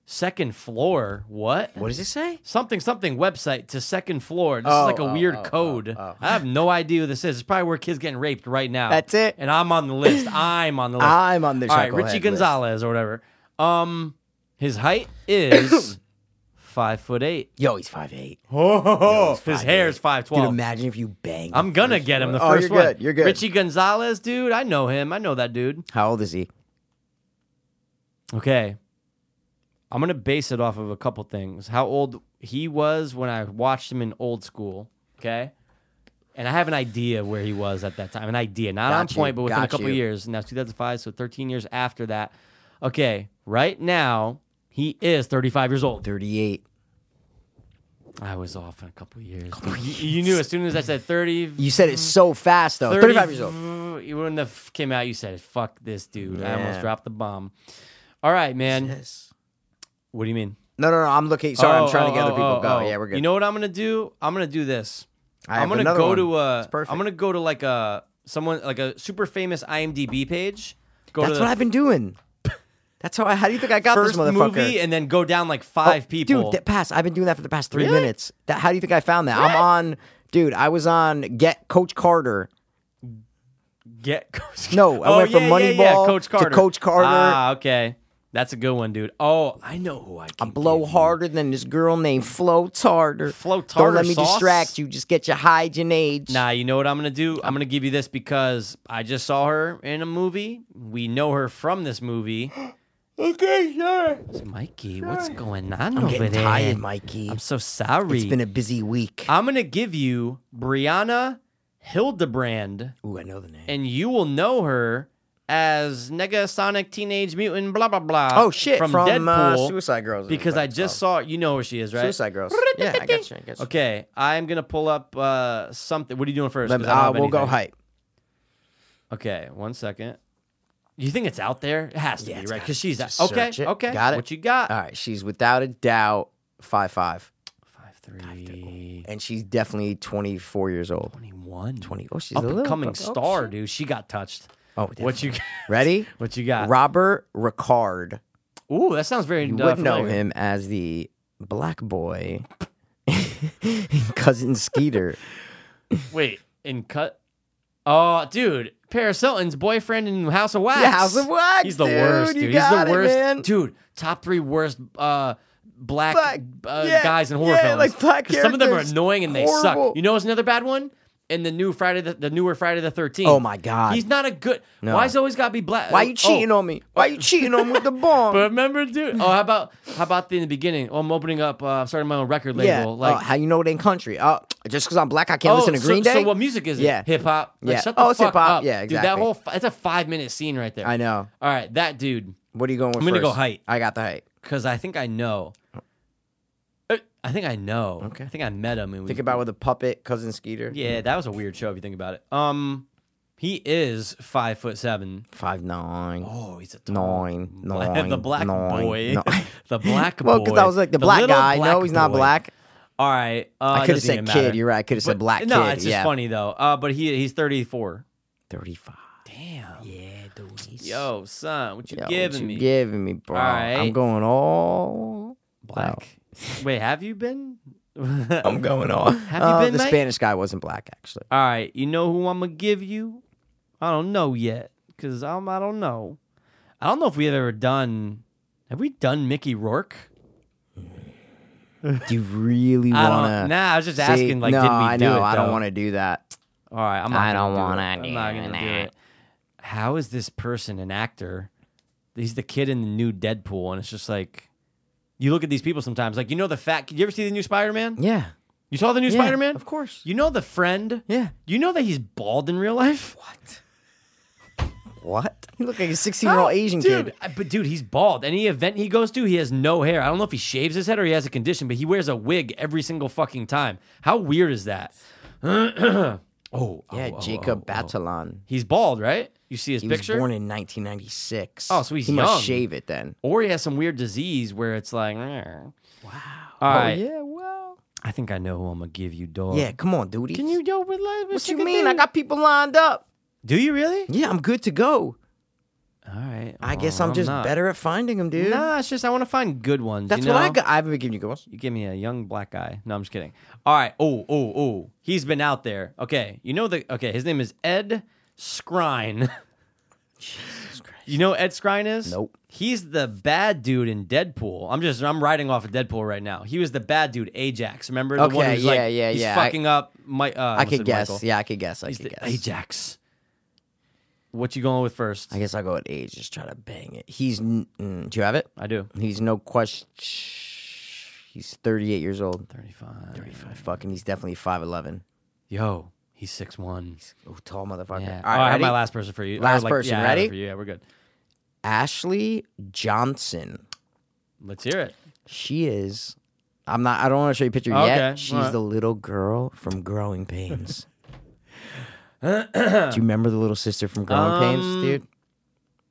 Second floor. (laughs) What?
What does it say?
Something, something website to second floor. This
Oh,
is like a
oh,
weird
oh,
code.
oh, oh.
I have no idea who this is. It's probably where kids getting raped right now.
That's it. (clears throat)
And I'm on the list. I'm on the list.
I'm on the
All right,
chucklehead
Richie
list.
Gonzalez or whatever. Um, His height
(coughs)
is five foot eight.
Yo, he's five eight.
Oh, his hair is five
Dude,
twelve.
imagine if you banged.
I'm gonna get him the
Oh,
1st
you're
one.
good, you're good.
Richie Gonzalez, dude. I know him. I know that dude.
How old is he?
Okay. I'm going to base it off of a couple things. How old he was when I watched him in old school. Okay. And I have an idea where he was at that time. An idea. Not
Got
on
you,
point, but within a
got
couple
you.
years. And that's 2005, so 13 years after that. Okay. Right now, he is 35 years old.
Thirty eight.
I was off in a couple years. You, you knew as soon as I said 30.
(laughs) You said it so fast though.
30
Thirty five years old.
you- When the f- came out, you said, fuck this dude. I
Yeah.
almost dropped the bomb. All right, man.
Yes.
What do you mean?
No, no, no. I'm looking. Sorry,
Oh,
I'm trying
oh,
to get other
oh,
people
oh,
go.
oh.
Yeah, we're good.
You know what I'm gonna do? I'm gonna do this.
I
I'm
have
gonna
another
go
one.
to a.
It's perfect.
I'm gonna go to like a someone like a super famous IMDb page. Go
That's
to the
what I've been doing. (laughs) That's how I. How do you think I got
first
this motherfucker?
movie, and then go down like
Oh,
five people.
Dude, that pass. I've been doing that for the past three
Really?
minutes. That, how do you think I found that? I'm on. Dude, I was on Get Coach Carter.
Get (laughs) Coach.
No, I
oh,
went from
yeah, yeah, yeah,
Moneyball
Coach
to
Carter.
Coach Carter.
Ah, okay, that's a good one, dude. Oh, I know who I.
I
Can
blow
give you.
harder than this girl named Flo Tartar.
Flo Tartar
Don't let me
sauce?
distract you. Just get your hide your age.
Nah, you know what I'm gonna do? I'm gonna give you this because I just saw her in a movie. We know her from this movie.
(gasps) Okay, sure.
Mikey, what's going on
I'm
over
getting
there?
tired, Mikey.
I'm so sorry.
it's been a busy week.
I'm gonna give you Brianna Hildebrand,
Ooh, I know the name.
and you will know her as Negasonic Teenage Mutant, blah blah blah.
oh shit!
from,
From,
Deadpool.
uh, Suicide Girls.
because I just saw you know who she is, right?
Suicide
(laughs)
Girls. Yeah, I got you. I got you.
Okay, I'm gonna pull up uh, something. What are you doing first?
Let
'Cause
me-
I don't
uh,
have
we'll go
anything.
hype.
Okay, one second. You think it's out there? It has to
Yeah,
be,
it's
right?
got-
Because she's
just
okay.
search it.
Okay,
Got it.
What you got?
All right, she's without a doubt five five,
Five three.
and she's definitely twenty four years old.
21.
20 oh, she's a
Up and
little-
coming
oh,
star,
shit.
dude. She
(laughs)
got touched.
Oh,
What you (laughs)
ready?
what you got?
Robert Ricard.
Ooh, that sounds very.
You
uh,
would know
familiar.
him as the black boy, in (laughs) cousin
(laughs)
Skeeter.
Wait, and cut. Oh, dude, Paris Hilton's boyfriend in House of Wax.
Yeah, House of Wax,
He's the
dude.
worst,
You
dude. He's
got
the
it,
worst,
man.
dude. Top three worst uh, black,
Black-
uh,
yeah,
guys in horror
yeah,
films.
like black
'Cause some of them are
characters.
annoying and they
Horrible.
suck. You know, what's another bad one. In the new Friday, the, the newer Friday the Thirteenth.
Oh, my God.
he's not a good.
No.
Why's he always got to be black?
Why you cheating on me? Why you cheating on me
(laughs)
with the bomb?
But remember, dude. Oh, how about how about the, in the beginning? Oh, I'm opening up. Uh, I'm starting my own record label.
yeah,
Like Oh,
oh, how you know it ain't country? Oh, just because I'm black, I can't listen to
so-
Green
so,
Day.
what music is it?
Yeah.
hip hop. Like,
Yeah.
Shut the
Oh, it's
fuck
hip-hop.
up.
Yeah,
Dude, that
exactly.
whole f- that's a five minute scene right there.
I know.
All right, that dude,
What are you going with?
I'm gonna go
first?
height.
I got the height.
because I think I know. Uh, I think I know.
Okay.
I think I met him. and we-
Think about with a puppet, cousin Skeeter.
Yeah, that was a weird show if you think about it. Um, he is five foot seven.
Five nine.
Oh, he's a tall.
Nine, nine,
(laughs) the black
nine,
boy. (laughs)
nine.
the black
(laughs)
boy.
Well, because I was like the black
little
guy. no,
black
he's not
boy.
black.
All right. Uh,
I could have
doesn't even
said
matter.
kid. You're right. I could have said
But-
black
No,
kid.
it's just
yeah.
funny though. Uh, but he he's 34.
35.
Damn. Yeah, dude. Yo, son, what you
Yo, what
giving
you
me?
Giving me, bro.
Alright.
I'm going all.
Black. Wait, have you been?
I'm going all. Oh,
Have you been,
the
mate? Uh,
Spanish guy wasn't black, actually.
All right, you know who I'm gonna give you? I don't know yet, cause I'm I don't know. I don't know if we have ever done. Have we done Mickey Rourke?
Do you really
I
want to?
don't. Nah, I was just asking. Like,
no,
did we
I
do
know.
it?
I don't
though?
want to do that.
All right, I'm not
I
gonna
don't
do it.
wanna
I'm not
do
gonna do
that.
it. How is this person an actor? He's the kid in the new Deadpool, and it's just like you look at these people sometimes. Like you know the fat. You ever see the new Spider Man?
Yeah.
You saw the new
Yeah,
Spider Man?
Of course.
You know the friend?
Yeah.
You know that he's bald in real life?
What? What? (laughs) You look like a 16 year old Asian
dude,
kid.
I- But dude, he's bald. Any event he goes to, he has no hair. I don't know if he shaves his head or he has a condition, but he wears a wig every single fucking time. How weird is that? oh, oh,
Yeah,
oh,
Jacob
oh, oh.
Batalon.
He's bald, right? You see his
He
picture?
was born in 1996.
Oh, so he's
he
young. Oh.
must shave it then.
or he has some weird disease where it's like, wow. All
Oh,
right.
yeah, well.
I think I know who I'm gonna give you, dog.
Yeah, come on, dude.
Can you do it with life?
What you mean? I got people lined up.
Do you really?
Yeah, I'm good to go.
All right.
I guess
well,
I'm just
Oh, not.
better at finding them, dude.
Nah, it's just I want to find good ones.
That's
you know?
what I got. I haven't been giving you good ones.
You give me a young black guy. No, I'm just kidding. All right. Oh, oh, oh. He's been out there. Okay. You know the okay, his name is Ed Skrine. (laughs)
Jesus Christ.
You know who Ed Skrine is?
Nope.
He's the bad dude in Deadpool. I'm just I'm riding off of Deadpool right now. He was the bad dude, Ajax. Remember the one
Okay,
who's like
yeah, yeah,
he's
yeah.
fucking up my uh,
I
almost
could
said
guess.
Michael.
Yeah, I could guess. I
He's
could
the
guess.
Ajax. What you going with first?
I guess I'll go with age. Just try to bang it. He's. n- Mm, do you have it?
I do.
He's no question. He's 38 years old.
35.
Fucking, he's definitely 5'11.
Yo, he's six one.
Oh, tall motherfucker.
Yeah.
All
oh, I
right,
have my
ready?
last person for you. Or,
Last
like,
person,
yeah, I have it
ready?
for you. Yeah, we're good.
Ashley Johnson.
Let's hear it.
She is. I'm not. I don't want to show you a picture
Okay,
yet. She's
alright.
the little girl from Growing
(laughs)
Pains. Do you remember the little sister from Growing Pains,
Um,
dude?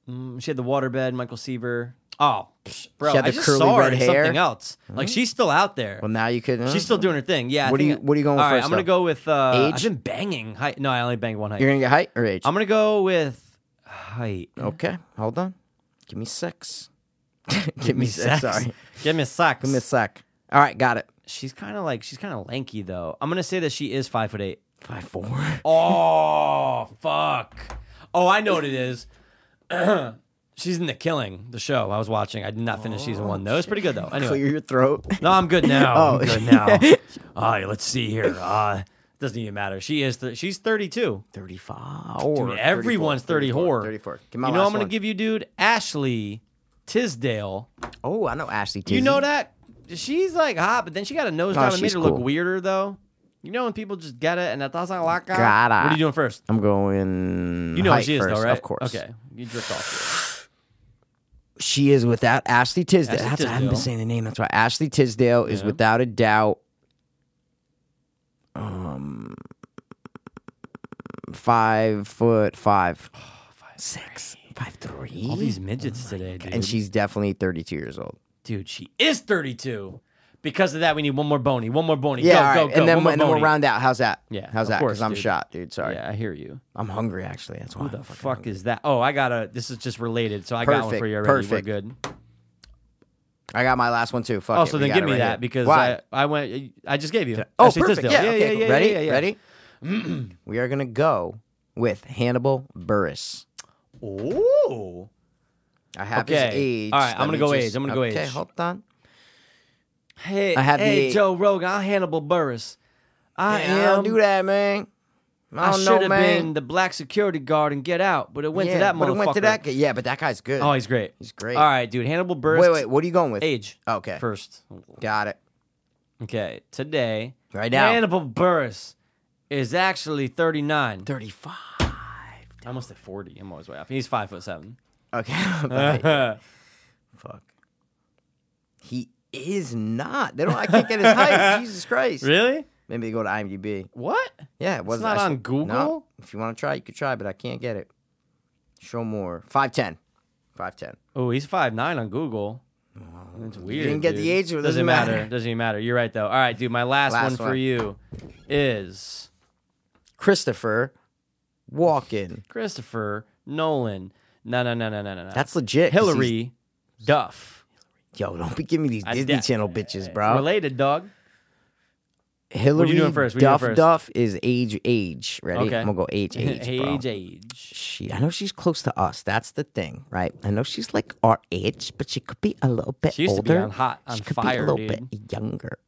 Mm, She had the waterbed, Michael Seaver. Oh, psh, bro,
She had
I
the
just
curly
saw her
red
in
hair.
something else. Like she's still out there.
Well, now you could.
She's still doing her thing. Yeah. I
What do
think
you- what are you going
All
with
right,
first,
I'm gonna
though?
go with uh, I've
Age?
been banging height. No, I only banged one height.
You're gonna get height or age?
I'm gonna go with
(laughs)
height.
okay, hold on. Give me six. (laughs) Give
Give
me six. Sorry.
Give me sex.
Give me a sec. All right, got it.
she's kind of like she's kind of lanky though. I'm gonna say that she is five foot eight.
Five four.
Oh (laughs) fuck. Oh, I know what it is. (clears throat) she's in the killing, the show I was watching. I did not finish season one though.
Oh,
It was pretty good though. Anyway,
Clear (laughs) your
(laughs)
throat.
No, I'm good now.
(laughs) Oh.
I'm good now. All right, let's see here. Uh, doesn't even matter. She is. Th- she's 32.
Thirty-five.
Dude, everyone's 30 whore.
Thirty-four. Give my
you know,
last
I'm gonna
one.
give you, dude, Ashley Tisdale.
Oh, I know Ashley.
You know
Tisdale.
that she's like hot, but then she got a nose
No,
job and made
she's
her
cool.
look weirder though. You know when people just get it and that doesn't like it?
Got it.
What are you doing first?
I'm going.
You know who
height
she is
first,
though, right?
Of course.
Okay, you jerked off.
she is without Ashley Tisdale.
Ashley
that's I haven't been
Tisdale.
saying the name. That's why Ashley Tisdale is
Yeah.
without a doubt. Um, five foot
(sighs)
five, six, five three.
All these midgets today, dude.
Oh and she's definitely thirty-two years old.
dude, she is 32. Because of that, we need one more bony. One more bony.
Yeah,
go,
all
go,
right.
go.
and then
one more
and then we'll
bony.
round out. How's that?
Yeah,
how's
of
that?
course,
I'm
dude.
shot, dude. Sorry,
Yeah, I hear you.
I'm hungry actually. That's why.
Who the fuck is that? Oh, I got a. This is just related, so I got one
Perfect,
for you already.
perfect.
We're good.
I got my last one too. Fuck.
Oh,
it,
so
we
then
got
give
it
me
right
that
here.
because
why?
I, I went. I just gave you.
Oh,
Ashley
perfect.
Tisdale.
Yeah, okay, cool. Ready?
yeah, yeah.
Ready? (clears throat) we are gonna go with Hannibal Burris.
Ooh,
I have his
Okay.
age.
All right,
Let
I'm gonna
me
go
just-
age. I'm gonna go
okay,
age.
hold on.
hey,
I have
hey,
the-
Joe Rogan. I'm Hannibal Burris. I
Yeah, I
am.
don't do that, man. I
I
don't
should
know,
have
man.
been the black security guard and get out, but it went
yeah,
to that
but
motherfucker.
it went to that guy. Yeah, but that guy's good.
Oh, he's great.
He's great.
All right, dude. Hannibal Burris.
wait, wait. What are you going with?
Age.
Okay.
First.
Got it.
Okay. Today.
Right now.
Hannibal Burris is actually 39.
Thirty-five.
I almost at 40. I'm always way off. He's five foot seven.
Okay. (laughs)
(laughs)
Fuck. He is not. They don't. I can't get his
(laughs)
height. Jesus Christ.
really?
Maybe they go to IMDb.
What?
Yeah, it wasn't.
not
I
on
should-
Google?
No. If you want to try, you could try, but I can't get it. Show more. Five ten. Five ten.
Oh, he's five nine on Google. That's weird.
didn't get
dude.
the age, so it doesn't matter.
Doesn't even matter. You're right though. All right, dude. My last,
Last
one for
one.
you is
Christopher Walken.
Christopher Nolan. No, no, no, no, no, no, no.
That's legit. 'cause he's-
Hillary Duff.
Yo, don't be giving me these
I
Disney
de-
Channel bitches, bro.
Related, dog.
Hillary
doing first? What are you doing
Duff
first?
Duff is age age. Ready?
Okay.
I'm gonna go age (laughs) age. bro.
(laughs) age, age.
She, I know she's close to us. That's the thing, right? I know she's like our age, but she could be a little bit
She used to
older.
be on Hot- on
she could be a
Fire,
little
dude.
bit younger.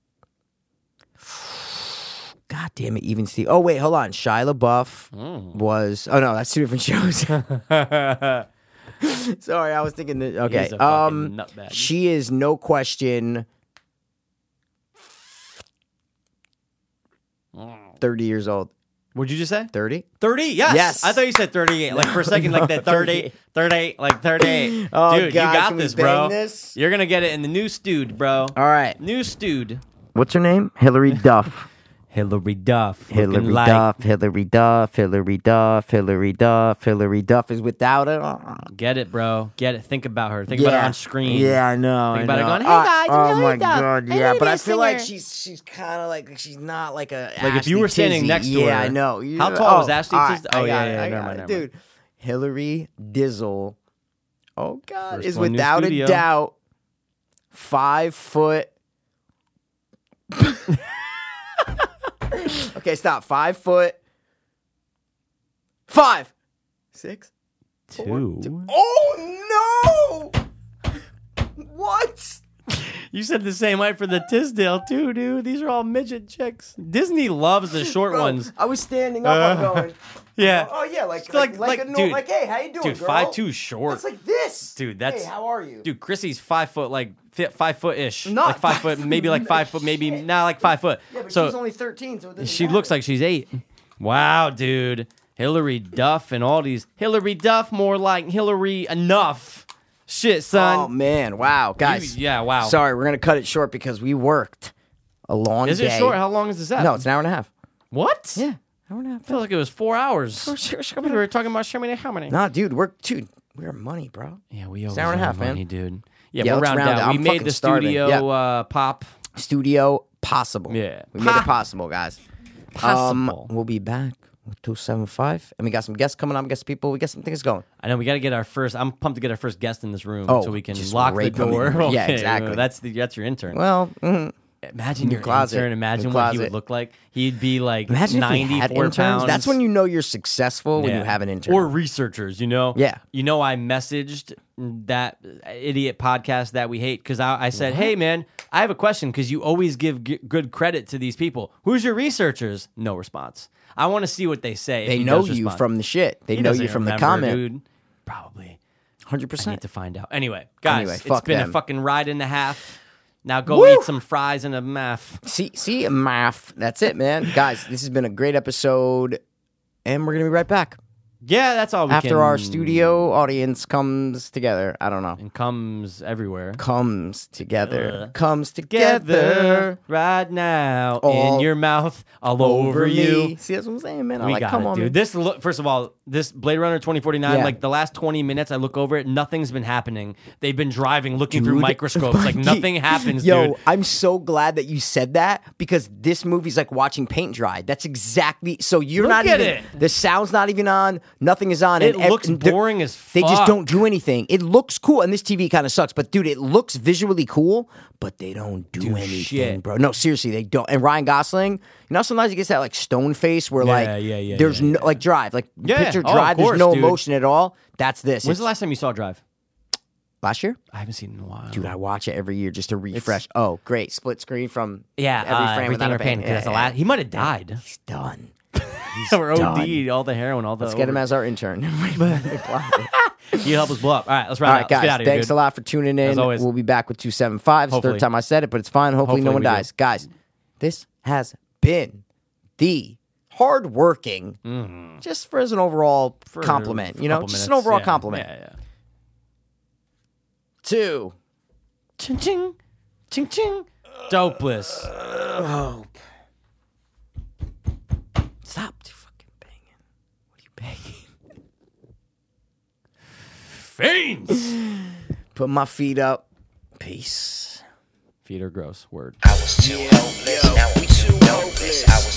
God damn it, even Steve. Oh wait, hold on. Shia LaBeouf
Mm.
was. Oh no, that's two different (laughs) shows. Sorry, I was thinking. That, okay,
He's a fucking
um,
nutbag.
she is no question.
Mm.
Thirty years old.
(laughs) What'd you just say?
Thirty.
30? Yes.
Yes.
I thought you said 38. Like for a second,
(laughs)
like that 38, 38, like 38.
Oh,
Dude,
God,
you got
can we
this,
bang
bro.
this?
You're going to get it in the new stewed, bro.
All right.
New stewed.
What's her name? Hillary (laughs) Duff.
Hillary Duff. looking
Hillary
like
Duff. Hillary Duff. Hillary Duff. Hillary Duff. Hillary Duff is without it.
Get it, bro. Get it. Think about her. Think about her on screen.
Yeah, I know.
Think
I
about it
know.
going, "Hey,
Uh,
guys, I'm
oh
Hillary
my
Duff.
god,
I
yeah.
love
But I
this
feel like
singer."
she's she's kind of like she's not like a
Like, if
Ashley
you were standing
Tisdale.
next to
yeah,
her-
I know. You
How
know-
tall
oh,
was Ashley
all right,
Tisdale? Oh,
I
yeah,
got
yeah,
it,
yeah,
I
never mind,
got it,
never mind.
dude. Hillary Dizzle. Oh god,
First
is
one, new
without a
studio.
doubt five foot. (laughs) okay, stop. Five foot. Five. Six.
two.
Oh no! What?
You said the same height for the Tisdale too, dude. These are all midget chicks. Disney loves the short
Bro,
ones.
I was standing up.
Uh,
I'm going.
Yeah.
Oh yeah, like
It's
like like, a, dude,
dude,
like hey, how you doing,
dude,
girl?
five two short.
It's like this,
Dude, that's-
hey, how are you?
Dude, Chrissy's five foot, like fi- five foot ish,
Not
like five
five
foot,
foot,
maybe like
no
five foot, maybe
shit.
nah, like five foot.
yeah, but
so
she's only 13, so it doesn't
she
matter.
looks like she's eight. Wow, dude, Hillary Duff and all these Hillary Duff, more like Hillary enough. Shit,
Oh
son.
man, wow, guys.
You- yeah, wow.
Sorry, we're gonna cut it short because we worked a long
is
day.
it short? How long is this? At?
no, it's an hour and a half.
what?
Yeah, hour and a half.
(laughs) I felt like it was four hours. we were talking about Sherman and how many?
Nah, dude, we're dude, we're money, bro.
Yeah, we always
hour and a
owe
half, man.
money, dude. Yeah,
Yeah,
we're
let's
round
round
down.
it.
we
I'm
made
fucking
the
starving.
studio
Yeah.
uh, pop.
Studio possible.
Yeah.
we made
Ha!
it possible, guys.
Possible.
Um, we'll be back with two seven five, and we got some guests coming on. We got some people. We got some things going.
I know we got to get our first. I'm pumped to get our first guest in this room,
Oh,
so we can
just
lock the
rape him
door.
in. Yeah,
(laughs) Okay,
exactly.
That's the that's your intern.
Well, mm,
imagine your
closet.
intern.
Your
Imagine what he would
closet.
look like. He'd be like
imagine if we had
94
interns.
pounds.
That's when you know you're successful when
Yeah.
you have an intern.
or researchers. You know.
Yeah.
You know, I messaged that idiot podcast that we hate because I, I said, "Hey, man, I have a question because you always give g- good credit to these people. Who's your researchers?" No response. I want to see what they say. if
they
he
know
does
you
respond.
from the shit. They
He
know
doesn't
you from the
remember,
comment.
dude. Probably.
Hundred
I need
percent.
to find out. Anyway, guys,
Anyway,
it's
fuck
been a
them.
fucking ride and a half. Now go
Woo!
eat some fries and a math.
See, see, math. That's it,
(sighs)
man. guys, this has been a great episode, and we're gonna be right back
Yeah, that's all we
after
can-
our studio audience comes together. I don't know.
and comes everywhere.
Comes together.
Ugh.
Comes
Together
together.
right now in
All
your mouth, all over,
me.
you.
See, that's what I'm saying, man. I
We
like,
got
come
it,
on,
dude.
man.
This look, first of all, this Blade Runner 2049,
Yeah.
like the last 20 minutes, I look over it, nothing's been happening. They've been driving, looking through
Dude,
microscopes,
(laughs)
like
Mikey,
nothing happens,
Yo,
dude.
I'm so glad that you said that because this movie's like watching paint dry. That's exactly so. You're
Look
not
at
even
it.
the sound's not even on. Nothing is on.
It
ev-
looks
they're-
boring as
They
fuck.
just don't do anything. It looks cool, and this TV kind of sucks. But dude, it looks visually cool, but they don't do, anything,
shit.
bro. No, seriously, they don't. And Ryan Gosling, you know, sometimes he gets that like stone face where like
yeah, yeah,
there's
yeah,
no like drive, like
Yeah,
picture
oh, of
drive.
course,
there's no
dude.
emotion at all. That's this. It's-
When's the last time you saw Drive?
last year?
I haven't seen it in a while.
Dude, I watch it every year just to refresh. oh, great. Split screen from
yeah,
every
uh,
frame
everything
without
or
a
pain.
pain.
'cause that's the last. He might have died.
He's done.
(laughs) Or OD,
done.
all the heroin, all the.
Let's get him
over-
as our intern. (laughs)
You help us blow up. All right, let's
All right,
round out. Let's get
guys.
out of here.
Thanks
dude.
a lot for tuning in.
As always.
We'll be back with 275. It's the
Hopefully.
third time I said it, but it's fine. Hopefully,
Hopefully
no one
we do.
dies. Guys, this has been the hardworking, just for as an overall
Mm-hmm. For
compliment,
a
you know,
couple
just an
minutes.
overall
Yeah,
compliment.
Yeah, yeah.
Two.
Ching ching, ching ching. Dopeless.
Stop fucking banging. What are you banging?
Fiends.
Put my feet up. Peace.
Feet are gross. Word.
I was too hopeless, now I'm too hopeless. I was